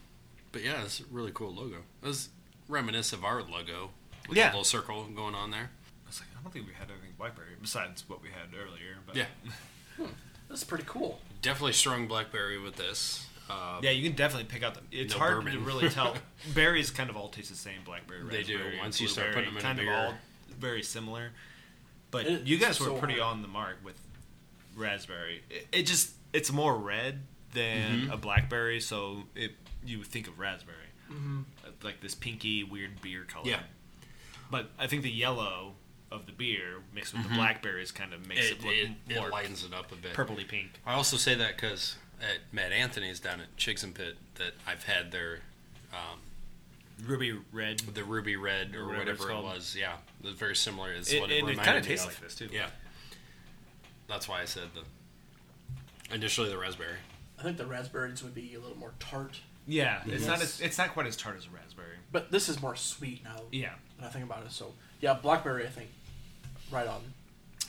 [SPEAKER 2] but yeah, it's a really cool logo. It was reminiscent of our logo. With
[SPEAKER 9] Yeah.
[SPEAKER 2] a little circle going on there.
[SPEAKER 3] I was like, I don't think we had anything blackberry besides what we had earlier. But
[SPEAKER 2] Yeah.
[SPEAKER 4] This is pretty cool.
[SPEAKER 2] Definitely strong blackberry with this. Uh,
[SPEAKER 3] Yeah, you can definitely pick out the. It's
[SPEAKER 2] No
[SPEAKER 3] hard to
[SPEAKER 2] bourbon.
[SPEAKER 3] really tell. Berries kind of all taste the same. Blackberry,
[SPEAKER 2] They do,
[SPEAKER 3] raspberry,
[SPEAKER 2] once you start
[SPEAKER 3] blueberry,
[SPEAKER 2] putting 'em in
[SPEAKER 3] kind
[SPEAKER 2] a
[SPEAKER 3] of
[SPEAKER 2] beer.
[SPEAKER 3] all very similar. But
[SPEAKER 4] It-
[SPEAKER 3] you guys
[SPEAKER 4] it's
[SPEAKER 3] were
[SPEAKER 4] so
[SPEAKER 3] pretty
[SPEAKER 4] hard.
[SPEAKER 3] on the mark with raspberry. It, it just it's more red than
[SPEAKER 2] Mm-hmm.
[SPEAKER 3] a blackberry, so it you would think of raspberry,
[SPEAKER 4] Mm-hmm.
[SPEAKER 3] Uh, like this pinky weird beer color.
[SPEAKER 2] Yeah.
[SPEAKER 3] but I think the yellow of the beer mixed with the blackberries kind of makes
[SPEAKER 2] Mm-hmm. It,
[SPEAKER 3] it,
[SPEAKER 2] it,
[SPEAKER 3] look
[SPEAKER 2] it
[SPEAKER 3] more
[SPEAKER 2] lightens it up a bit.
[SPEAKER 3] purpley pink.
[SPEAKER 2] I also say that because at Matt Anthony's down at Chicks and Pit that I've had their um,
[SPEAKER 3] Ruby red.
[SPEAKER 2] the ruby red or
[SPEAKER 3] Whatever
[SPEAKER 2] whatever,
[SPEAKER 3] it's
[SPEAKER 2] it
[SPEAKER 3] called.
[SPEAKER 2] was. Yeah, it was very similar. It's
[SPEAKER 3] It-
[SPEAKER 2] what it,
[SPEAKER 3] and it
[SPEAKER 2] reminded
[SPEAKER 3] kinda
[SPEAKER 2] me
[SPEAKER 3] tastes
[SPEAKER 2] of.
[SPEAKER 3] like this, too.
[SPEAKER 2] Yeah, that's why I said the initially the raspberry.
[SPEAKER 4] I think the raspberries would be a little more tart,
[SPEAKER 3] Yeah, it's not as,
[SPEAKER 4] Yes.
[SPEAKER 3] it's not quite as tart as a raspberry.
[SPEAKER 4] but this is more sweet now.
[SPEAKER 3] Yeah.
[SPEAKER 4] When I think about it, so yeah, blackberry. I think right on.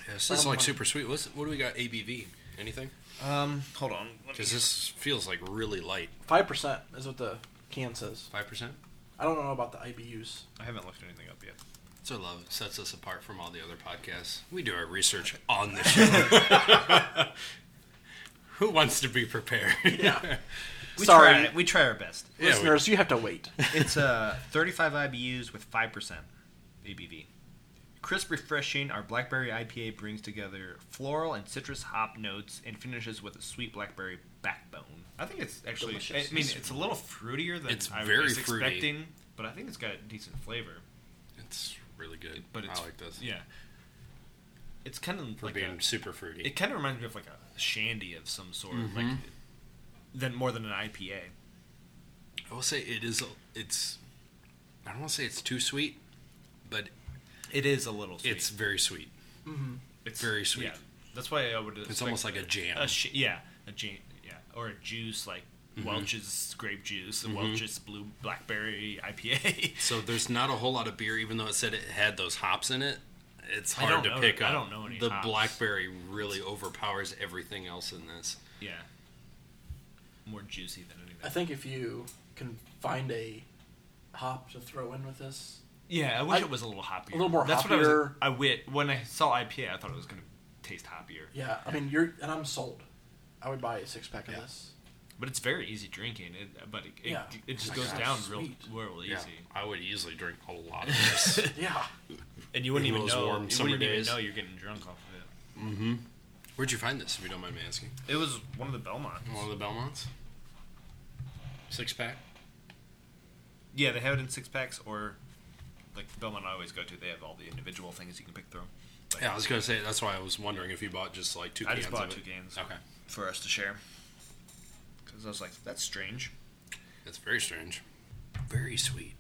[SPEAKER 2] Yeah, this is
[SPEAKER 4] Um,
[SPEAKER 2] like super sweet. What's, what do we got? ABV? Anything?
[SPEAKER 3] Um, hold on. Let me-
[SPEAKER 2] Because this feels like really light.
[SPEAKER 4] Five percent is what the can says.
[SPEAKER 2] Five percent.
[SPEAKER 4] I don't know about the IBUs.
[SPEAKER 3] I haven't looked anything up yet.
[SPEAKER 2] So love sets us apart from all the other podcasts. We do our research on the show. Who wants to be prepared?
[SPEAKER 4] Yeah.
[SPEAKER 7] We
[SPEAKER 4] Sorry,
[SPEAKER 7] try, we try our best.
[SPEAKER 2] Yeah, we-
[SPEAKER 4] listeners, you have to wait.
[SPEAKER 7] It's uh, 35 IBUs with 5% ABV. Crisp, refreshing, our blackberry IPA brings together floral and citrus hop notes and finishes with a sweet blackberry backbone.
[SPEAKER 3] I think it's actually.
[SPEAKER 4] Delicious.
[SPEAKER 3] I mean, it's a little fruitier than
[SPEAKER 2] It's
[SPEAKER 3] I
[SPEAKER 2] very
[SPEAKER 3] was
[SPEAKER 2] fruity.
[SPEAKER 3] expecting, but I think it's got decent flavor.
[SPEAKER 2] it's really good.
[SPEAKER 3] But it's
[SPEAKER 2] I like this.
[SPEAKER 3] Yeah, it's kind of
[SPEAKER 2] For
[SPEAKER 3] like
[SPEAKER 2] being
[SPEAKER 3] a,
[SPEAKER 2] super fruity.
[SPEAKER 3] it kind of reminds me of like a shandy of some sort,
[SPEAKER 2] Mm-hmm.
[SPEAKER 3] like than more than an IPA.
[SPEAKER 2] I will say it is. It's. I don't want to say it's too sweet, but
[SPEAKER 3] It is a little. Sweet.
[SPEAKER 2] it's very sweet.
[SPEAKER 3] it's
[SPEAKER 2] very sweet.
[SPEAKER 3] Yeah, that's why I would.
[SPEAKER 2] It's almost like a jam.
[SPEAKER 3] a sh- yeah a jam yeah or a juice like
[SPEAKER 2] Mm-hmm.
[SPEAKER 3] Welch's grape juice, Welch's blue blackberry IPA.
[SPEAKER 2] so there's not a whole lot of beer, even though it said it had those hops in it. It's
[SPEAKER 3] I
[SPEAKER 2] hard
[SPEAKER 3] don't
[SPEAKER 2] to
[SPEAKER 3] know-
[SPEAKER 2] pick
[SPEAKER 3] I
[SPEAKER 2] up.
[SPEAKER 3] don't know any
[SPEAKER 2] the
[SPEAKER 3] hops.
[SPEAKER 2] blackberry really overpowers everything else in this.
[SPEAKER 3] yeah, more juicy than anything.
[SPEAKER 4] I think if you can find a hop to throw in with this,
[SPEAKER 3] yeah, I wish
[SPEAKER 4] I-
[SPEAKER 3] it was a little hoppier.
[SPEAKER 4] a little more
[SPEAKER 3] That's what I was.
[SPEAKER 4] hoppier.
[SPEAKER 3] I wit when I saw IPA, I thought it was gonna taste hoppier,
[SPEAKER 4] yeah, I mean you're and I'm sold. I would buy a six pack of this.
[SPEAKER 3] but it's very easy drinking. It, but it, it,
[SPEAKER 4] Yeah.
[SPEAKER 3] it just
[SPEAKER 4] Like,
[SPEAKER 3] goes
[SPEAKER 4] that's
[SPEAKER 3] down
[SPEAKER 4] sweet.
[SPEAKER 3] real, real easy,
[SPEAKER 2] Yeah, I would easily drink a lot of this.
[SPEAKER 4] Yeah,
[SPEAKER 3] and you wouldn't
[SPEAKER 2] In
[SPEAKER 3] even
[SPEAKER 2] those
[SPEAKER 3] know.
[SPEAKER 2] warm
[SPEAKER 3] you
[SPEAKER 2] summer
[SPEAKER 3] wouldn't
[SPEAKER 2] days.
[SPEAKER 3] even know you're getting drunk off of
[SPEAKER 2] Where'd you find this? If you don't mind me asking,
[SPEAKER 3] it. It was one of the Belmonts.
[SPEAKER 2] one of the Belmonts, six pack.
[SPEAKER 3] Yeah, they have it in six packs or like the Belmont I always go to, they have all the individual things you can pick through
[SPEAKER 2] Yeah, I was gonna say that's why I was wondering if you bought just like two.
[SPEAKER 3] I
[SPEAKER 2] cans
[SPEAKER 3] just bought
[SPEAKER 2] of
[SPEAKER 3] two
[SPEAKER 2] it.
[SPEAKER 3] cans.
[SPEAKER 2] Okay,
[SPEAKER 3] for us to share. Because I was like, that's strange.
[SPEAKER 2] that's very strange. Very sweet.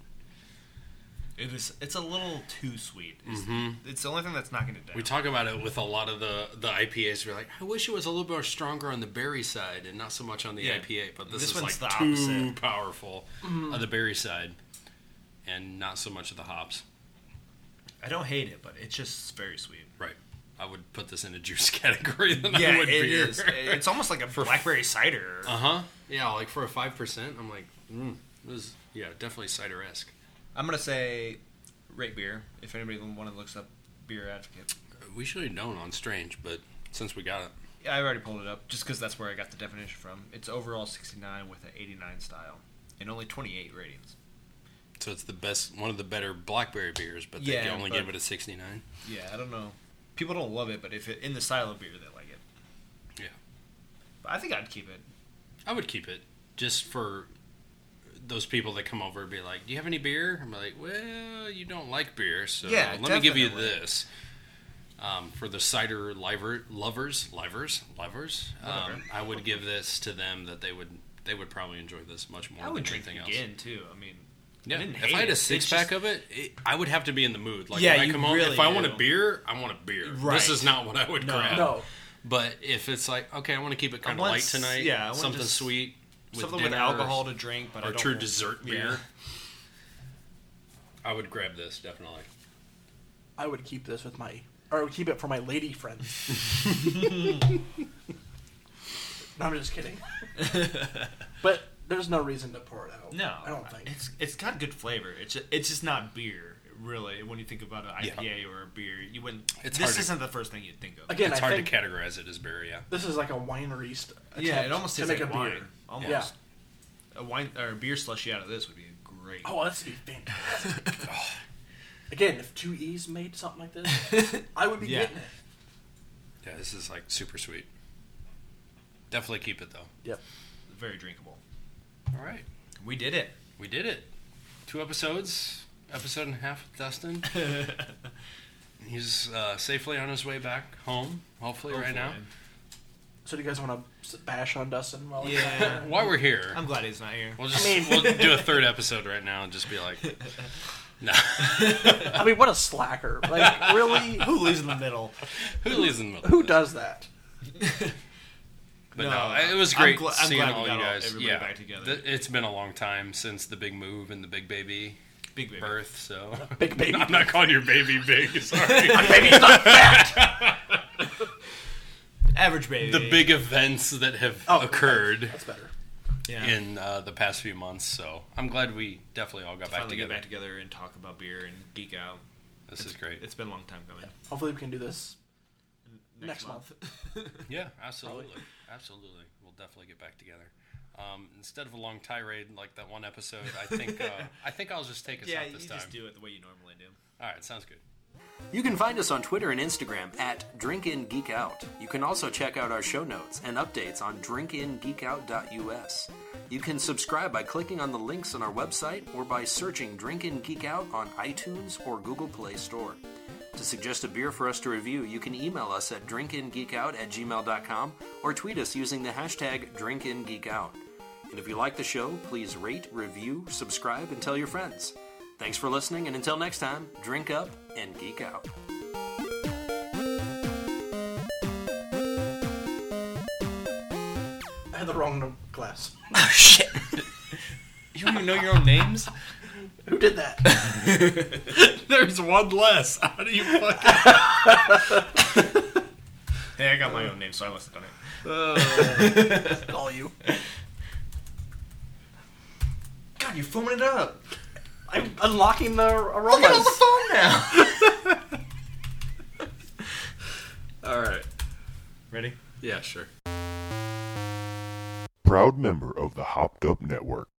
[SPEAKER 3] It was. It's a little too sweet. It's, it's the only thing that's knocking it down.
[SPEAKER 2] Mm-hmm. We talk about it with a lot of the the IPAs. We're like, I wish it was a little bit stronger on the berry side and not so much on the
[SPEAKER 3] Yeah.
[SPEAKER 2] IPA. But this,
[SPEAKER 3] This
[SPEAKER 2] is
[SPEAKER 3] one's
[SPEAKER 2] like
[SPEAKER 3] the
[SPEAKER 2] too
[SPEAKER 3] opposite. Mm-hmm.
[SPEAKER 2] powerful on the berry side, and not so much of the hops.
[SPEAKER 3] I don't hate it, but it's just very sweet.
[SPEAKER 2] Right. I would put this in a juice category than I
[SPEAKER 3] Yeah,
[SPEAKER 2] would
[SPEAKER 3] it is.
[SPEAKER 2] beer.
[SPEAKER 3] It's almost like a blackberry cider.
[SPEAKER 2] Uh huh. Yeah, like for a five percent, I'm like, mm, this is yeah, definitely cider esque.
[SPEAKER 3] I'm gonna say, rate beer. If anybody want to looks up beer advocate,
[SPEAKER 2] We should have known on Strange, but since we got it,
[SPEAKER 3] yeah, I already pulled it up just because that's where I got the definition from. It's overall 69 with an 89 style and only 28 ratings.
[SPEAKER 2] so it's the best, one of the better blackberry beers, but they
[SPEAKER 3] Yeah,
[SPEAKER 2] only
[SPEAKER 3] but-
[SPEAKER 2] gave it a sixty nine.
[SPEAKER 3] Yeah, I don't know. People don't love it, but if it in the style of beer, they like it.
[SPEAKER 2] Yeah.
[SPEAKER 3] But I think I'd keep it.
[SPEAKER 2] I would keep it just for those people that come over and be like, "Do you have any beer?" I'm like, "Well, you don't like beer, so
[SPEAKER 3] Yeah,
[SPEAKER 2] let me give you
[SPEAKER 3] definitely.
[SPEAKER 2] this." Um, for the cider liver, lovers, livers, lovers, um, I would give this to them that they would they would probably enjoy this much more
[SPEAKER 3] I
[SPEAKER 2] than
[SPEAKER 3] would drink
[SPEAKER 2] anything
[SPEAKER 3] it
[SPEAKER 2] else.
[SPEAKER 3] again too. I mean,
[SPEAKER 2] Yeah,
[SPEAKER 3] didn't
[SPEAKER 2] if
[SPEAKER 3] hate
[SPEAKER 2] I had
[SPEAKER 3] it.
[SPEAKER 2] a
[SPEAKER 3] It's
[SPEAKER 2] six pack
[SPEAKER 3] just-
[SPEAKER 2] of it, it, I would have to be in the mood. Like
[SPEAKER 3] Yeah,
[SPEAKER 2] when I
[SPEAKER 3] you
[SPEAKER 2] come home,
[SPEAKER 3] really
[SPEAKER 2] if I want a
[SPEAKER 3] do.
[SPEAKER 2] beer, I want a beer.
[SPEAKER 3] Right.
[SPEAKER 2] This is not what I would
[SPEAKER 3] No.
[SPEAKER 2] grab.
[SPEAKER 4] No,
[SPEAKER 2] But if it's like, okay, I want to keep it kind of
[SPEAKER 3] want
[SPEAKER 2] light
[SPEAKER 3] s-
[SPEAKER 2] tonight.
[SPEAKER 3] yeah, I want
[SPEAKER 2] something
[SPEAKER 3] just
[SPEAKER 2] sweet. With
[SPEAKER 3] something with
[SPEAKER 2] dinner or
[SPEAKER 3] alcohol to drink, but I
[SPEAKER 2] or
[SPEAKER 3] don't
[SPEAKER 2] true
[SPEAKER 3] want-
[SPEAKER 2] dessert
[SPEAKER 3] yeah.
[SPEAKER 2] beer. I would grab this definitely.
[SPEAKER 4] I would keep this with my, or I would keep it for my lady friends. no, I'm just kidding. but there's no reason to pour it out.
[SPEAKER 3] No,
[SPEAKER 4] I don't think.
[SPEAKER 3] it's it's got good flavor. It's just, it's just not beer, really. When you think about an
[SPEAKER 2] Yeah.
[SPEAKER 3] IPA or a beer, you wouldn't.
[SPEAKER 2] It's
[SPEAKER 3] this
[SPEAKER 2] hard to-
[SPEAKER 3] isn't the first thing you'd think of.
[SPEAKER 4] Again,
[SPEAKER 2] it's
[SPEAKER 4] I
[SPEAKER 2] hard
[SPEAKER 4] think
[SPEAKER 2] to categorize it as beer, yeah.
[SPEAKER 4] this is like a winery. St-
[SPEAKER 3] yeah,
[SPEAKER 4] attempt
[SPEAKER 3] it almost
[SPEAKER 4] to
[SPEAKER 3] tastes
[SPEAKER 4] make
[SPEAKER 3] like
[SPEAKER 4] a
[SPEAKER 3] wine.
[SPEAKER 4] beer.
[SPEAKER 3] Almost
[SPEAKER 4] Yeah.
[SPEAKER 3] a wine or a beer slushy out of this would be great.
[SPEAKER 4] Oh, that's be fantastic. Again, if two E's made something like this, I would be
[SPEAKER 3] Yeah.
[SPEAKER 4] getting it.
[SPEAKER 2] Yeah, this is like super sweet. Definitely keep it though.
[SPEAKER 4] Yep.
[SPEAKER 3] Very drinkable.
[SPEAKER 2] All right.
[SPEAKER 3] We did it.
[SPEAKER 2] We did it. Two episodes, episode and a half with Dustin. He's uh, safely on his way back home, hopefully, right now.
[SPEAKER 4] So do you guys want to bash on Dustin? While he's
[SPEAKER 3] Yeah.
[SPEAKER 4] back?
[SPEAKER 2] While we're here,
[SPEAKER 3] I'm glad he's not here.
[SPEAKER 2] we'll just
[SPEAKER 4] mean-
[SPEAKER 2] we'll do a third episode right now and just be like, nah.
[SPEAKER 4] I mean, what a slacker! Like, really, who
[SPEAKER 3] Who lives in the middle?
[SPEAKER 2] who lives in the middle?
[SPEAKER 4] who
[SPEAKER 2] of this?
[SPEAKER 4] does that?
[SPEAKER 2] But no,
[SPEAKER 3] No,
[SPEAKER 2] it was
[SPEAKER 3] I'm
[SPEAKER 2] great
[SPEAKER 3] gl- I'm
[SPEAKER 2] seeing
[SPEAKER 3] glad we
[SPEAKER 2] all you
[SPEAKER 3] got all-
[SPEAKER 2] guys.
[SPEAKER 3] everybody
[SPEAKER 2] yeah,
[SPEAKER 3] back together.
[SPEAKER 2] Th- it's been a long time since the big move and the big baby
[SPEAKER 3] Big baby.
[SPEAKER 2] birth. So
[SPEAKER 4] Big baby.
[SPEAKER 2] I'm not calling your baby big. Sorry,
[SPEAKER 3] Average baby.
[SPEAKER 2] the big events that have
[SPEAKER 4] Oh,
[SPEAKER 2] occurred
[SPEAKER 4] That's better.
[SPEAKER 3] Yeah.
[SPEAKER 2] in uh, the past few months. So I'm glad we definitely all got back
[SPEAKER 3] Finally get
[SPEAKER 2] together.
[SPEAKER 3] back together and talk about beer and geek out.
[SPEAKER 2] This is great.
[SPEAKER 3] It's been a long time coming.
[SPEAKER 4] Hopefully, we can do this next, month.
[SPEAKER 2] Yeah, absolutely, absolutely. We'll definitely get back together. Um, instead of a long tirade like that one episode, I think uh, I think I'll just take us
[SPEAKER 3] Yeah,
[SPEAKER 2] out
[SPEAKER 3] you
[SPEAKER 2] this time.
[SPEAKER 3] just do it the way you normally do.
[SPEAKER 2] All right, sounds good.
[SPEAKER 10] You can find us on Twitter and Instagram at DrinkInGeekOut. You can also check out our show notes and updates on drinkingeekout.us. You can subscribe by clicking on the links on our website or by searching Drink In Geek Out on iTunes or Google Play Store. To suggest a beer for us to review, you can email us at drinkingeekout at gmail.com or tweet us using the hashtag DrinkInGeekOut. And if you like the show, please rate, review, subscribe, and tell your friends. Thanks for listening, and until next time, drink up and geek out.
[SPEAKER 4] I had the wrong glass.
[SPEAKER 3] You don't even know your own names?
[SPEAKER 4] Who did that?
[SPEAKER 2] There's one less. How do you fucking?
[SPEAKER 3] Hey, I got my own name, so I must have done it.
[SPEAKER 4] All you.
[SPEAKER 3] God, you're foaming it up.
[SPEAKER 4] I'm unlocking the aromas.
[SPEAKER 3] phone now.
[SPEAKER 2] All right.
[SPEAKER 3] Ready?
[SPEAKER 2] Yeah, sure.
[SPEAKER 5] Proud member of the Hopped Up Network.